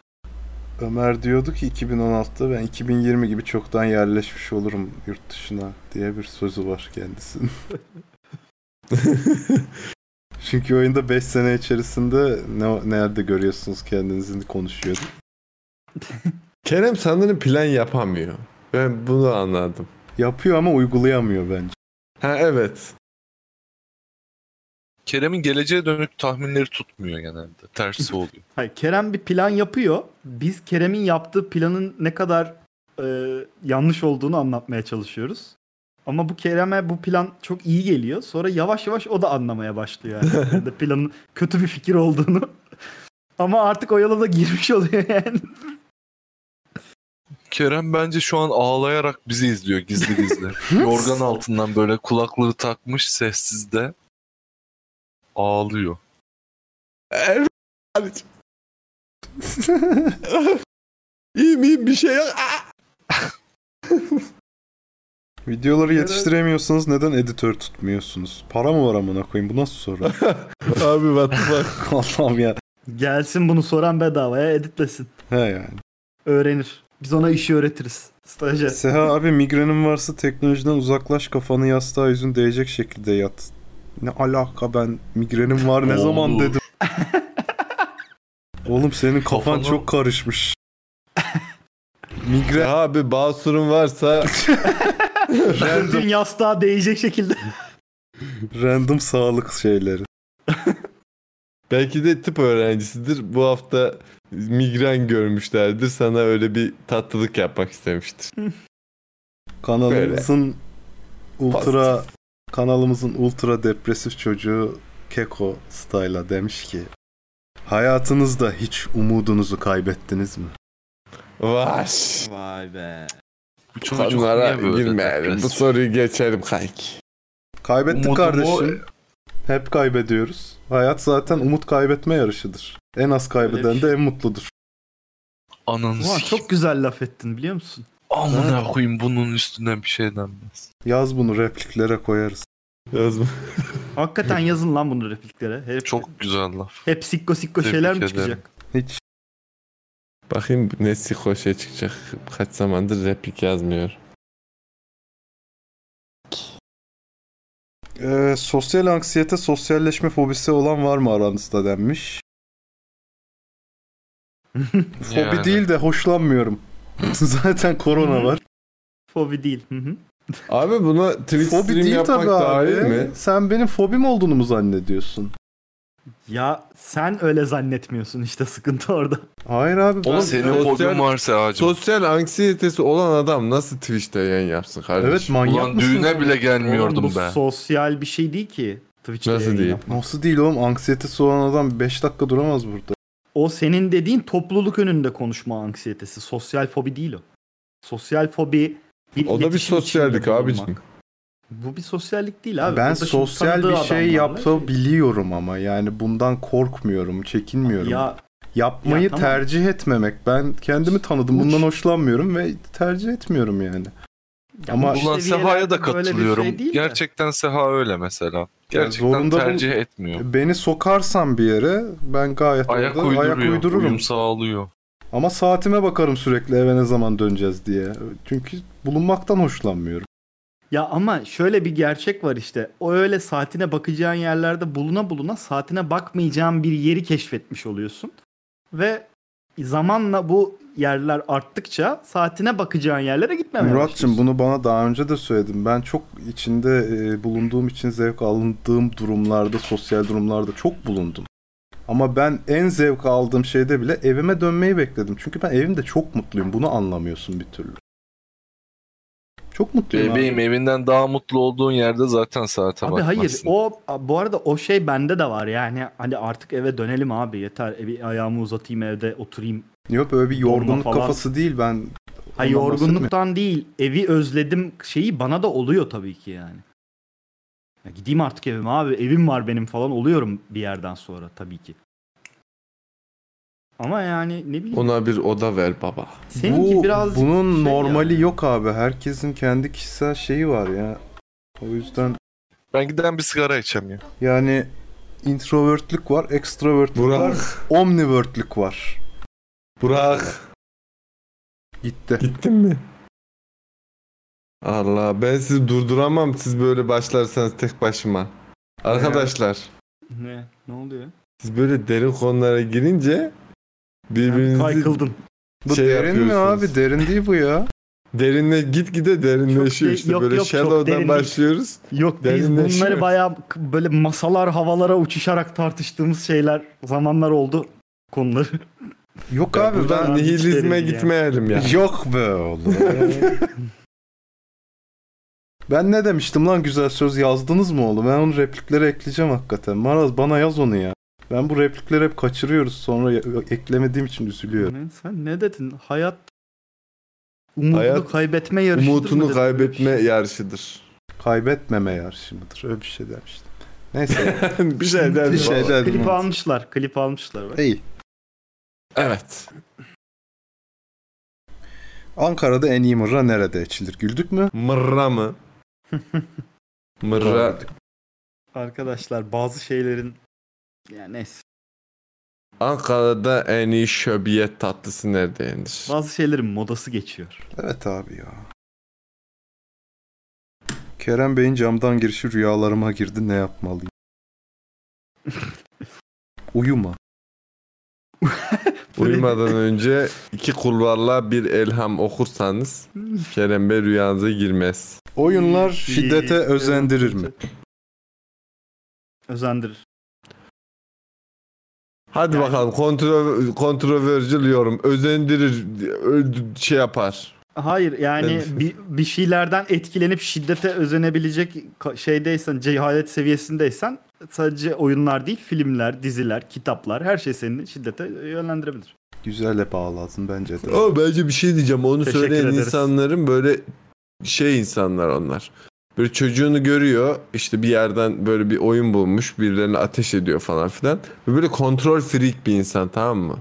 Ömer diyordu ki 2016'da ben 2020 gibi çoktan yerleşmiş olurum yurt dışına diye bir sözü var kendisinin. Çünkü oyunda 5 sene içerisinde ne, nerede görüyorsunuz kendinizi konuşuyordu.
Kerem sanırım plan yapamıyor. Ben bunu anladım.
Yapıyor ama uygulayamıyor bence.
Ha evet.
Kerem'in geleceğe dönük tahminleri tutmuyor genelde. Tersi oluyor.
Hayır Kerem bir plan yapıyor. Biz Kerem'in yaptığı planın ne kadar e, yanlış olduğunu anlatmaya çalışıyoruz. Ama bu Kerem'e bu plan çok iyi geliyor. Sonra yavaş yavaş o da anlamaya başlıyor. Yani. Yani de planın kötü bir fikir olduğunu. Ama artık o yola da girmiş oluyor yani.
Kerem bence şu an ağlayarak bizi izliyor gizli gizli. Yorgan altından böyle kulaklığı takmış sessizde. Ağlıyor.
Evet. abicim. İyiyim iyiyim bir şey yok. Aa!
Videoları yetiştiremiyorsanız neden editör tutmuyorsunuz? Para mı var amına koyayım? Bu nasıl soru?
Abi what the fuck.
Allah'ım ya.
Gelsin bunu soran bedavaya editlesin.
He yani.
Öğrenir. Biz ona işi öğretiriz. Stajyer.
Seha abi migrenin varsa teknolojiden uzaklaş kafanı yastığa yüzün değecek şekilde yat. Ne alaka ben migrenim var ne zaman
Olur.
dedim. Oğlum senin kafan
Kafana-
çok karışmış. Migren
Abi basurun varsa
Dün yastığa değecek şekilde.
random sağlık şeyleri.
belki de tıp öğrencisidir. Bu hafta migren görmüşlerdir. Sana öyle bir tatlılık yapmak istemiştir.
Kanalımızın ultra kanalımızın ultra depresif çocuğu Keko Style'a demiş ki Hayatınızda hiç umudunuzu kaybettiniz mi?
Var.
Vay be.
Bu çocuk
Konulara
niye böyle
girmeyelim. Bu
depresif?
soruyu geçelim kanki.
Kaybettik
Umudumu-
kardeşim. Hep kaybediyoruz. Hayat zaten umut kaybetme yarışıdır. En az
Öyle bir
kaybeden
şey.
de en mutludur.
Ananı
Ulan
sikeyim.
çok güzel laf ettin biliyor musun?
Amına koyayım bunun üstünden bir şey denmez.
Yaz bunu repliklere koyarız.
Yazma.
Hakikaten yazın lan bunu repliklere. Hep,
Çok güzel laf.
hep sikko sikko
Tebrik
şeyler mi
ederim.
çıkacak?
Hiç
Bakayım ne sikoşe çıkacak. Kaç zamandır replik yazmıyor.
Ee, sosyal anksiyete, sosyalleşme fobisi olan var mı aranızda denmiş. Fobi
Yani. Hmm.
değil de hoşlanmıyorum. Zaten korona var.
Fobi değil. Hı hı.
Abi buna Twitch
Fobi
stream
değil
yapmak
tabii
dahil
abi.
mi?
Sen benim fobim olduğunu mu zannediyorsun?
Ya sen öyle zannetmiyorsun işte sıkıntı orada.
Hayır abi.
Oğlum
ben-
senin
sosyal-
fobin varsa ağacım.
Sosyal anksiyetesi olan adam nasıl Twitch'te yayın yapsın
Evet
kardeşim?
manyak
Ulan
mısın?
düğüne bile gelmiyordum
Oğlum bu
ben.
sosyal bir şey değil ki. Twitch'te
Nasıl
yayın
değil?
yapmak.
Nasıl değil oğlum anksiyetesi olan adam 5 dakika duramaz burada.
O senin dediğin topluluk önünde konuşma anksiyetesi. Sosyal fobi değil o. Sosyal fobi bir
o da bir
iletişim
sosyallik
içinde bulunmak.
abicim.
Bu bir sosyallik değil abi.
ben
Burada şimdi
sosyal
tanıdığı
bir şey
adamlarla
yapabiliyorum ama yani bundan korkmuyorum, çekinmiyorum.
Ya
Yapmayı
Ya tamam.
tercih etmemek. Ben kendimi tanıdım.
Uç.
Bundan hoşlanmıyorum ve tercih etmiyorum yani. Ama
bu
Ulan
seviyelerde
Seha'ya da
böyle bir şey
katılıyorum.
değil de.
Gerçekten Seha öyle mesela. Gerçekten
zorunda bu-
tercih etmiyor.
beni sokarsan bir yere ben gayet
Ayak
orada
uyduruyor.
ayak uydururum.
Uyum sağlıyor.
Ama saatime bakarım sürekli eve ne zaman döneceğiz diye. Çünkü bulunmaktan hoşlanmıyorum.
Ya ama şöyle bir gerçek var işte. O öyle saatine bakacağın yerlerde buluna buluna saatine bakmayacağın bir yeri keşfetmiş oluyorsun. Ve zamanla bu yerler arttıkça saatine bakacağın yerlere gitmemeye
Muratçım
başlıyorsun.
bunu bana daha önce de söyledim. Ben çok içinde e, bulunduğum için zevk alındığım durumlarda, sosyal durumlarda çok bulundum. Ama ben en zevk aldığım şeyde bile evime dönmeyi bekledim. Çünkü ben evimde çok mutluyum. Bunu anlamıyorsun bir türlü. Çok mutluyum.
Bebeğim
abi.
evinden daha mutlu olduğun yerde zaten saate
Abi
bakmazsın.
hayır o bu arada o şey bende de var yani hani artık eve dönelim abi yeter evi ayağımı uzatayım evde oturayım.
Yok böyle bir yorgunluk
Dolma falan.
kafası değil. Ben
Ha
Ondan
yorgunluktan değil evi özledim şeyi bana da oluyor tabii ki yani. Ya gideyim artık evime abi evim var benim falan oluyorum bir yerden sonra tabii ki. Ama yani ne bileyim
Ona bir oda ver baba.
seninki
Bu-
biraz
bunun
şey
normali yok abi. Herkesin kendi kişisel şeyi var ya. O yüzden
Ben giden bir sigara içeyim ya.
yani introvertlik var, extrovertlik var,
Burak.
omnivertlik var.
Burak.
Gitti.
Gittin mi? Allah ben sizi durduramam siz böyle başlarsanız tek başıma. Arkadaşlar
Ne? Ne oluyor?
siz böyle derin konulara girince
Sen
birbirinizi
kaykıldın.
Bu
Şey
derin mi
yapıyorsunuz.
abi? Derin değil bu ya.
derinle gitgide derinleşiyor
Çok de-
işte
yok,
böyle
yok, çok derin
shadow'dan
değil.
başlıyoruz.
Yok biz
Derinleşiyor.
bunları bayağı k- böyle masalar havalara uçuşarak tartıştığımız şeyler zamanlar oldu konuları.
Yok
Ya
abi
buradan
ben...
hiç derin
nihilizme
değil yani.
gitmeyelim ya.
Yok be oğlum. ben ne demiştim lan güzel söz yazdınız mı oğlum? Ben onu repliklere ekleyeceğim hakikaten. Maraz bana yaz onu ya. Ben bu replikleri hep kaçırıyoruz sonra ya- eklemediğim için üzülüyorum.
Ne- Sen ne dedin? Hayat umudunu
Hayat,
kaybetme yarışıdır mı
Umutunu
dedin?
kaybetme yarışıdır.
Kaybetmeme yarışımıdır. Öyle bir şey demiştim. Neyse.
bir şey
bir
dedim.
şey dedim.
Klip
ama.
almışlar, klip almışlar. Bak.
İyi.
Evet.
Ankara'da en iyi mırra nerede içilir? Güldük mü?
Mırra mı? Mırra.
Arkadaşlar bazı şeylerin ya neyse.
Ankara'da en iyi şöbiyet tatlısı nerede yenir?
Bazı şeylerin modası geçiyor.
Evet abi ya. Kerem Bey'in camdan girişi rüyalarıma girdi ne yapmalıyım? Uyuma.
Uyumadan önce iki kulvarla bir elham okursanız Kerem Bey rüyanıza girmez.
Oyunlar
şey
şiddete özendirir mi?
Özendirir.
Hadi
Yani-
bakalım kontro, kontroverjil yorum. Özendirir, ö- şey yapar.
Hayır yani
Evet.
bir, bir şeylerden etkilenip şiddete özenebilecek ka- şeydeysen, cehalet seviyesindeysen sadece oyunlar değil, filmler, diziler, kitaplar her şey seni şiddete yönlendirebilir.
Güzelle bağladın bence de.
Ama bence bir şey diyeceğim. Onu
Teşekkür
söyleyen
ederiz.
insanların böyle şey insanlar onlar. Böyle çocuğunu görüyor işte bir yerden böyle bir oyun bulmuş birilerine ateş ediyor falan filan. Ve böyle kontrol freak bir insan tamam mı?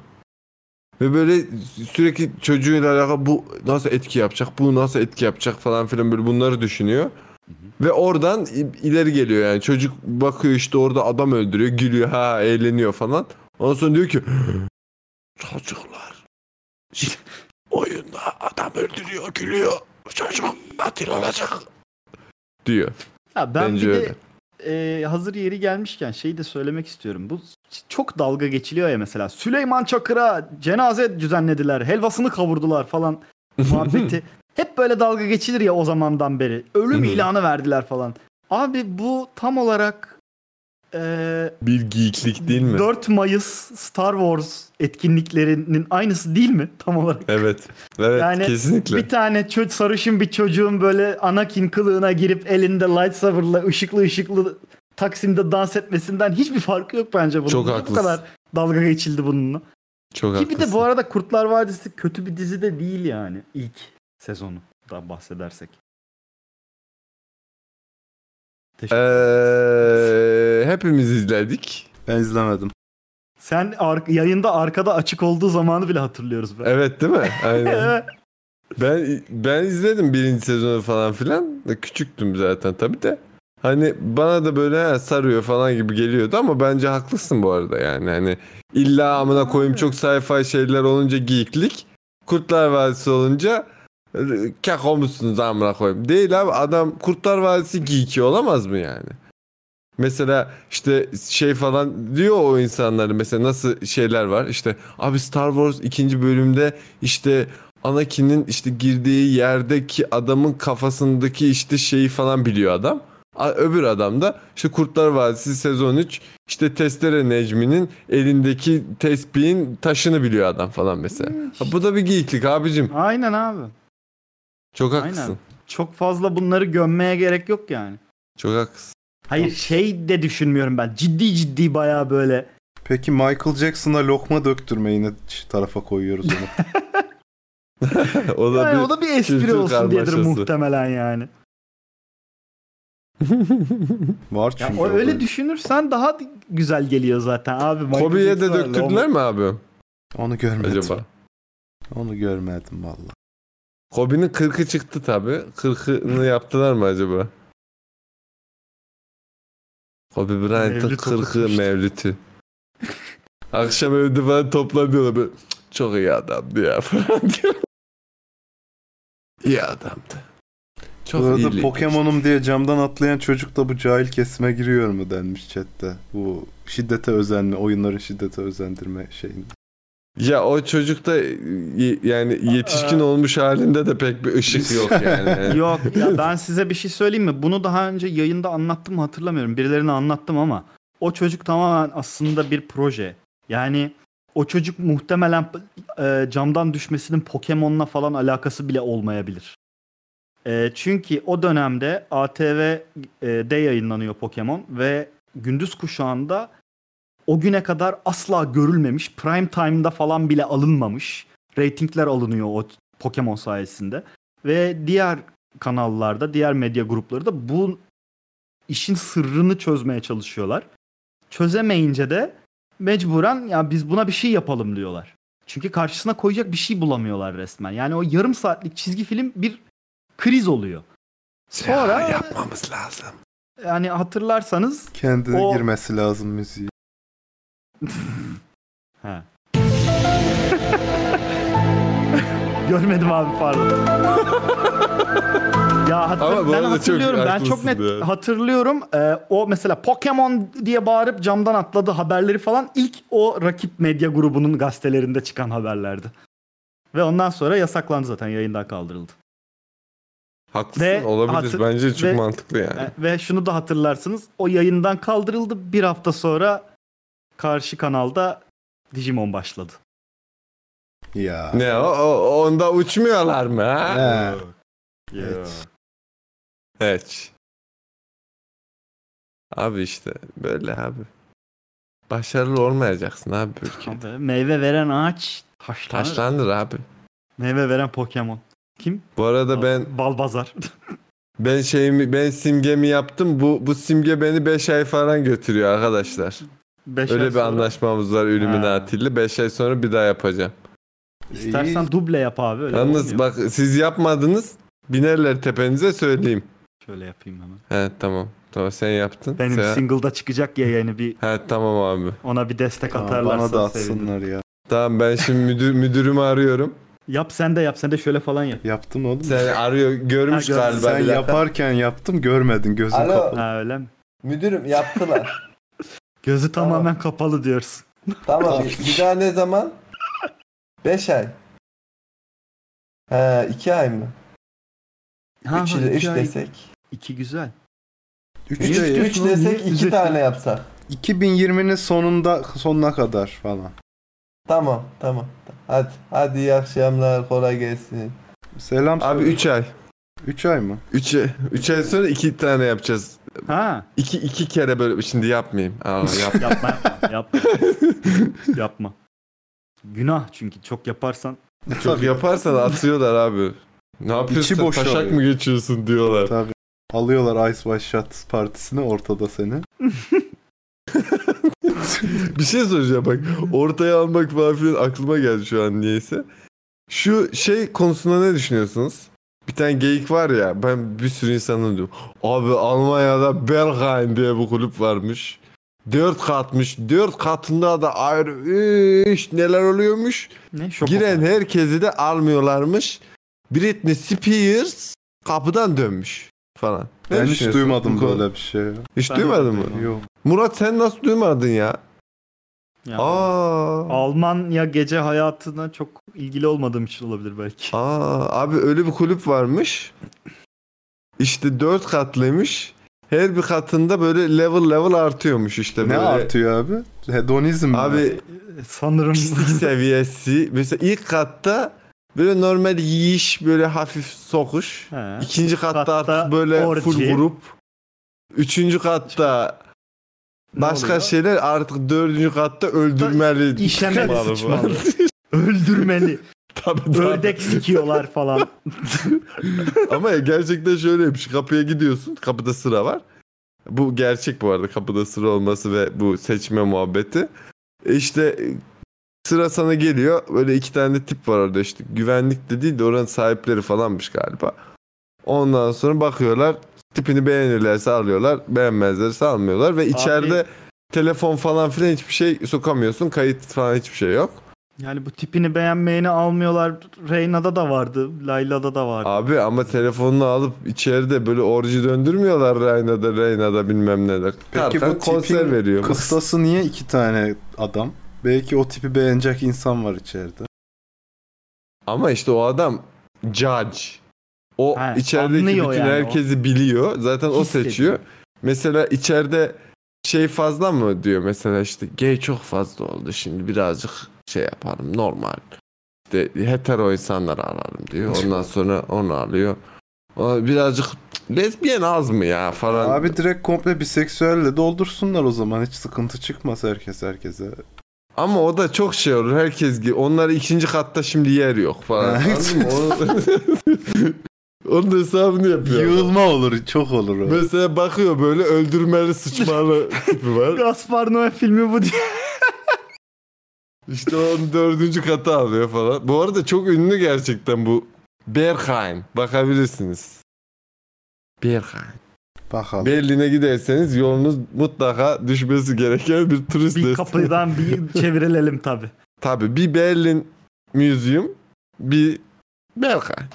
Ve böyle sürekli çocuğuyla alakalı bu nasıl etki yapacak, bu nasıl etki yapacak falan filan böyle bunları düşünüyor. Ve oradan i- ileri geliyor yani çocuk bakıyor işte orada adam öldürüyor, gülüyor ha eğleniyor falan. Ondan sonra diyor ki çocuklar şi- oyunda adam öldürüyor, gülüyor. Çocuk katil olacak diyor.
Ya ben
Bence
bir
öyle.
de e, hazır yeri gelmişken şeyi de söylemek istiyorum. Bu ç- çok dalga geçiliyor ya mesela. Süleyman Çakır'a cenaze düzenlediler, helvasını kavurdular falan muhabbeti. Hep böyle dalga geçilir ya o zamandan beri. Ölüm
Hı.
ilanı verdiler falan. Abi bu tam olarak e,
Bir geeklik değil mi?
4 Mayıs Star Wars etkinliklerinin aynısı değil mi tam olarak?
Evet. Evet
Yani
kesinlikle.
Bir tane çö- sarışın bir çocuğun böyle Anakin kılığına girip elinde lightsaber'la ışıklı ışıklı Taksim'de dans etmesinden hiçbir farkı yok bence bunun.
Çok
Niye
haklısın.
Bu kadar dalga geçildi bununla.
Çok
Ki
haklısın.
bir de bu arada Kurtlar Vadisi kötü bir dizi de değil yani ilk sezonu da bahsedersek. Teşekkür
Ee, hepimiz izledik.
Ben izlemedim.
Sen ar- yayında arkada açık olduğu zamanı bile hatırlıyoruz. Ee, Be.
Evet değil mi? Aynen.
Evet.
ben ben izledim birinci sezonu falan filan. Küçüktüm zaten tabii de. Hani bana da böyle "Ha, sarıyor falan gibi geliyordu ama bence haklısın bu arada yani. Hani illa amına koyayım çok sci-fi şeyler olunca geeklik. Kurtlar Vadisi olunca e, kako musunuz amına koyayım. Değil abi adam Kurtlar Vadisi geeki olamaz mı yani? Mesela işte şey falan diyor o insanları mesela nasıl şeyler var işte abi Star Wars ikinci bölümde işte Anakin'in işte girdiği yerdeki adamın kafasındaki işte şeyi falan biliyor adam. A- Öbür adam da işte Kurtlar Vadisi sezon 3 işte Testere Necmi'nin elindeki tespihin taşını biliyor adam falan mesela. Ha, bu da bir geyiklik abicim.
Aynen abi.
Çok
Aynen.
haklısın.
Çok fazla bunları gömmeye gerek yok yani.
Çok haklısın.
Hayır şey de düşünmüyorum ben. Ciddi ciddi bayağı böyle.
Peki Michael Jackson'a lokma döktürme yine tarafa koyuyoruz onu.
o da
Yani
bir...
o da bir espri
kültür
olsun diyedir
karmaşası.
muhtemelen yani.
Var
Ya
çünkü.
o
orada.
öyle düşünürsen daha di- güzel geliyor zaten abi. Michael
Kobe'ye de
Jackson öyle.
döktürdüler mi abi
Onu görmedim.
acaba?
Onu görmedim valla.
Kobe'nin kırkı çıktı tabi. Kırkını yaptılar mı acaba? Kobe Bryant'ın
Mevlüt
kırkı
okutmuştu.
mevlütü. Akşam evde falan toplanıyorlar böyle. "Cık, Çok iyi adamdı ya falan diyor. İyi adamdı. Çok
Bu arada
iyi.
Pokemon'um diye camdan atlayan çocuk da bu cahil kesime giriyor mu denmiş chatte. Bu şiddete özenme, oyunların şiddete özendirme şeyini.
Ya o çocukta y- yani yetişkin olmuş halinde de pek bir ışık yok yani.
Yok ya ben size bir şey söyleyeyim mi? Bunu daha önce yayında anlattım mı hatırlamıyorum. Birilerine anlattım ama o çocuk tamamen aslında bir proje. Yani o çocuk muhtemelen e, camdan düşmesinin Pokemon'la falan alakası bile olmayabilir. E, çünkü o dönemde ATV'de yayınlanıyor Pokemon ve gündüz kuşağında o güne kadar asla görülmemiş, prime time'da falan bile alınmamış reytingler alınıyor o Pokemon sayesinde. Ve diğer kanallarda, diğer medya grupları da bu işin sırrını çözmeye çalışıyorlar. Çözemeyince de mecburen ya biz buna bir şey yapalım diyorlar. Çünkü karşısına koyacak bir şey bulamıyorlar resmen. Yani o yarım saatlik çizgi film bir kriz oluyor. Sonra
yapmamız lazım.
yani hatırlarsanız
Kendine
O-
girmesi lazım müziği.
Ha. Görmedim abi pardon. ya hatır-
Ama bu
ben
arada çok
hatırlıyorum. ben çok
haklısın
net
ya.
hatırlıyorum. Ee, o mesela Pokemon diye bağırıp camdan atladı haberleri falan ilk o rakip medya grubunun gazetelerinde çıkan haberlerdi. Ve ondan sonra yasaklandı zaten yayından kaldırıldı.
Haklısın
Ve
olabilir.
hatır-
Bence çok
ve-
mantıklı yani.
Ee, Ve şunu da hatırlarsınız. O yayından kaldırıldı. Bir hafta sonra karşı kanalda Digimon başladı.
Ya.
Ne o, o- onda uçmuyorlar mı ha?
He.
Evet.
Evet. Abi işte böyle abi. Başarılı olmayacaksın abi bu ülkede.
Abi, meyve veren ağaç taşlanır.
Taşlandır abi.
Meyve veren Pokemon. Kim?
Bu arada ben
Balbazar.
ben şeyimi ben simgemi yaptım. Bu bu simge beni 5 ay falan götürüyor arkadaşlar.
Beş
Öyle
ay
bir
sonra.
anlaşmamız var Illuminati'yle. 5 ay sonra bir daha yapacağım.
İstersen
İyi.
duble yap abi. Öyle
Yalnız
olmuyor.
bak siz yapmadınız. Binerler tepenize söyleyeyim.
Şöyle yapayım hemen.
He tamam. Tamam sen yaptın.
Benim
sen...
single'da çıkacak ya yani bir
He tamam abi.
ona bir destek
Tamam,
atarlarsa
bana da
sevinirim.
atsınlar ya.
Tamam ben şimdi müdür, müdürümü arıyorum.
Yap sen de yap sen de şöyle falan yap.
Yaptım oğlum. Sen,
Sen arıyor görmüş
Ha, gördüm.
galiba. bir dakika.
yaparken yaptım görmedin gözün
Alo.
kapalı.
Ha öyle mi?
Müdürüm yaptılar.
Gözü
Tamam.
tamamen kapalı diyorsun.
tamam bir daha ne zaman? 5 ay. He 2 ay mı?
Ha,
Üç
ha,
ile-
iki
üç
ay-
desek.
iki güzel.
3
Üç diyorsun
Üç
oğlum, niye
desek 2
üzüyorsun?
tane yapsak.
2020'nin sonunda sonuna kadar falan.
Tamam tamam. Hadi hadi iyi akşamlar kolay gelsin.
Selam
Abi 3 ay.
3 ay mı?
3 ay, üç ay sonra 2 tane yapacağız.
Ha
2 2 kere böyle şey. şimdi yapmayayım. Aa, yap.
yapma yapma yapma. yapma. Günah çünkü çok yaparsan
Çok yaparsan atıyorlar abi. Ne yapıyorsun?
boş
Taşak
oluyor.
mı geçiyorsun diyorlar.
Tabii. Alıyorlar Ice White Shot partisine ortada seni.
Bir şey soracağım bak. Ortaya almak falan filan aklıma geldi şu an niyeyse. Şu şey konusunda ne düşünüyorsunuz? Bir tane geyik var ya ben bir sürü insanın diyorum. Abi Almanya'da Berghain diye bir kulüp varmış. Dört katmış. Dört katında da ayrı üş, neler oluyormuş.
ne şok
Giren herkesi de almıyorlarmış. Britney Spears kapıdan dönmüş falan. Ne
Ben hiç
düşünüyorsun bu
duymadım
konu-
böyle bir şey. ya.
Hiç
Ben de
duymadın mı?
duymadım.
Yok.
Murat sen nasıl duymadın ya?
Yani-
Aa.
Almanya gece hayatına çok ilgili olmadığım için olabilir belki.
Aa abi öyle bir kulüp varmış. İşte dört katlıymış. her bir katında böyle level level artıyormuş işte.
Ne
böyle.
artıyor abi? Hedonizm mi?
Abi
Sanırım
pislik seviyesi. Mesela ilk katta böyle normal yiyiş böyle hafif sokuş.
He.
İkinci katta,
Katta
artık böyle full
orgy.
grup. Üçüncü katta
Ne
başka
oluyor?
şeyler artık dördüncü katta öldürmeli.
İşlemeli
Sıkmalı bu.
sıçmalı. Öldürmeli.
Tabii, tabii.
Ördek sikiyorlar falan.
Ama gerçekten şöyleymiş. Kapıya gidiyorsun. Kapıda sıra var. Bu gerçek bu arada. Kapıda sıra olması ve bu seçme muhabbeti. E İşte e, sıra sana geliyor. Böyle iki tane de tip var orada işte. Güvenlik de değil de oranın sahipleri falanmış galiba. Ondan sonra bakıyorlar. Tipini beğenirlerse alıyorlar. Beğenmezlerse almıyorlar. Ve içeride telefon falan filan hiçbir şey sokamıyorsun. Kayıt falan hiçbir şey yok.
Yani bu tipini beğenmeyeni almıyorlar. Reyna'da da vardı. Layla'da da vardı.
Abi ama telefonunu alıp içeride böyle orji döndürmüyorlar Reyna'da Reyna'da bilmem ne de.
Peki
Tarkan
bu
konser
tipin
veriyor.
Kıstası niye iki tane adam? Belki o tipi beğenecek insan var içeride.
Ama işte o adam judge. O
Ha,
içerideki bütün
anlıyor yani o.
herkesi biliyor. Zaten o
Hissediyor.
seçiyor. Mesela içeride şey fazla mı diyor mesela işte gay çok fazla oldu şimdi birazcık şey yapalım normal. İşte hetero insanları alalım diyor. Ondan sonra onu alıyor. Ona birazcık lesbiyen az mı ya falan.
Abi direkt komple biseksüelle doldursunlar o zaman. Hiç sıkıntı çıkmaz herkes herkese.
Ama o da çok şey olur. Herkes gi- onlar ikinci katta şimdi yer yok falan.
Evet.
Anladın mı? Onun- Onun hesabını yapıyor.
Yığılma olur, çok olur o.
Mesela bakıyor böyle öldürmeli sıçmalı tipi var.
Gaspar Noé filmi bu diye.
İşte onun dördüncü kata alıyor falan. Bu arada çok ünlü gerçekten bu. Berghain. Bakabilirsiniz. Berghain.
Bakalım.
Berlin'e giderseniz yolunuz mutlaka düşmesi gereken bir turist
Bir
destinasyonu.
kapıdan bir çevirelim tabi.
Tabii bir Berlin Museum, bir Berghain.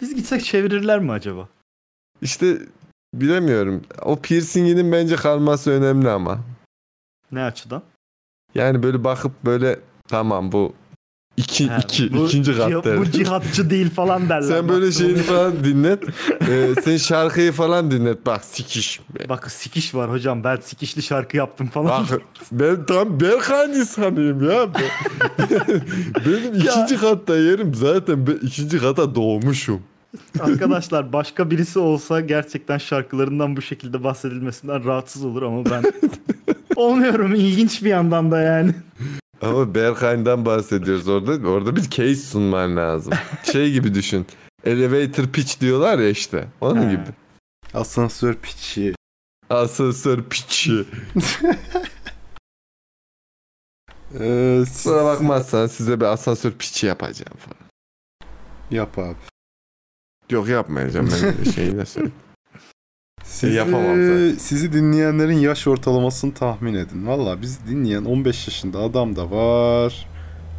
Biz gitsek çevirirler mi acaba?
İşte bilemiyorum. O piercinginin bence kalması önemli ama.
Ne açıdan?
Yani böyle bakıp böyle tamam bu iki
Ha,
iki
bu
ikinci
cih-
kat der.
Bu cihatçı değil falan derler.
Sen böyle
Maksimum.
şeyini falan dinlet. Ee, sen şarkıyı falan dinlet. Bak sikiş.
Bak sikiş var hocam ben sikişli şarkı yaptım falan.
Bak ben tam Berkan insanıyım ya. Ben- Benim ikinci katta yerim zaten. Ben ikinci kata doğmuşum.
Arkadaşlar başka birisi olsa gerçekten şarkılarından bu şekilde bahsedilmesinden rahatsız olur ama ben olmuyorum ilginç bir yandan da yani.
Ama Berkay'dan bahsediyoruz orada. Orada bir case sunman lazım. Şey gibi düşün. Elevator pitch diyorlar ya işte. Onun
Ha.
gibi.
Asansör piçi.
Asansör pitch'i.
Ee, siz-
Kusura bakmazsan size bir asansör pitch'i yapacağım falan.
Yap abi.
Yok yapmayacağım ben öyle şeyi nasıl.
Sizi,
yapamam zaten.
Sizi dinleyenlerin yaş ortalamasını tahmin edin. Valla bizi dinleyen 15 yaşında adam da var.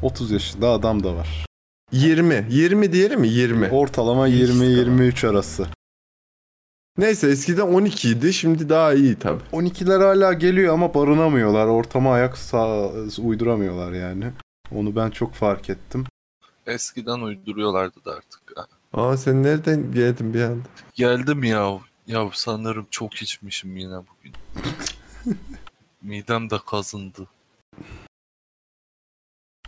30 yaşında adam da var.
20. 20 diyelim mi? 20.
Ortalama
İyi işte
20-23 arası.
Neyse eskiden 12 idi. Şimdi daha iyi tabii.
12'ler hala geliyor ama barınamıyorlar. Ortama ayak sağ, uyduramıyorlar yani. Onu ben çok fark ettim.
Eskiden uyduruyorlardı da artık.
Aa sen nereden geldin bir anda?
Geldim ya. Ya sanırım çok içmişim yine bugün. Midem de kazındı.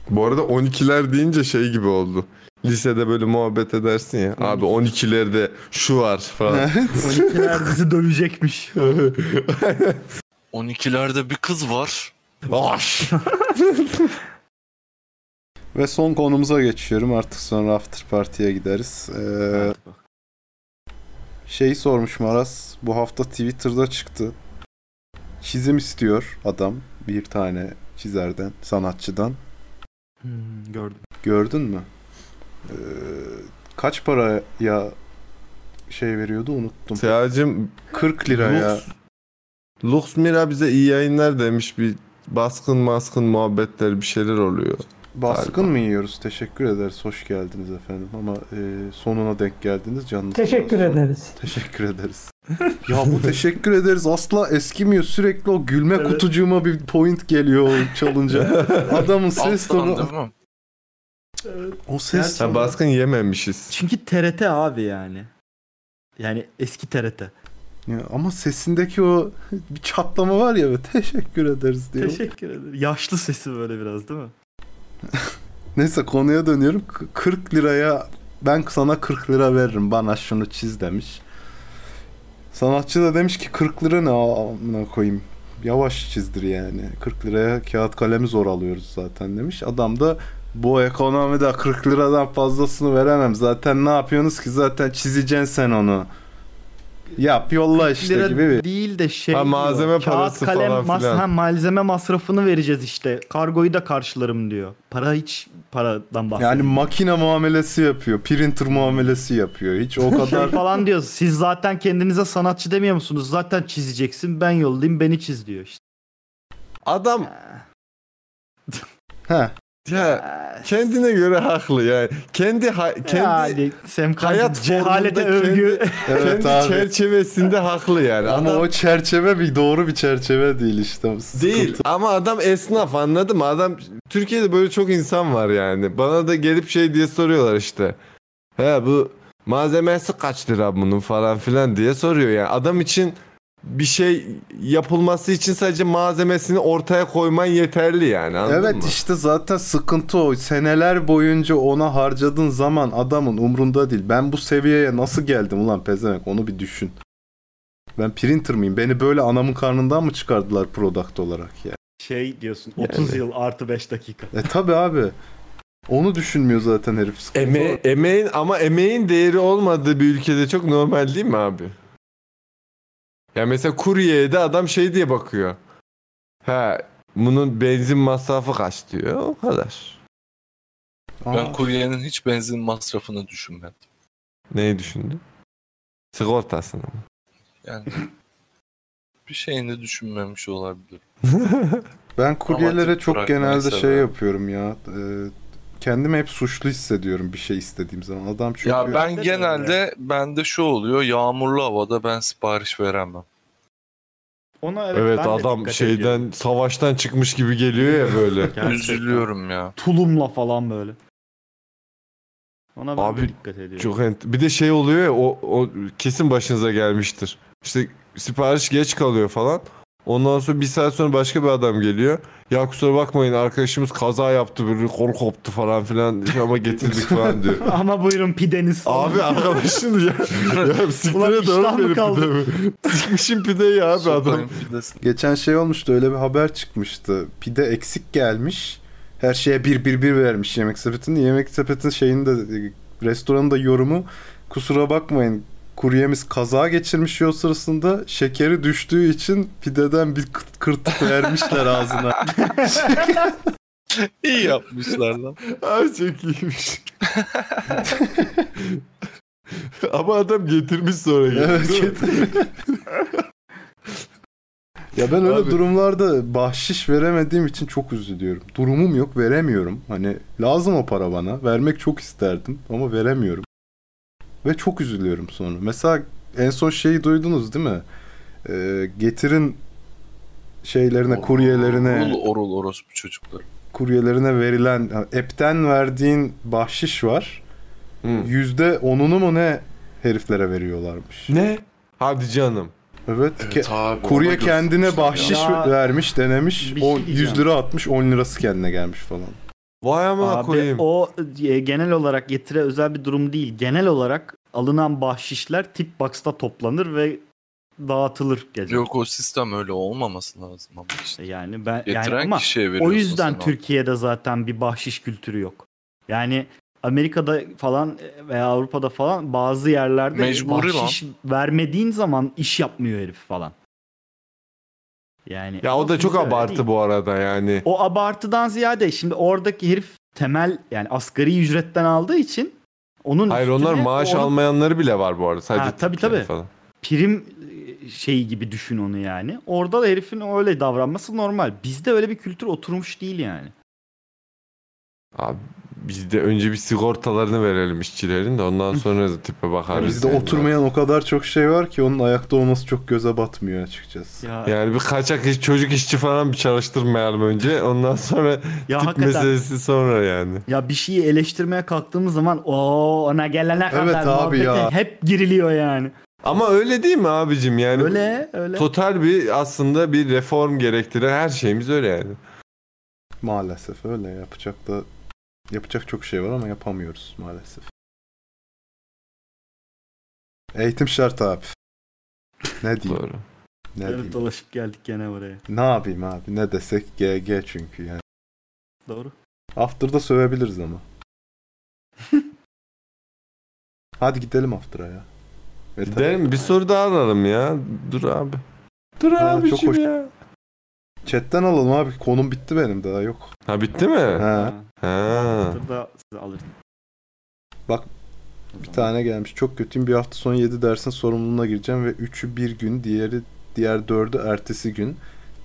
Bu arada 12'ler deyince şey gibi oldu. Lisede böyle muhabbet edersin ya. Abi 12'lerde şu var falan.
12'ler bizi dövecekmiş.
12'lerde bir kız var.
Aş.
Ve son konumuza geçiyorum. Artık sonra after party'ye gideriz. Ee, şey sormuş Maras. Bu hafta Twitter'da çıktı. Çizim istiyor adam. Bir tane çizerden, sanatçıdan.
Hmm, gördüm.
Gördün mü? Ee, kaç paraya şey veriyordu unuttum.
Seyacım
40 liraya.
Lux Mira bize iyi yayınlar demiş. Bir baskın maskın muhabbetler bir şeyler oluyor.
Baskın
Galiba.
mı yiyoruz? Teşekkür ederiz. Hoş geldiniz efendim. Ama e, sonuna denk geldiniz. Canınız
Teşekkür
sağ olsun.
ederiz.
Teşekkür ederiz. ya bu teşekkür ederiz asla eskimiyor. Sürekli o gülme
Evet.
kutucuğuma bir point geliyor o çalınca. Adamın ses
Alttan
tonu.
değil mi?
O ses
Ha,
tonu.
baskın yememişiz.
Çünkü TRT abi yani. Yani eski TRT.
Ya ama sesindeki o bir çatlama var ya ve teşekkür ederiz diyor.
Teşekkür ederim. Yaşlı sesi böyle biraz değil mi?
Neyse konuya dönüyorum. K- 40 liraya ben sana 40 lira veririm. Bana şunu çiz demiş. Sanatçı da demiş ki 40 lira ne a- amına koyayım. Yavaş çizdir yani. 40 liraya kağıt kalemi zor alıyoruz zaten demiş. Adam da bu ekonomide 40 liradan fazlasını veremem. Zaten ne yapıyorsunuz ki zaten çizeceksin sen onu. Yap yolla işte
Lira
gibi bir.
Değil de şey.
Ha,
diyor,
malzeme
kağıt,
parası
kalem,
falan
mas-
filan.
ha, malzeme masrafını vereceğiz işte. Kargoyu da karşılarım diyor. Para hiç paradan bahsediyor.
Yani makine muamelesi yapıyor. Printer muamelesi yapıyor. Hiç o
şey
kadar
falan diyor. Siz zaten kendinize sanatçı demiyor musunuz? Zaten çizeceksin. Ben yollayayım beni çiz diyor işte.
Adam
Heh.
ya kendine göre haklı yani. Kendi ha- kendi
Ee, yani, Semkancığım,
hayat
cehalete
formunda
övgü.
Evet
kendi
abi.
çerçevesinde haklı yani.
Ama
Adam-
o çerçeve bir doğru bir çerçeve değil işte. Sıkıntı.
Değil ama adam esnaf anladın mı? Adam Türkiye'de böyle çok insan var yani. Bana da gelip şey diye soruyorlar işte. He bu malzemesi kaç lira bunun falan filan diye soruyor yani. Adam için bir şey yapılması için sadece malzemesini ortaya koyman yeterli yani anladın
Evet
mı?
işte zaten sıkıntı o. Seneler boyunca ona harcadığın zaman adamın umrunda değil. Ben bu seviyeye nasıl geldim ulan pezevenk onu bir düşün. Ben printer miyim? Beni böyle anamın karnından mı çıkardılar product olarak ya?
Şey diyorsun 30 yıl artı 5 dakika.
E tabi abi. Onu düşünmüyor zaten herif. Sıkıntı
Eme- emeğin ama emeğin değeri olmadığı bir ülkede çok normal değil mi abi? Ya mesela kuryeye de adam şey diye bakıyor. Ha bunun benzin masrafı kaç diyor. O kadar.
o. Aa,
Ben kuryenin hiç benzin masrafını düşünmedim.
Neyi düşündün? Sigortasını mı?
Yani bir şeyini düşünmemiş olabilir.
Ben kuryelere
Amatif
çok
bırakmayı
genelde şey
seven.
yapıyorum ya. E, kendimi hep suçlu hissediyorum bir şey istediğim zaman. Adam çünkü...
ya ben
Bende de
genelde bende şu oluyor. Yağmurlu havada ben sipariş veremem.
Ona
Evet, adam şeyden savaştan çıkmış gibi geliyor ya böyle.
Üzülüyorum ya.
tulumla falan böyle. Ona ben
Abi,
de dikkat ediyorum.
Çok ent- bir de şey oluyor ya o, o kesin başınıza gelmiştir. İşte sipariş geç kalıyor falan. Ondan sonra bir saat sonra başka bir adam geliyor. Ya kusura bakmayın arkadaşımız kaza yaptı böyle kol koptu falan filan ama getirdik falan diyor.
Ama buyurun pideniz.
Abi arkadaşın ya, ya
Ulan
siktire
iştah
doğru
mı
benim
kaldı?
pidemi. Sikmişim pideyi abi adam.
Sokağın pidesi.
Geçen şey olmuştu öyle bir haber çıkmıştı. Pide eksik gelmiş. Her şeye bir bir bir vermiş yemek sepetini. Yemek sepetinin şeyinde restoranın da yorumu kusura bakmayın kuryemiz kaza geçirmiş yol sırasında şekeri düştüğü için pideden bir kırt- kırtık vermişler ağzına.
İyi yapmışlar lan.
Abi çok iyiymiş. ama adam getirmiş sonra. geri,
Evet,
değil mi?
ya ben öyle
Abi.
durumlarda bahşiş veremediğim için çok üzülüyorum. Durumum yok veremiyorum. Hani lazım o para bana. Vermek çok isterdim ama veremiyorum. Ve çok üzülüyorum sonra. Mesela en son şeyi duydunuz değil mi? Ee, getirin şeylerine, kuryelerine,
Orul orul orospu çocukları.
kuryelerine verilen, app'ten verdiğin bahşiş var.
Hı.
Yüzde onunu mu ne heriflere veriyorlarmış.
Ne? Hadi canım.
Evet. ke-
abi, ona
Kurye
göz
kendine
tutmuşlar
bahşiş
ya.
ve- vermiş denemiş.
Bir şey
on- 100
diyeceğim.
lira atmış 10 lirası kendine gelmiş falan.
Vay amına
Abi,
koyayım.
o e, genel olarak getire özel bir durum değil. Genel olarak alınan bahşişler tip box'ta toplanır ve dağıtılır gece.
Yok o sistem öyle olmaması lazım ama işte.
Yani ben yani
Getiren
ama
kişiye veriyorsun
o yüzden
sen onu.
Türkiye'de zaten bir bahşiş kültürü yok. Yani Amerika'da falan e, veya Avrupa'da falan bazı yerlerde
Mecburi lan.
bahşiş vermediğin zaman iş yapmıyor herif falan. Yani
Ya o da çok
bizde öyle değil.
abartı bu arada yani.
O abartıdan ziyade şimdi oradaki herif temel yani asgari ücretten aldığı için onun
Hayır
üstüne
onlar maaş
onun
almayanları bile var bu arada. Sadece
Ha, tabii,
Türkiye'de
tabii.
Falan.
prim e, şeyi gibi düşün onu yani. Orada da herifin öyle davranması normal. Bizde öyle bir kültür oturmuş değil yani.
Abi biz de önce bir sigortalarını verelim işçilerin de ondan sonra da tipe bakarız.
Bizde
yani.
oturmayan o kadar çok şey var ki onun ayakta olması çok göze batmıyor açıkçası.
Ya,
Yani bir kaçak iş, çocuk işçi falan bir çalıştırmayalım önce. Ondan sonra
ya
tip
hakikaten
meselesi sonra yani.
ya bir şeyi eleştirmeye kalktığımız zaman o ona gelene kadar
Evet abi
muhabbete
ya.
hep giriliyor yani.
Ama öyle değil mi abicim yani?
Öyle öyle.
Total bir aslında bir reform gerektiren her şeyimiz öyle yani.
Maalesef öyle yapacak da yapacak çok şey var ama yapamıyoruz maalesef. Eğitim şart abi. Ne diyeyim?
Doğru.
ne
Evet
diyeyim?
dolaşıp geldik gene buraya.
Ne yapayım abi? Ne desek GG çünkü yani.
Doğru.
After'da sövebiliriz ama. Hadi gidelim After'a ya. Yeter.
Gidelim bir soru daha alalım ya. Dur abi. Dur
Ha, çok
abiciğim
hoş.
ya.
Chatten alalım abi. Konum bitti benim daha yok.
Ha bitti mi? Ha.
Ha.
da size alırdım.
Bak,
O
Bir
zaman.
tane gelmiş. Çok kötüyüm. Bir hafta sonu 7 dersin sorumluluğuna gireceğim ve 3'ü bir gün, diğeri diğer 4'ü ertesi gün.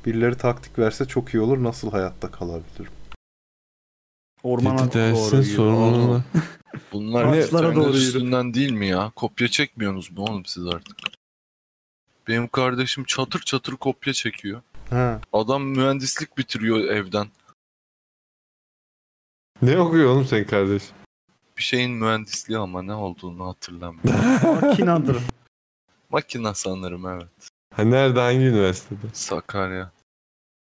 Birileri taktik verse çok iyi olur. Nasıl hayatta kalabilirim?
Orman hakkı
dersin
doğru.
sorumluluğuna.
Bunlar
Ağaçlara
internet
doğru yürü.
üstünden değil mi ya? Kopya çekmiyorsunuz mu oğlum siz artık? Benim kardeşim çatır çatır kopya çekiyor.
Ha.
Adam mühendislik bitiriyor evden.
Ne okuyor oğlum sen kardeş?
Bir şeyin mühendisliği ama ne olduğunu hatırlamıyorum.
Makinadır.
Makina sanırım evet.
Ha nerede hangi üniversitede?
Sakarya.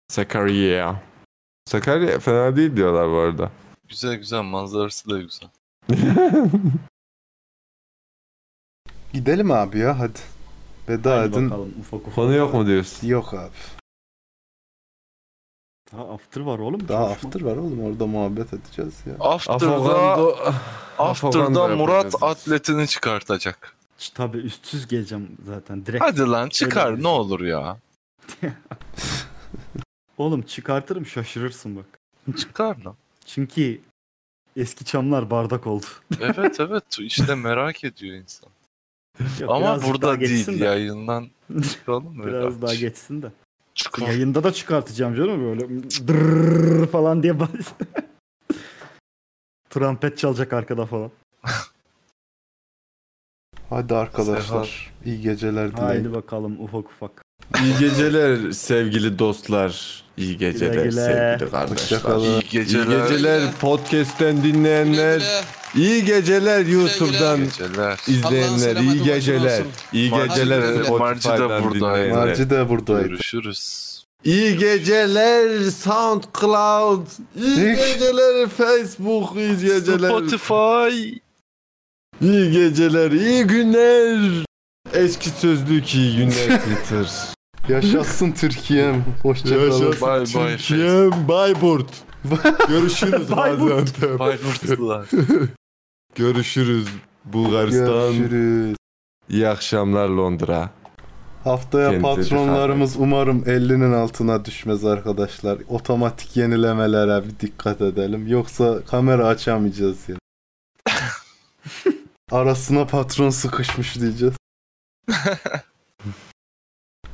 Sakarya. Sakarya fena değil diyorlar bu arada.
Güzel güzel manzarası da güzel.
Gidelim abi ya hadi. Veda
Hadi
edin.
bakalım ufak ufak.
Konu yok mu diyorsun?
Yok abi.
Daha after var oğlum.
Daha
Konuşma.
after var oğlum. Orada muhabbet edeceğiz ya.
After'da,
Afogando
after'da Murat
yapacağız.
atletini çıkartacak.
Ç- Tabii üstsüz geleceğim zaten. Direkt.
Hadi lan çıkar
Öyle.
ne olur ya.
Oğlum çıkartırım şaşırırsın bak.
Çıkar lan.
Çünkü eski çamlar bardak oldu.
Evet evet işte merak ediyor insan.
Yok,
Ama
birazcık daha
burada değil
geçsin de.
yayından çıkalım öyle.
Biraz daha
aç.
geçsin de.
Çıkar.
Yayında da çıkartacağım canım böyle dırrrr falan diye bas. Trompet çalacak arkada falan.
Hadi arkadaşlar. İyi geceler dileyin.
Haydi bakalım ufak ufak.
İyi geceler sevgili dostlar. İyi geceler
Güle güle.
sevgili
Hoşçakalın.
kardeşler.
İyi
İyi
geceler.
geceler podcast'ten dinleyenler. İyi geceler YouTube'dan
İyi geceler.
izleyenler. İyi geceler. İyi
Marci
geceler
de- Marci de
Spotify'dan
buradaydı.
dinleyenler.
Marci de buradaydı.
Görüşürüz.
İyi geceler SoundCloud. İyi
Ne?
geceler Facebook. İyi geceler.
Spotify.
İyi geceler. iyi günler. Eski sözlük iyi günler Twitter.
Yaşasın Türkiye'm. Hoşçakalın.
Yaşasın
Bay bay
Türkiye'm. Bayburt. Görüşürüz
Bayburt.
Gaziantep.
Bayburtlular.
Görüşürüz Bulgaristan.
Görüşürüz.
İyi akşamlar Londra.
Haftaya
Kendinize
patronlarımız umarım 50'nin altına düşmez arkadaşlar. Otomatik yenilemelere bir dikkat edelim. Yoksa kamera açamayacağız ya. Arasına patron sıkışmış diyeceğiz.